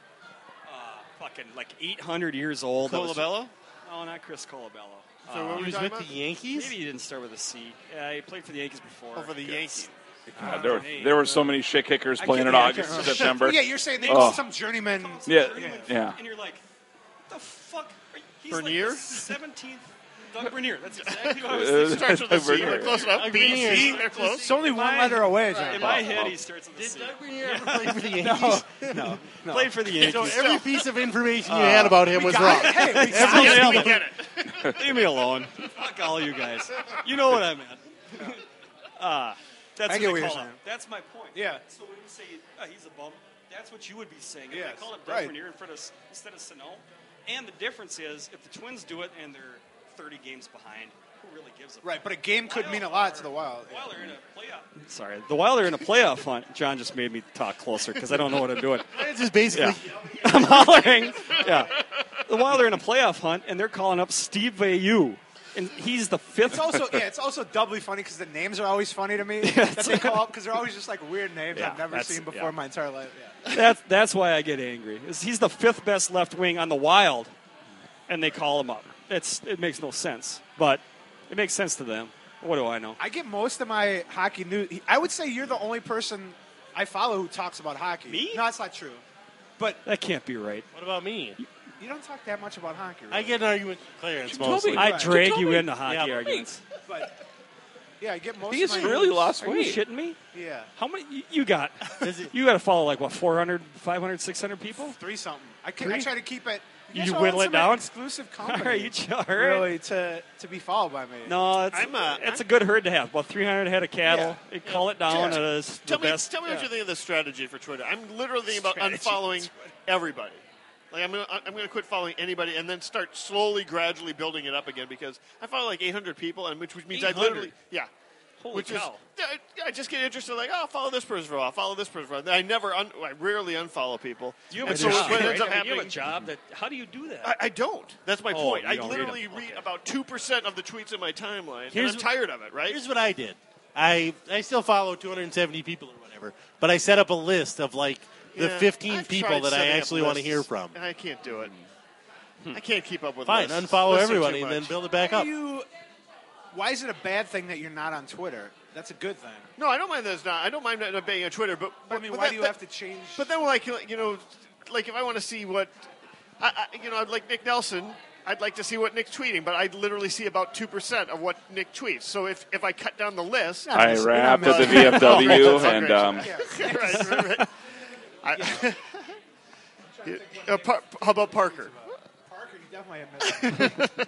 Speaker 5: uh, fucking like 800 years old. That was-
Speaker 4: Colabello?
Speaker 5: No, not Chris Colabello.
Speaker 4: So what
Speaker 5: Uh,
Speaker 4: were
Speaker 1: he
Speaker 4: we
Speaker 1: was
Speaker 4: talking
Speaker 1: with
Speaker 4: about?
Speaker 1: the Yankees.
Speaker 5: maybe he didn't start with a C. Yeah, he played for the Yankees before.
Speaker 4: Over the
Speaker 5: Good.
Speaker 4: Yankees.
Speaker 2: God, there, were, there were so many shit kickers
Speaker 5: I
Speaker 2: playing in
Speaker 5: can't- yeah, I
Speaker 2: August
Speaker 5: can't
Speaker 2: and
Speaker 5: remember.
Speaker 2: September.
Speaker 3: yeah, you're saying they
Speaker 2: Oh.
Speaker 3: some journeyman.
Speaker 2: Yeah,
Speaker 5: Bernier.
Speaker 2: yeah.
Speaker 5: And you're like, what the fuck? Are you- He's
Speaker 4: Bernier?
Speaker 5: like seventeenth. Doug Bernier. That's exactly what I was
Speaker 2: Uh,
Speaker 5: thinking.
Speaker 4: Starts with a C.
Speaker 2: Bernier.
Speaker 4: They're close enough. B, C, they're close.
Speaker 3: It's only one letter away, John.
Speaker 5: In my head, he starts with a C.
Speaker 1: Doug Grenier ever played for the Yankees?
Speaker 3: No, no.
Speaker 5: Played for the Yankees.
Speaker 1: Uh, So every piece of information you had about him was wrong.
Speaker 3: Hey, we
Speaker 1: Every
Speaker 3: got it.
Speaker 1: single-
Speaker 4: Get it.
Speaker 5: Leave me alone. Fuck all you guys. You know what I meant. Uh, that's
Speaker 3: I
Speaker 5: what
Speaker 3: get
Speaker 5: they
Speaker 3: what you're
Speaker 5: call it.
Speaker 3: saying.
Speaker 5: That's my point.
Speaker 3: Yeah.
Speaker 5: So when you say uh, he's a bum, that's what you would be saying. If
Speaker 3: Yes,
Speaker 5: they call it
Speaker 3: right.
Speaker 5: Duffner and you're in front of S- instead of Sano, and the difference is if the Twins do it and they're 30 games behind, who really gives a
Speaker 3: Right, but a game could mean a lot to the Wild.
Speaker 5: While they're in a playoff. Sorry, the Wild are in a playoff hunt. John just made me talk closer because I don't know what I'm doing.
Speaker 1: It's just basically-
Speaker 5: Yeah. I'm hollering. Yeah. The Wild are in a playoff hunt, and they're calling up Steve Vayu, and he's the fifth.
Speaker 3: It's also yeah, it's also doubly funny because the names are always funny to me that they call up because they're always just like weird names
Speaker 5: Yeah,
Speaker 3: I've never
Speaker 5: that's-
Speaker 3: seen before
Speaker 5: yeah.
Speaker 3: in my entire life.
Speaker 5: that's that's why I get angry. is He's the fifth best left wing on the Wild, and they call him up. It's it makes no sense, but it makes sense to them. What do I know?
Speaker 3: I get most of my hockey news. I would say you're the only person I follow who talks about hockey. Me? No, that's not true. But
Speaker 5: that can't be right.
Speaker 1: What about me?
Speaker 3: You don't talk that much about hockey. Really.
Speaker 1: I get in argument with Clarence
Speaker 5: told
Speaker 1: mostly.
Speaker 5: me- I You drag told you me. into hockey arguments.
Speaker 3: But yeah, I get most.
Speaker 5: He's
Speaker 3: of my
Speaker 5: really
Speaker 3: news.
Speaker 5: lost Are you weight. shitting me?
Speaker 3: Yeah.
Speaker 5: How many you, you got? you got to follow like what 400, 500, 600 people?
Speaker 3: Three something. I, can, I
Speaker 5: Three?
Speaker 3: try to keep it.
Speaker 5: You
Speaker 3: guys
Speaker 5: you
Speaker 3: are
Speaker 5: whittle
Speaker 3: on
Speaker 5: it
Speaker 3: some
Speaker 5: down.
Speaker 3: Exclusive company.
Speaker 5: All right, you chill. All right.
Speaker 3: Really, to to be followed by me.
Speaker 5: No, it's,
Speaker 3: I'm, uh,
Speaker 5: it's a good herd to have. About 300 head of cattle. You Call it down.
Speaker 4: Yeah.
Speaker 5: It is
Speaker 4: tell
Speaker 5: the
Speaker 4: me,
Speaker 5: best.
Speaker 4: Tell me
Speaker 5: Yeah.
Speaker 4: what you think of the strategy for Twitter. I'm literally thinking about
Speaker 5: Strategy.
Speaker 4: unfollowing everybody. Like I'm gonna, I'm gonna quit following anybody and then start slowly, gradually building it up again because I follow like 800 people, and which, which means I
Speaker 5: 800?
Speaker 4: literally, yeah.
Speaker 5: Holy
Speaker 4: which
Speaker 5: cow.
Speaker 4: is, I, I just get interested, like, oh, I'll follow this person for a while, I'll follow this person for a while. I never, un, I rarely unfollow people.
Speaker 5: You have a
Speaker 4: And so
Speaker 5: job,
Speaker 4: what
Speaker 5: right?
Speaker 4: ends up
Speaker 5: I mean,
Speaker 4: happening?
Speaker 5: you have a job that. How do you do that?
Speaker 4: I, I don't. That's my
Speaker 5: Oh,
Speaker 4: point.
Speaker 5: you
Speaker 4: I
Speaker 5: don't read 'em.
Speaker 4: literally read, about two percent of the tweets in my timeline. and
Speaker 1: Here's
Speaker 4: I'm
Speaker 1: wh-
Speaker 4: tired of it, right?
Speaker 1: Here's what I did. I I still follow 270 people or whatever, but I set up a list of like the
Speaker 4: Yeah,
Speaker 1: 15
Speaker 4: I've
Speaker 1: people
Speaker 4: tried
Speaker 1: that I
Speaker 4: setting up
Speaker 1: actually want to
Speaker 4: lists,
Speaker 1: hear from. Hmm.
Speaker 4: and I can't do it. I can't keep up with.
Speaker 1: Fine,
Speaker 4: lists.
Speaker 1: unfollow
Speaker 4: Lists are too
Speaker 1: everybody and
Speaker 4: much.
Speaker 1: then build it back
Speaker 3: Why
Speaker 1: up.
Speaker 3: do you- why is it a bad thing that you're not on Twitter? That's a good thing.
Speaker 4: No, I don't mind that it's not. I don't mind not being on Twitter, but,
Speaker 3: But I mean,
Speaker 4: but
Speaker 3: why
Speaker 4: that-
Speaker 3: do you
Speaker 4: that-
Speaker 3: have to change?
Speaker 4: But then, like you know, like if I want to see what, I, I you know, I'd like Nick Nelson. I'd like to see what Nick's tweeting, but I literally see about two percent of what Nick tweets. So if, if I cut down the list,
Speaker 2: I You're not rap at the missing- VFW
Speaker 4: Oh, right,
Speaker 2: and,
Speaker 4: that's
Speaker 2: um,
Speaker 4: okay. right, right, right. I- Uh, Par- how about Parker?
Speaker 3: Parker, you definitely have missed. it.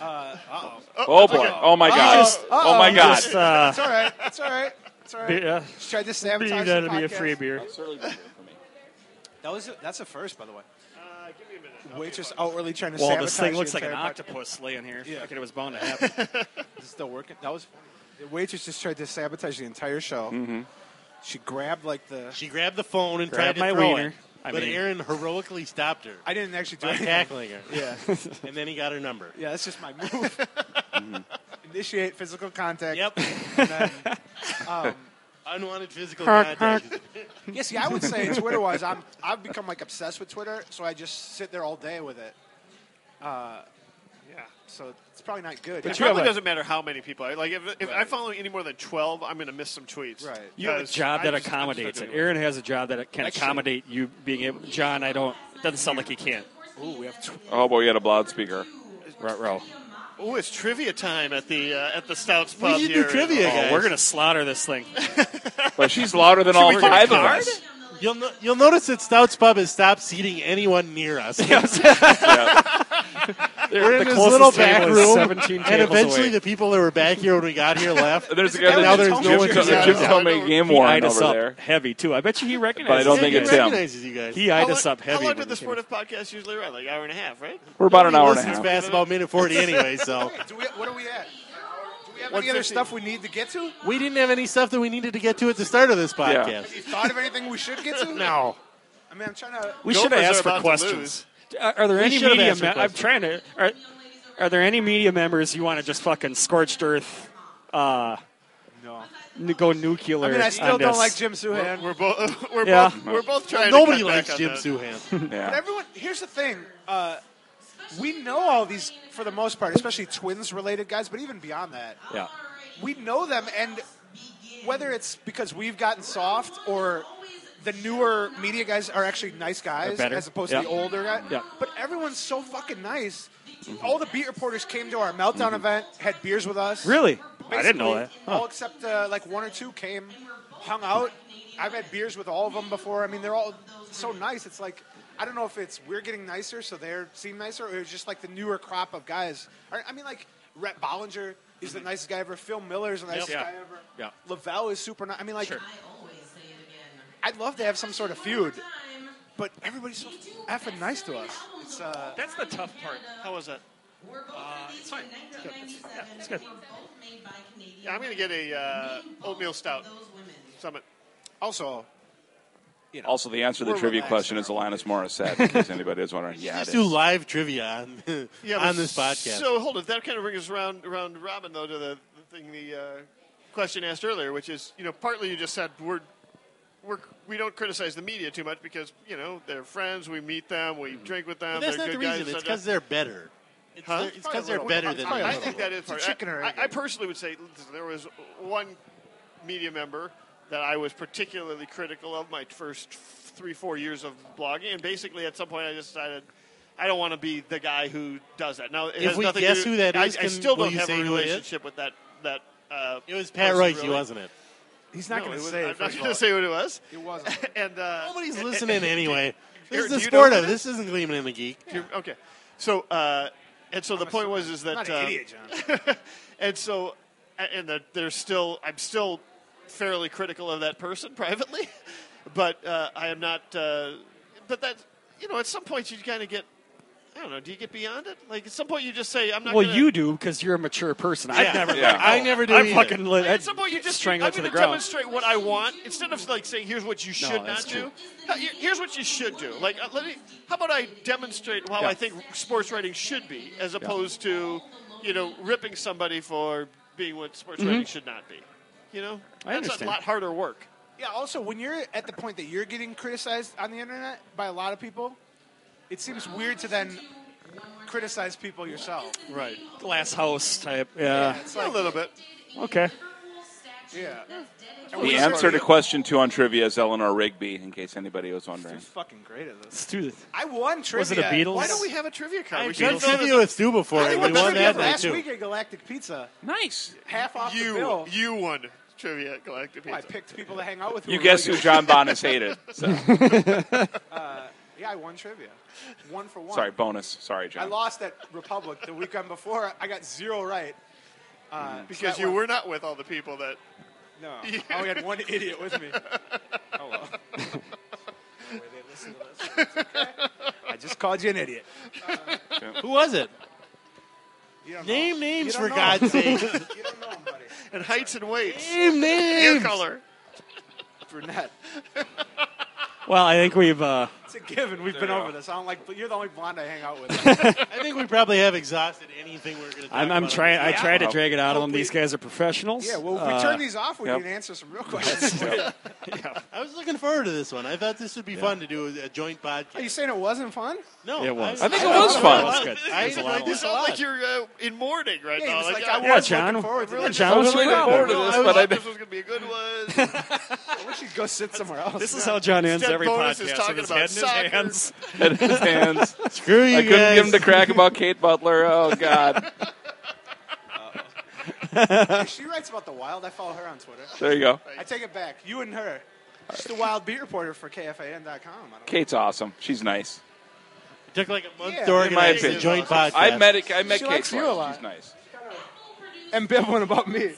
Speaker 3: uh, uh-oh.
Speaker 2: Oh, boy. Oh, my God. Oh, my
Speaker 3: you
Speaker 2: God.
Speaker 3: just,
Speaker 2: Uh,
Speaker 3: it's all right. It's all right. It's all right.
Speaker 5: Yeah.
Speaker 3: Just tried to sabotage
Speaker 5: Believe
Speaker 3: the
Speaker 5: that'll be a
Speaker 3: podcast.
Speaker 5: free beer. I'll
Speaker 3: That was a, that's a first, by the way.
Speaker 4: Uh, give me a minute.
Speaker 3: Waitress outwardly trying to
Speaker 5: Well,
Speaker 3: sabotage
Speaker 5: this thing
Speaker 3: the
Speaker 5: looks like an
Speaker 3: entire podcast.
Speaker 5: octopus laying here.
Speaker 3: Yeah.
Speaker 5: Fucking, it was bound to happen.
Speaker 3: It's still working. That was funny. The waitress just tried to sabotage the entire show. She grabbed like the.
Speaker 1: She grabbed the phone and
Speaker 3: Grabbed
Speaker 1: tried to
Speaker 3: my
Speaker 1: throw
Speaker 3: wiener.
Speaker 1: it,
Speaker 3: I
Speaker 1: but
Speaker 3: mean-
Speaker 1: Aaron heroically stopped her.
Speaker 3: I didn't actually do
Speaker 1: by
Speaker 3: anything.
Speaker 1: tackling her.
Speaker 3: Yeah.
Speaker 1: and then he got her number.
Speaker 3: Yeah, that's just my move. Mm-hmm. Initiate physical contact.
Speaker 1: Yep.
Speaker 3: And then, um,
Speaker 1: Unwanted physical
Speaker 3: Honk,
Speaker 1: contact.
Speaker 3: yeah, see, I would say Twitter wise, I'm I've become like obsessed with Twitter, so I just sit there all day with it. Uh, yeah, so it's probably not good.
Speaker 4: it probably doesn't matter how many people. I, like if, if I follow any more than twelve, I'm going to miss some tweets. Right.
Speaker 5: You have a job that accommodates it. Aaron has a job that can
Speaker 4: Actually-
Speaker 5: accommodate you being able. John, I don't. It doesn't sound like he can.
Speaker 4: Ooh, we have.
Speaker 2: Oh, boy, you had a loudspeaker.
Speaker 5: Right row.
Speaker 4: Ooh, it's trivia time at the uh, at the Stouts
Speaker 5: We
Speaker 4: Pub
Speaker 5: should do
Speaker 4: here.
Speaker 5: trivia, Oh, guys. we're gonna slaughter this thing.
Speaker 2: But she's louder than all five of us.
Speaker 1: You'll, no- you'll notice that Stout's Pub has stopped seating anyone near us. We're in
Speaker 5: The
Speaker 1: this
Speaker 5: closest
Speaker 1: little
Speaker 5: table
Speaker 1: back
Speaker 5: is
Speaker 1: room,
Speaker 5: 17
Speaker 1: and
Speaker 5: tables
Speaker 1: eventually
Speaker 5: away.
Speaker 1: the people that were back here when we got here left.
Speaker 2: There's a guy that
Speaker 1: now
Speaker 2: Jim-
Speaker 1: there's no
Speaker 2: Jim
Speaker 1: one
Speaker 2: told-
Speaker 1: here.
Speaker 2: Jim told me game
Speaker 5: He
Speaker 2: warren
Speaker 5: eyed us
Speaker 2: over
Speaker 5: up
Speaker 2: there.
Speaker 5: heavy too. I bet you he recognizes.
Speaker 2: But I don't
Speaker 5: us.
Speaker 2: think
Speaker 5: He
Speaker 2: it's him.
Speaker 1: recognizes you guys.
Speaker 5: He eyed
Speaker 4: how
Speaker 5: us
Speaker 4: long,
Speaker 5: up heavy.
Speaker 4: How long
Speaker 5: when
Speaker 4: did
Speaker 5: we
Speaker 4: this
Speaker 5: came in.
Speaker 4: Sportive podcast usually run? Like an hour and a half, right?
Speaker 2: We're about an
Speaker 1: Nobody
Speaker 2: hour and a
Speaker 1: listens
Speaker 2: half.
Speaker 1: past about minute 40 anyway, so.
Speaker 3: Wait, do we, what are we at? Do we have any other
Speaker 4: 150.
Speaker 3: stuff we need to get to?
Speaker 1: We didn't have any stuff that we needed to get to at the start of this podcast.
Speaker 3: Have you thought of anything we should get to?
Speaker 1: No.
Speaker 3: I mean, I'm trying to.
Speaker 5: We should have asked for questions. Are, are there
Speaker 1: We
Speaker 5: any
Speaker 1: should have
Speaker 5: media?
Speaker 1: asked for
Speaker 5: Me- I'm
Speaker 1: questions.
Speaker 5: trying to. Are, are there any media members you want to just fucking scorched earth? Uh,
Speaker 3: no.
Speaker 5: Go nuclear.
Speaker 3: I mean, I still
Speaker 5: on
Speaker 3: don't
Speaker 5: this?
Speaker 3: like Jim Suhan.
Speaker 4: We're both we're
Speaker 5: Yeah.
Speaker 4: both we're both trying.
Speaker 1: Nobody
Speaker 4: to cut
Speaker 1: likes
Speaker 4: back
Speaker 1: Jim
Speaker 4: on that.
Speaker 1: Suhan.
Speaker 3: But everyone, here's the thing. Uh, we know all these for the most part, especially twins-related guys, but even beyond that,
Speaker 5: Yeah.
Speaker 3: we know them, and whether it's because we've gotten soft or the newer media guys are actually nice guys
Speaker 5: better.
Speaker 3: as opposed
Speaker 5: Yeah.
Speaker 3: to the older guy.
Speaker 5: Yeah. Mm-hmm.
Speaker 3: But everyone's so fucking nice. All the beat reporters came to our meltdown event, had beers with us.
Speaker 5: Really? I didn't know
Speaker 3: Basically,
Speaker 5: that.
Speaker 3: All
Speaker 5: Huh.
Speaker 3: except uh, like one or two came, hung out. I've had beers with all of them before. I mean, they're all so nice. It's like I don't know if it's we're getting nicer, so they are seem nicer, or it's just like the newer crop of guys. I, I mean, like Rhett Bollinger is
Speaker 5: Mm-hmm.
Speaker 3: the nicest guy ever. Phil Miller is the nicest
Speaker 10: Yeah.
Speaker 3: guy ever.
Speaker 10: Yeah.
Speaker 3: Lavelle is super nice. I mean, like, I'd love to have some sort of feud, but everybody's so effing nice to us. It's, uh,
Speaker 10: That's the tough part.
Speaker 4: How was it?
Speaker 10: Uh, it's fine. It's good. It's- yeah, it's good.
Speaker 4: Yeah, I'm going to get a uh, oatmeal stout. Summit.
Speaker 3: Also,
Speaker 2: also, the answer to the
Speaker 4: We're
Speaker 2: trivia
Speaker 4: relaxed
Speaker 2: question is Alanis Morissette, in case anybody is wondering. Yeah,
Speaker 1: Let's
Speaker 2: it
Speaker 1: do
Speaker 2: is.
Speaker 1: live trivia on,
Speaker 4: Yeah, but
Speaker 1: on this podcast.
Speaker 4: So hold on, that kind of brings us around, around Robin though to the, the thing the uh, question asked earlier, which is you know partly you just said we're we're we don't criticize the media too much because you know they're friends, we meet them, we drink with them.
Speaker 1: Mm. But that's
Speaker 4: they're
Speaker 1: not the
Speaker 4: good
Speaker 1: reason.
Speaker 4: Guys, Oh,
Speaker 1: It's
Speaker 4: da- da-
Speaker 1: because they're better. It's
Speaker 4: Huh?
Speaker 1: their- it's 'cause they're better than
Speaker 4: I,
Speaker 1: us.
Speaker 4: think that is
Speaker 3: It's a
Speaker 4: part.
Speaker 3: chicken or
Speaker 4: I,
Speaker 3: egg.
Speaker 4: I personally would say listen, there was one media member that I was particularly critical of my first three four years of blogging, and basically at some point I just decided. I don't want to be the guy who does that. Now, it
Speaker 1: If
Speaker 4: has
Speaker 1: we
Speaker 4: nothing
Speaker 1: guess
Speaker 4: to do,
Speaker 1: who that
Speaker 4: I,
Speaker 1: is,
Speaker 4: I
Speaker 1: can-
Speaker 4: still
Speaker 1: will
Speaker 4: don't
Speaker 1: you
Speaker 4: have
Speaker 1: say
Speaker 4: a
Speaker 1: who it is?
Speaker 4: relationship with that. That uh, it was
Speaker 1: Pat Royce, wasn't it?
Speaker 3: He's not
Speaker 4: No,
Speaker 3: going
Speaker 4: it
Speaker 3: to
Speaker 4: was-
Speaker 3: say.
Speaker 4: I'm not
Speaker 3: first of
Speaker 4: gonna
Speaker 3: all.
Speaker 4: say what it was.
Speaker 3: It wasn't.
Speaker 4: and uh,
Speaker 1: Nobody's
Speaker 4: and-
Speaker 1: listening
Speaker 4: and-
Speaker 1: anyway. This
Speaker 4: Eric,
Speaker 1: is the
Speaker 4: do you know
Speaker 1: sport
Speaker 4: who
Speaker 1: of.
Speaker 4: it is?
Speaker 1: This isn't Gleeman and the Geek.
Speaker 4: Do you- okay, so uh, and so the point was is that
Speaker 3: not an
Speaker 4: uh,
Speaker 3: idiot, John.
Speaker 4: and so a- and that there's still I'm still fairly critical of that person privately, but uh, I am not. Uh, but that you know, at some point you kind of get. I don't know. Do you get beyond it? Like at some point you just say, "I'm not."
Speaker 5: Well,
Speaker 4: gonna,
Speaker 5: you do because you're a mature person. I'd
Speaker 4: Yeah.
Speaker 5: never.
Speaker 2: Yeah.
Speaker 5: let go.
Speaker 1: I never do
Speaker 5: I'd
Speaker 1: either.
Speaker 5: fucking let,
Speaker 4: Like,
Speaker 5: I'd
Speaker 4: at some point, you just
Speaker 5: strangle
Speaker 4: I'm
Speaker 5: it to the
Speaker 4: gonna
Speaker 5: ground.
Speaker 4: demonstrate what I want instead of like saying here's what you should
Speaker 5: that's
Speaker 4: not do.
Speaker 5: true.
Speaker 4: No, here- here's what you should do. Like, uh, let me. How about I demonstrate how
Speaker 5: Yeah.
Speaker 4: I think sports writing should be, as opposed to, you know, ripping somebody for being what sports writing should not be. You know,
Speaker 5: I
Speaker 4: that's
Speaker 5: understand.
Speaker 4: a lot harder work.
Speaker 3: Yeah. Also, when you're at the point that you're getting criticized on the internet by a lot of people, it seems weird to then criticize people yourself.
Speaker 4: Right.
Speaker 5: Glass house type. Yeah.
Speaker 3: It's like,
Speaker 4: a little bit.
Speaker 5: Okay.
Speaker 3: yeah.
Speaker 2: The answer to question two on trivia is Eleanor Rigby, in case anybody was wondering.
Speaker 3: Fucking great at this.
Speaker 5: Let's do this.
Speaker 3: I won trivia.
Speaker 5: Was it a Beatles?
Speaker 4: Why don't we have a trivia card?
Speaker 1: I've
Speaker 4: We should
Speaker 1: done
Speaker 4: have done
Speaker 1: trivia
Speaker 4: this-
Speaker 1: with Stu before,
Speaker 3: I
Speaker 1: and we
Speaker 3: won
Speaker 1: won
Speaker 3: trivia
Speaker 1: that night
Speaker 3: last
Speaker 1: too.
Speaker 3: week at Galactic Pizza.
Speaker 2: Nice.
Speaker 3: Half off
Speaker 4: you.
Speaker 3: the bill.
Speaker 4: You won trivia collective.
Speaker 3: I picked people to hang out with. who
Speaker 2: You
Speaker 3: were
Speaker 2: guess who
Speaker 3: really
Speaker 2: John Bonas hated. So,
Speaker 3: good. Yeah, I won trivia. One for one.
Speaker 2: sorry, bonus. Sorry,
Speaker 3: I
Speaker 2: John.
Speaker 3: lost at Republic the weekend before. I got zero right. Uh,
Speaker 4: because
Speaker 3: that
Speaker 4: you
Speaker 3: one-
Speaker 4: were not with all the people that.
Speaker 3: No. I only had one idiot with me. Oh, well. I just called you an idiot.
Speaker 1: Who was it?
Speaker 3: You don't
Speaker 1: Name
Speaker 3: know.
Speaker 1: names
Speaker 3: You don't
Speaker 1: for
Speaker 3: know.
Speaker 1: God's sake.
Speaker 3: You don't know him, buddy.
Speaker 4: And heights and weights.
Speaker 1: Name
Speaker 4: Hair
Speaker 1: names.
Speaker 4: color.
Speaker 3: Brunette.
Speaker 5: Well, I think we've. Uh,
Speaker 3: It's a given. We've been over this. I don't like. But you're the only blonde I hang out with.
Speaker 1: I think we probably have exhausted anything we're going to.
Speaker 5: I'm, I'm trying. I tried to drag it out of them. These guys are professionals.
Speaker 3: yeah. Well, if we
Speaker 5: Uh,
Speaker 3: turn these off, we
Speaker 2: yep.
Speaker 3: can answer some real questions.
Speaker 1: I was looking forward to this one. I thought this would be fun to do a a joint
Speaker 3: Are you
Speaker 1: podcast.
Speaker 3: saying it wasn't fun?
Speaker 1: No,
Speaker 5: It was.
Speaker 1: I,
Speaker 2: I think it was fun.
Speaker 5: It was good. It
Speaker 1: I
Speaker 5: was a lot
Speaker 1: enjoyed
Speaker 5: of
Speaker 4: You
Speaker 1: this a
Speaker 4: sound
Speaker 1: lot.
Speaker 4: like you're uh, in mourning right
Speaker 3: Yeah,
Speaker 4: now.
Speaker 3: he's
Speaker 4: Like,
Speaker 3: like,
Speaker 4: I,
Speaker 3: I
Speaker 5: Yeah,
Speaker 3: was
Speaker 5: John.
Speaker 3: looking forward to
Speaker 2: Yeah,
Speaker 3: this.
Speaker 5: John was
Speaker 2: looking
Speaker 5: really
Speaker 2: forward to
Speaker 5: good.
Speaker 4: I
Speaker 2: this, but
Speaker 4: thought
Speaker 2: I
Speaker 4: this
Speaker 2: didn't-
Speaker 4: was going to be a good one.
Speaker 3: I wish you'd go sit somewhere else.
Speaker 5: This is how John ends
Speaker 4: Instead,
Speaker 5: every
Speaker 4: Bonus is
Speaker 5: podcast
Speaker 4: talking
Speaker 5: with his
Speaker 4: about
Speaker 5: head in his
Speaker 4: soccer.
Speaker 5: hands.
Speaker 2: At his hands.
Speaker 1: Screw you
Speaker 2: I couldn't
Speaker 1: guys.
Speaker 2: give him the crack about Kate Butler. Oh God.
Speaker 3: she writes about the wild. I follow her on Twitter.
Speaker 2: There you go.
Speaker 3: I take it back. You and her. She's the wild beat reporter for KFAN.com. I don't know.
Speaker 2: Kate's awesome. She's nice.
Speaker 1: It took like a month
Speaker 3: Yeah.
Speaker 1: to
Speaker 3: In
Speaker 2: my
Speaker 1: organize a
Speaker 2: opinion.
Speaker 1: joint podcast.
Speaker 2: I met it, I met
Speaker 3: She
Speaker 2: Kate.
Speaker 3: likes you a
Speaker 2: Twice.
Speaker 3: lot.
Speaker 2: She's nice.
Speaker 3: And Biff went about me.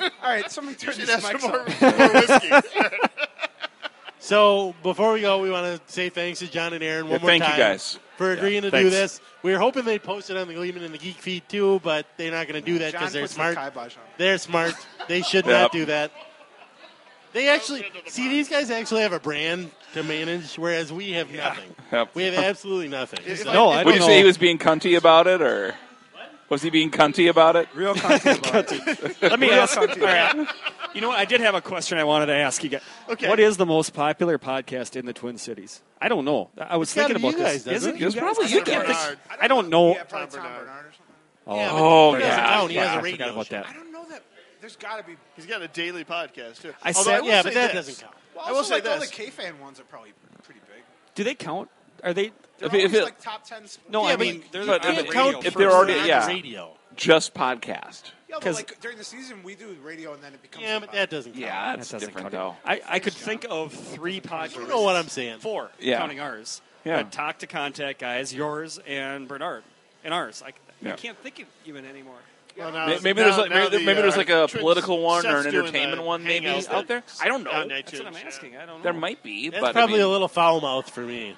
Speaker 3: All right, somebody turn
Speaker 4: Should
Speaker 3: these
Speaker 4: have some
Speaker 3: mics
Speaker 4: more,
Speaker 3: off.
Speaker 4: more whiskey.
Speaker 1: So before we go, we want to say thanks to John and Aaron one
Speaker 2: Yeah,
Speaker 1: more
Speaker 2: thank you
Speaker 1: time
Speaker 2: guys.
Speaker 1: for agreeing to do
Speaker 5: thanks.
Speaker 1: this. We were hoping they'd post it on the Gleeman and the Geek feed too, but they're not going to do that
Speaker 3: John
Speaker 1: because they're
Speaker 3: puts
Speaker 1: smart.
Speaker 3: the kibosh on.
Speaker 1: They're smart. They should
Speaker 2: Yep.
Speaker 1: not do that. They actually see these guys actually have a brand to manage, whereas we have nothing.
Speaker 2: Yep.
Speaker 1: We have absolutely nothing.
Speaker 4: If
Speaker 1: So-
Speaker 4: I-
Speaker 5: No, I
Speaker 2: Would
Speaker 5: don't
Speaker 2: you say he
Speaker 5: know.
Speaker 2: was being cunty about it, or was he being cunty about it?
Speaker 3: Real content. About
Speaker 5: Let me ask. All right. You know what? I did have a question I wanted to ask you guys.
Speaker 4: Okay.
Speaker 5: What is the most popular podcast in the Twin Cities? I don't know. I was
Speaker 1: gotta be
Speaker 5: thinking about
Speaker 1: you
Speaker 5: this.
Speaker 1: guys,
Speaker 5: is
Speaker 1: doesn't
Speaker 5: it?
Speaker 1: it?
Speaker 5: you
Speaker 2: It's
Speaker 5: guys?
Speaker 2: probably
Speaker 5: I
Speaker 2: you
Speaker 5: can't
Speaker 2: guys.
Speaker 5: think- I don't know.
Speaker 3: yeah, probably Tom Bernard or something.
Speaker 1: Yeah,
Speaker 2: Oh,
Speaker 1: but he
Speaker 2: yeah.
Speaker 1: doesn't count. He
Speaker 5: Yeah,
Speaker 1: has
Speaker 5: I
Speaker 1: a radio
Speaker 5: forgot about
Speaker 1: show.
Speaker 5: that.
Speaker 3: I don't know that. There's got to be.
Speaker 4: He's got a daily podcast too.
Speaker 5: I
Speaker 4: Although
Speaker 5: said-
Speaker 4: will
Speaker 1: Yeah,
Speaker 4: say
Speaker 1: but that
Speaker 4: this.
Speaker 1: doesn't count.
Speaker 3: Well,
Speaker 4: I will
Speaker 3: also,
Speaker 4: say
Speaker 3: like all the
Speaker 4: this.
Speaker 3: K fan ones are probably pretty big.
Speaker 5: Do they count? Are they
Speaker 3: They're
Speaker 2: If it- if
Speaker 3: always,
Speaker 2: it-
Speaker 3: like top ten. sp-
Speaker 5: No, I
Speaker 3: but
Speaker 5: mean,
Speaker 3: like,
Speaker 5: they're
Speaker 3: you
Speaker 5: the-
Speaker 3: can't
Speaker 5: they're the
Speaker 3: count
Speaker 5: radio
Speaker 2: if they're
Speaker 3: first
Speaker 2: already
Speaker 3: round
Speaker 2: yeah,
Speaker 3: as
Speaker 2: just podcast.
Speaker 3: Yeah, but
Speaker 5: 'Cause-
Speaker 3: like during the season we do radio and then it becomes.
Speaker 1: Yeah, but that doesn't count.
Speaker 2: Yeah, that's different though.
Speaker 5: I, I could think of three podcasts.
Speaker 1: You know what I'm saying.
Speaker 5: Four,
Speaker 2: Yeah.
Speaker 5: counting ours.
Speaker 2: Yeah.
Speaker 5: Uh, Talk to Contact Guys, yours, and Bernard, and ours. I,
Speaker 2: Yeah.
Speaker 5: I can't think of even anymore.
Speaker 4: Well,
Speaker 2: May- maybe there's like maybe, maybe
Speaker 4: uh,
Speaker 2: there's like a political one or an entertainment one maybe out there. I don't know.
Speaker 5: That's what I'm asking. I don't know.
Speaker 2: There might be,
Speaker 1: That's
Speaker 2: but
Speaker 1: probably
Speaker 2: I mean,
Speaker 1: a little foul mouth for me.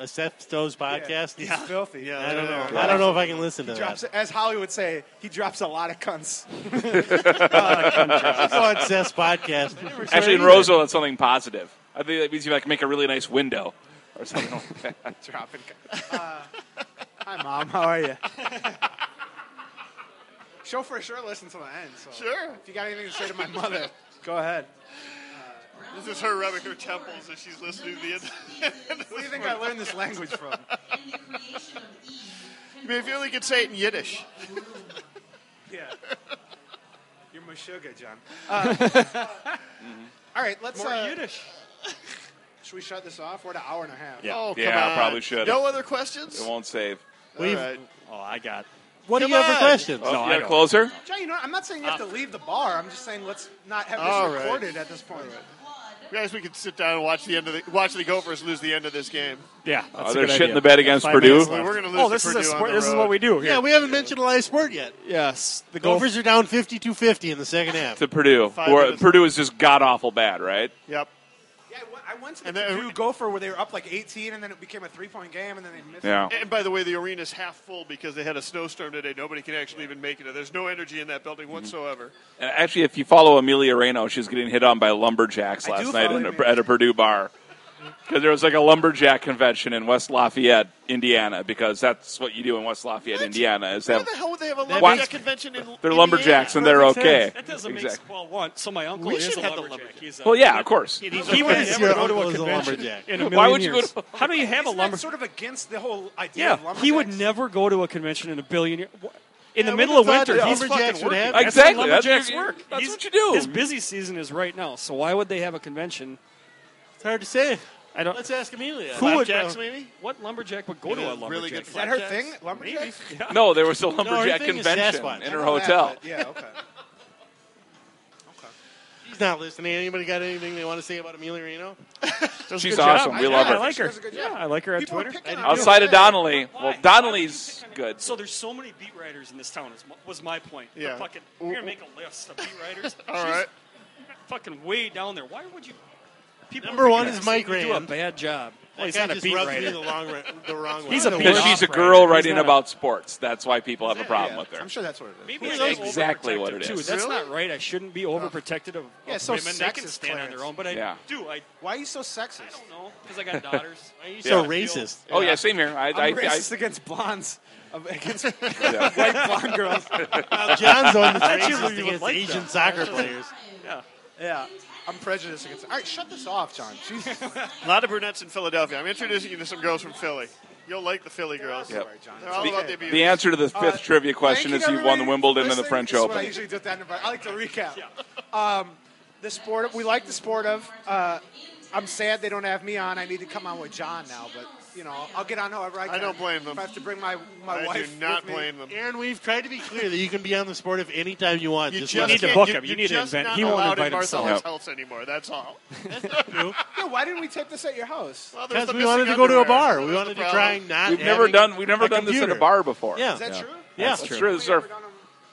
Speaker 1: A Seth Stowe's podcast.
Speaker 3: He's filthy. Yeah,
Speaker 1: I don't know. I don't know if I can listen to
Speaker 3: He drops,
Speaker 1: that.
Speaker 3: as Holly would say, he drops a lot of cunts.
Speaker 1: I go on Seth's podcast.
Speaker 2: actually in Roseville that's something positive. I think that means you like make a really nice window or something like that.
Speaker 3: dropping. Uh, hi, mom. How are you? Show for sure. Listen till the end. So
Speaker 4: Sure.
Speaker 3: If you got anything to say to my mother, go ahead.
Speaker 4: This is her rubbing her temples as she's listening to the.
Speaker 3: Where do you think I learned this language from?
Speaker 4: I mean, if you only could say it in Yiddish.
Speaker 3: Yeah. You're my sugar, John. Uh, all right, let's.
Speaker 5: More
Speaker 3: uh,
Speaker 5: Yiddish.
Speaker 3: Should we shut this off? We're at an hour and a half.
Speaker 1: Yeah.
Speaker 4: Oh, come
Speaker 2: yeah,
Speaker 4: on.
Speaker 2: probably should.
Speaker 4: No other questions?
Speaker 2: It won't save.
Speaker 1: We've-
Speaker 4: All right.
Speaker 5: Oh, I got.
Speaker 1: What
Speaker 4: Come
Speaker 1: do you have
Speaker 4: on.
Speaker 1: for questions? no,
Speaker 2: Oh, you
Speaker 1: I
Speaker 2: got a
Speaker 1: don't.
Speaker 2: closer?
Speaker 3: John, you know, I'm not saying you have to leave the bar. I'm just saying let's not have this
Speaker 4: All right.
Speaker 3: recorded at this point.
Speaker 4: Guys, we could sit down and watch the end of the watch the Gophers lose the end of this game.
Speaker 5: Yeah,
Speaker 2: Oh, they're shitting the bed against Purdue.
Speaker 4: I mean, we're going to lose.
Speaker 5: Oh,
Speaker 4: to
Speaker 5: this is
Speaker 4: Purdue
Speaker 5: a
Speaker 4: on
Speaker 5: sport.
Speaker 4: the
Speaker 5: This is
Speaker 4: road.
Speaker 5: what we do here.
Speaker 1: Yeah, we haven't mentioned a live sport yet.
Speaker 5: yes, the
Speaker 1: Gophers are down 52-50 in the second half.
Speaker 2: To Purdue.
Speaker 4: Five
Speaker 2: Or
Speaker 4: minutes.
Speaker 2: Purdue is just god awful bad, right?
Speaker 4: Yep.
Speaker 3: Yeah, I went- I went to
Speaker 4: And
Speaker 3: the
Speaker 4: then-
Speaker 3: Purdue Gopher where they were up like 18, and then it became a three-point game, and then they missed.
Speaker 2: Yeah.
Speaker 4: And by the way, the arena's half full because they had a snowstorm today. Nobody can actually even make it. There's no energy in that building whatsoever.
Speaker 2: And actually, if you follow Amelia Reno, she was getting hit on by lumberjacks
Speaker 3: I do
Speaker 2: last night
Speaker 3: follow
Speaker 2: in a,
Speaker 3: Amelia.
Speaker 2: at a Purdue bar. Because there was like a lumberjack convention in West Lafayette, Indiana, because that's what you do in West Lafayette, Indiana, is
Speaker 4: Where
Speaker 2: have
Speaker 4: the hell would they have a
Speaker 2: Why-
Speaker 4: lumberjack convention in?
Speaker 2: they're lumberjacks and they're okay.
Speaker 5: That doesn't make
Speaker 2: Exactly.
Speaker 5: well. One, so my uncle
Speaker 4: We
Speaker 5: is
Speaker 4: should
Speaker 5: a
Speaker 4: have the
Speaker 5: lumberjack.
Speaker 4: lumberjack.
Speaker 5: He's a,
Speaker 2: Well, yeah, of course.
Speaker 5: he would
Speaker 1: Yes,
Speaker 5: never
Speaker 1: your
Speaker 5: go to
Speaker 1: uncle
Speaker 5: a
Speaker 1: is a
Speaker 5: convention.
Speaker 1: lumberjack.
Speaker 5: in a
Speaker 2: Why
Speaker 5: million
Speaker 2: would you go
Speaker 5: years.
Speaker 2: to a
Speaker 5: How do you have a
Speaker 3: Isn't
Speaker 5: lumber?
Speaker 3: that sort of against the whole idea of
Speaker 5: Yeah,
Speaker 3: lumberjacks?
Speaker 5: he would never go to a convention in a billion years. In
Speaker 1: Yeah,
Speaker 5: the
Speaker 1: I
Speaker 5: middle of
Speaker 1: would've thought
Speaker 5: winter,
Speaker 1: that
Speaker 5: he's
Speaker 1: lumberjacks
Speaker 5: fucking
Speaker 1: would
Speaker 5: working.
Speaker 1: have-
Speaker 5: That's what
Speaker 2: Exactly, that's
Speaker 5: lumberjacks
Speaker 2: what you-
Speaker 5: work.
Speaker 2: that's
Speaker 5: He's-
Speaker 2: what you do.
Speaker 5: His busy season is right now, so why would they have a convention?
Speaker 1: It's hard to say.
Speaker 5: I don't.
Speaker 1: Let's ask Amelia.
Speaker 5: Who would-
Speaker 4: Flapjacks, maybe?
Speaker 5: What lumberjack would go to a
Speaker 4: Maybe a
Speaker 5: lumberjack?
Speaker 4: really good
Speaker 3: Is that her
Speaker 4: Flapjacks?
Speaker 3: thing? Lumberjacks?
Speaker 2: No, there was a
Speaker 1: her
Speaker 2: lumberjack
Speaker 1: thing is
Speaker 2: convention
Speaker 1: Sasquatch.
Speaker 2: in
Speaker 1: I
Speaker 2: her
Speaker 3: All that,
Speaker 2: hotel.
Speaker 3: but Yeah. Okay.
Speaker 1: She's not listening. Anybody got anything they want to say about Amelia Reno?
Speaker 2: She's awesome.
Speaker 5: I,
Speaker 2: We
Speaker 5: yeah,
Speaker 2: love
Speaker 5: I
Speaker 2: her.
Speaker 5: like her.
Speaker 3: does a good
Speaker 5: Yeah,
Speaker 3: job.
Speaker 5: I like her on
Speaker 3: People are
Speaker 5: Twitter.
Speaker 3: picking on her.
Speaker 2: Outside of Donnelly, well,
Speaker 5: Why?
Speaker 2: Donnelly's good.
Speaker 5: So there's so many beat writers in this town. Is, was my point.
Speaker 4: Yeah.
Speaker 5: Yeah. Fucking, we're gonna make a list of beat writers.
Speaker 4: All right.
Speaker 5: Fucking way down there. Why would you? People
Speaker 1: Number one
Speaker 5: gonna
Speaker 1: is
Speaker 5: say
Speaker 1: Mike
Speaker 5: we Do a
Speaker 1: Graham.
Speaker 5: bad job. Well, he's
Speaker 1: That
Speaker 5: not
Speaker 1: guy
Speaker 5: a
Speaker 1: just
Speaker 5: beat
Speaker 1: rubs me
Speaker 5: writer.
Speaker 1: the, long, ra- the wrong way.
Speaker 5: He's a
Speaker 2: Because
Speaker 5: worst
Speaker 2: she's a
Speaker 5: writer.
Speaker 2: girl
Speaker 5: He's
Speaker 2: writing
Speaker 5: not a-
Speaker 2: about sports. That's why people have a problem
Speaker 4: yeah.
Speaker 2: with her.
Speaker 3: I'm sure that's what it is.
Speaker 5: Maybe
Speaker 2: That's
Speaker 5: I'm
Speaker 2: exactly
Speaker 5: overprotective,
Speaker 2: what it
Speaker 5: too.
Speaker 2: is.
Speaker 5: That's
Speaker 4: Really?
Speaker 5: not right. I shouldn't be overprotective of,
Speaker 3: Yeah,
Speaker 5: of
Speaker 3: so
Speaker 5: women. They can
Speaker 3: sexist,
Speaker 5: stand on their
Speaker 3: Clarence.
Speaker 5: own, but I
Speaker 2: Yeah.
Speaker 5: do. I,
Speaker 3: Why are you so sexist?
Speaker 5: I don't know because I got daughters.
Speaker 1: Why are you
Speaker 2: Yeah.
Speaker 1: so racist?
Speaker 2: Oh yeah, same here. I, I,
Speaker 3: I'm
Speaker 2: I,
Speaker 3: racist against blondes, of- against
Speaker 2: Yeah.
Speaker 3: white blonde girls.
Speaker 1: Now, John's on the
Speaker 5: you
Speaker 1: racist
Speaker 5: would
Speaker 1: against
Speaker 5: like
Speaker 1: Asian
Speaker 5: that.
Speaker 1: soccer players.
Speaker 3: Yeah, I'm prejudiced against. All right, shut this off, John. Jesus,
Speaker 4: A lot of brunettes in Philadelphia. I'm introducing you to some girls from Philly. You'll like the Philly girls.
Speaker 2: Yep.
Speaker 3: Sorry, John.
Speaker 4: They're all
Speaker 3: It's
Speaker 4: about
Speaker 3: okay.
Speaker 4: the abuse.
Speaker 2: the answer to the fifth
Speaker 3: Uh,
Speaker 2: trivia question
Speaker 3: thank
Speaker 2: is
Speaker 3: you,
Speaker 2: you won the
Speaker 3: everybody,
Speaker 2: Wimbledon
Speaker 3: for
Speaker 2: and the
Speaker 3: listening.
Speaker 2: French
Speaker 3: This is what I
Speaker 2: Open.
Speaker 3: usually do at the end of our- I like to recap. Um, the sport of- we like the sport of. Uh, I'm sad they don't have me on. I need to come on with John now, but you know I'll get on however I can.
Speaker 4: don't blame them.
Speaker 3: If I have to bring my my
Speaker 4: I do
Speaker 3: wife.
Speaker 4: not
Speaker 3: with me.
Speaker 4: blame them.
Speaker 1: Aaron, we've tried to be clear that you can be on the sport if anytime you want.
Speaker 4: You
Speaker 1: just
Speaker 4: just
Speaker 1: let us
Speaker 5: need to
Speaker 4: can't-
Speaker 5: book
Speaker 4: you-
Speaker 5: him. You
Speaker 4: you're
Speaker 5: need to
Speaker 4: just
Speaker 5: invent-
Speaker 4: not
Speaker 5: he won't
Speaker 4: allowed
Speaker 5: invite
Speaker 4: in
Speaker 5: himself.
Speaker 4: Marcelo's
Speaker 2: Yep.
Speaker 4: house anymore. That's all.
Speaker 1: know.
Speaker 3: Yeah, why didn't we tape this at your house?
Speaker 4: Well, there's
Speaker 1: Because
Speaker 4: the
Speaker 1: we wanted
Speaker 4: missing
Speaker 1: to go to a
Speaker 4: underwear.
Speaker 1: bar.
Speaker 4: That
Speaker 1: We
Speaker 4: was
Speaker 1: wanted
Speaker 4: the
Speaker 1: to
Speaker 4: problem.
Speaker 1: try not.
Speaker 2: We've never
Speaker 1: having
Speaker 2: done we've never
Speaker 1: a
Speaker 2: done this at a
Speaker 1: computer.
Speaker 2: bar before.
Speaker 1: Yeah.
Speaker 3: Is that true?
Speaker 1: Yeah.
Speaker 2: That's true. This is our-
Speaker 3: Ever done 'em?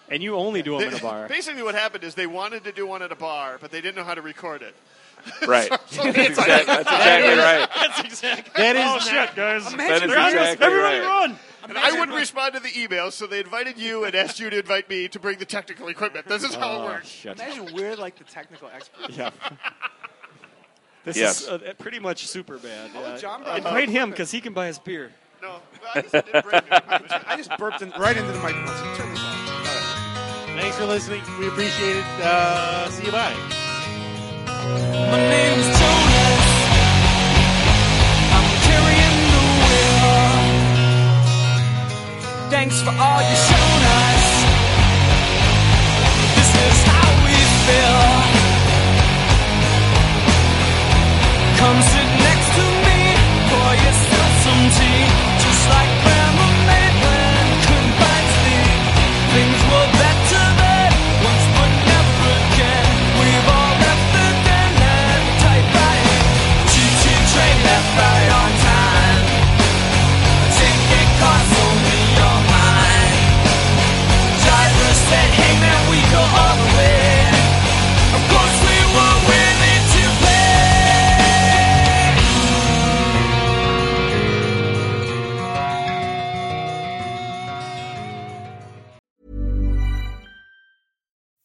Speaker 5: and you only do them in a bar.
Speaker 4: Basically, what happened is they wanted to do one at a bar, but they didn't know how to record it.
Speaker 2: right.
Speaker 4: So they
Speaker 2: Exact- that's exactly right.
Speaker 5: That's exactly.
Speaker 1: That is
Speaker 5: oh
Speaker 1: not-
Speaker 5: shit, guys.
Speaker 2: That is
Speaker 5: They're on us.
Speaker 2: exactly
Speaker 5: Everybody
Speaker 2: right.
Speaker 5: run.
Speaker 4: And I wouldn't respond to the email, so they invited you and asked you to invite me to bring the technical equipment. This is
Speaker 1: Oh.
Speaker 4: how it works.
Speaker 3: Imagine we're like the technical experts.
Speaker 5: Yeah. This
Speaker 2: Yes.
Speaker 5: is uh, pretty much super bad.
Speaker 3: Oh, John brought
Speaker 5: And
Speaker 3: up-
Speaker 5: rate him because he can buy his beer.
Speaker 4: No, well, I guess I didn't bring it.
Speaker 3: I just burped in, right into the microphone. So turn this off.
Speaker 1: Thanks for listening. We appreciate it. Uh, see you. Bye.
Speaker 11: My name's Jonas. I'm carrying the wheel. Thanks for all you shown us. This is how we feel. Come sit next to me. Pour yourself some tea.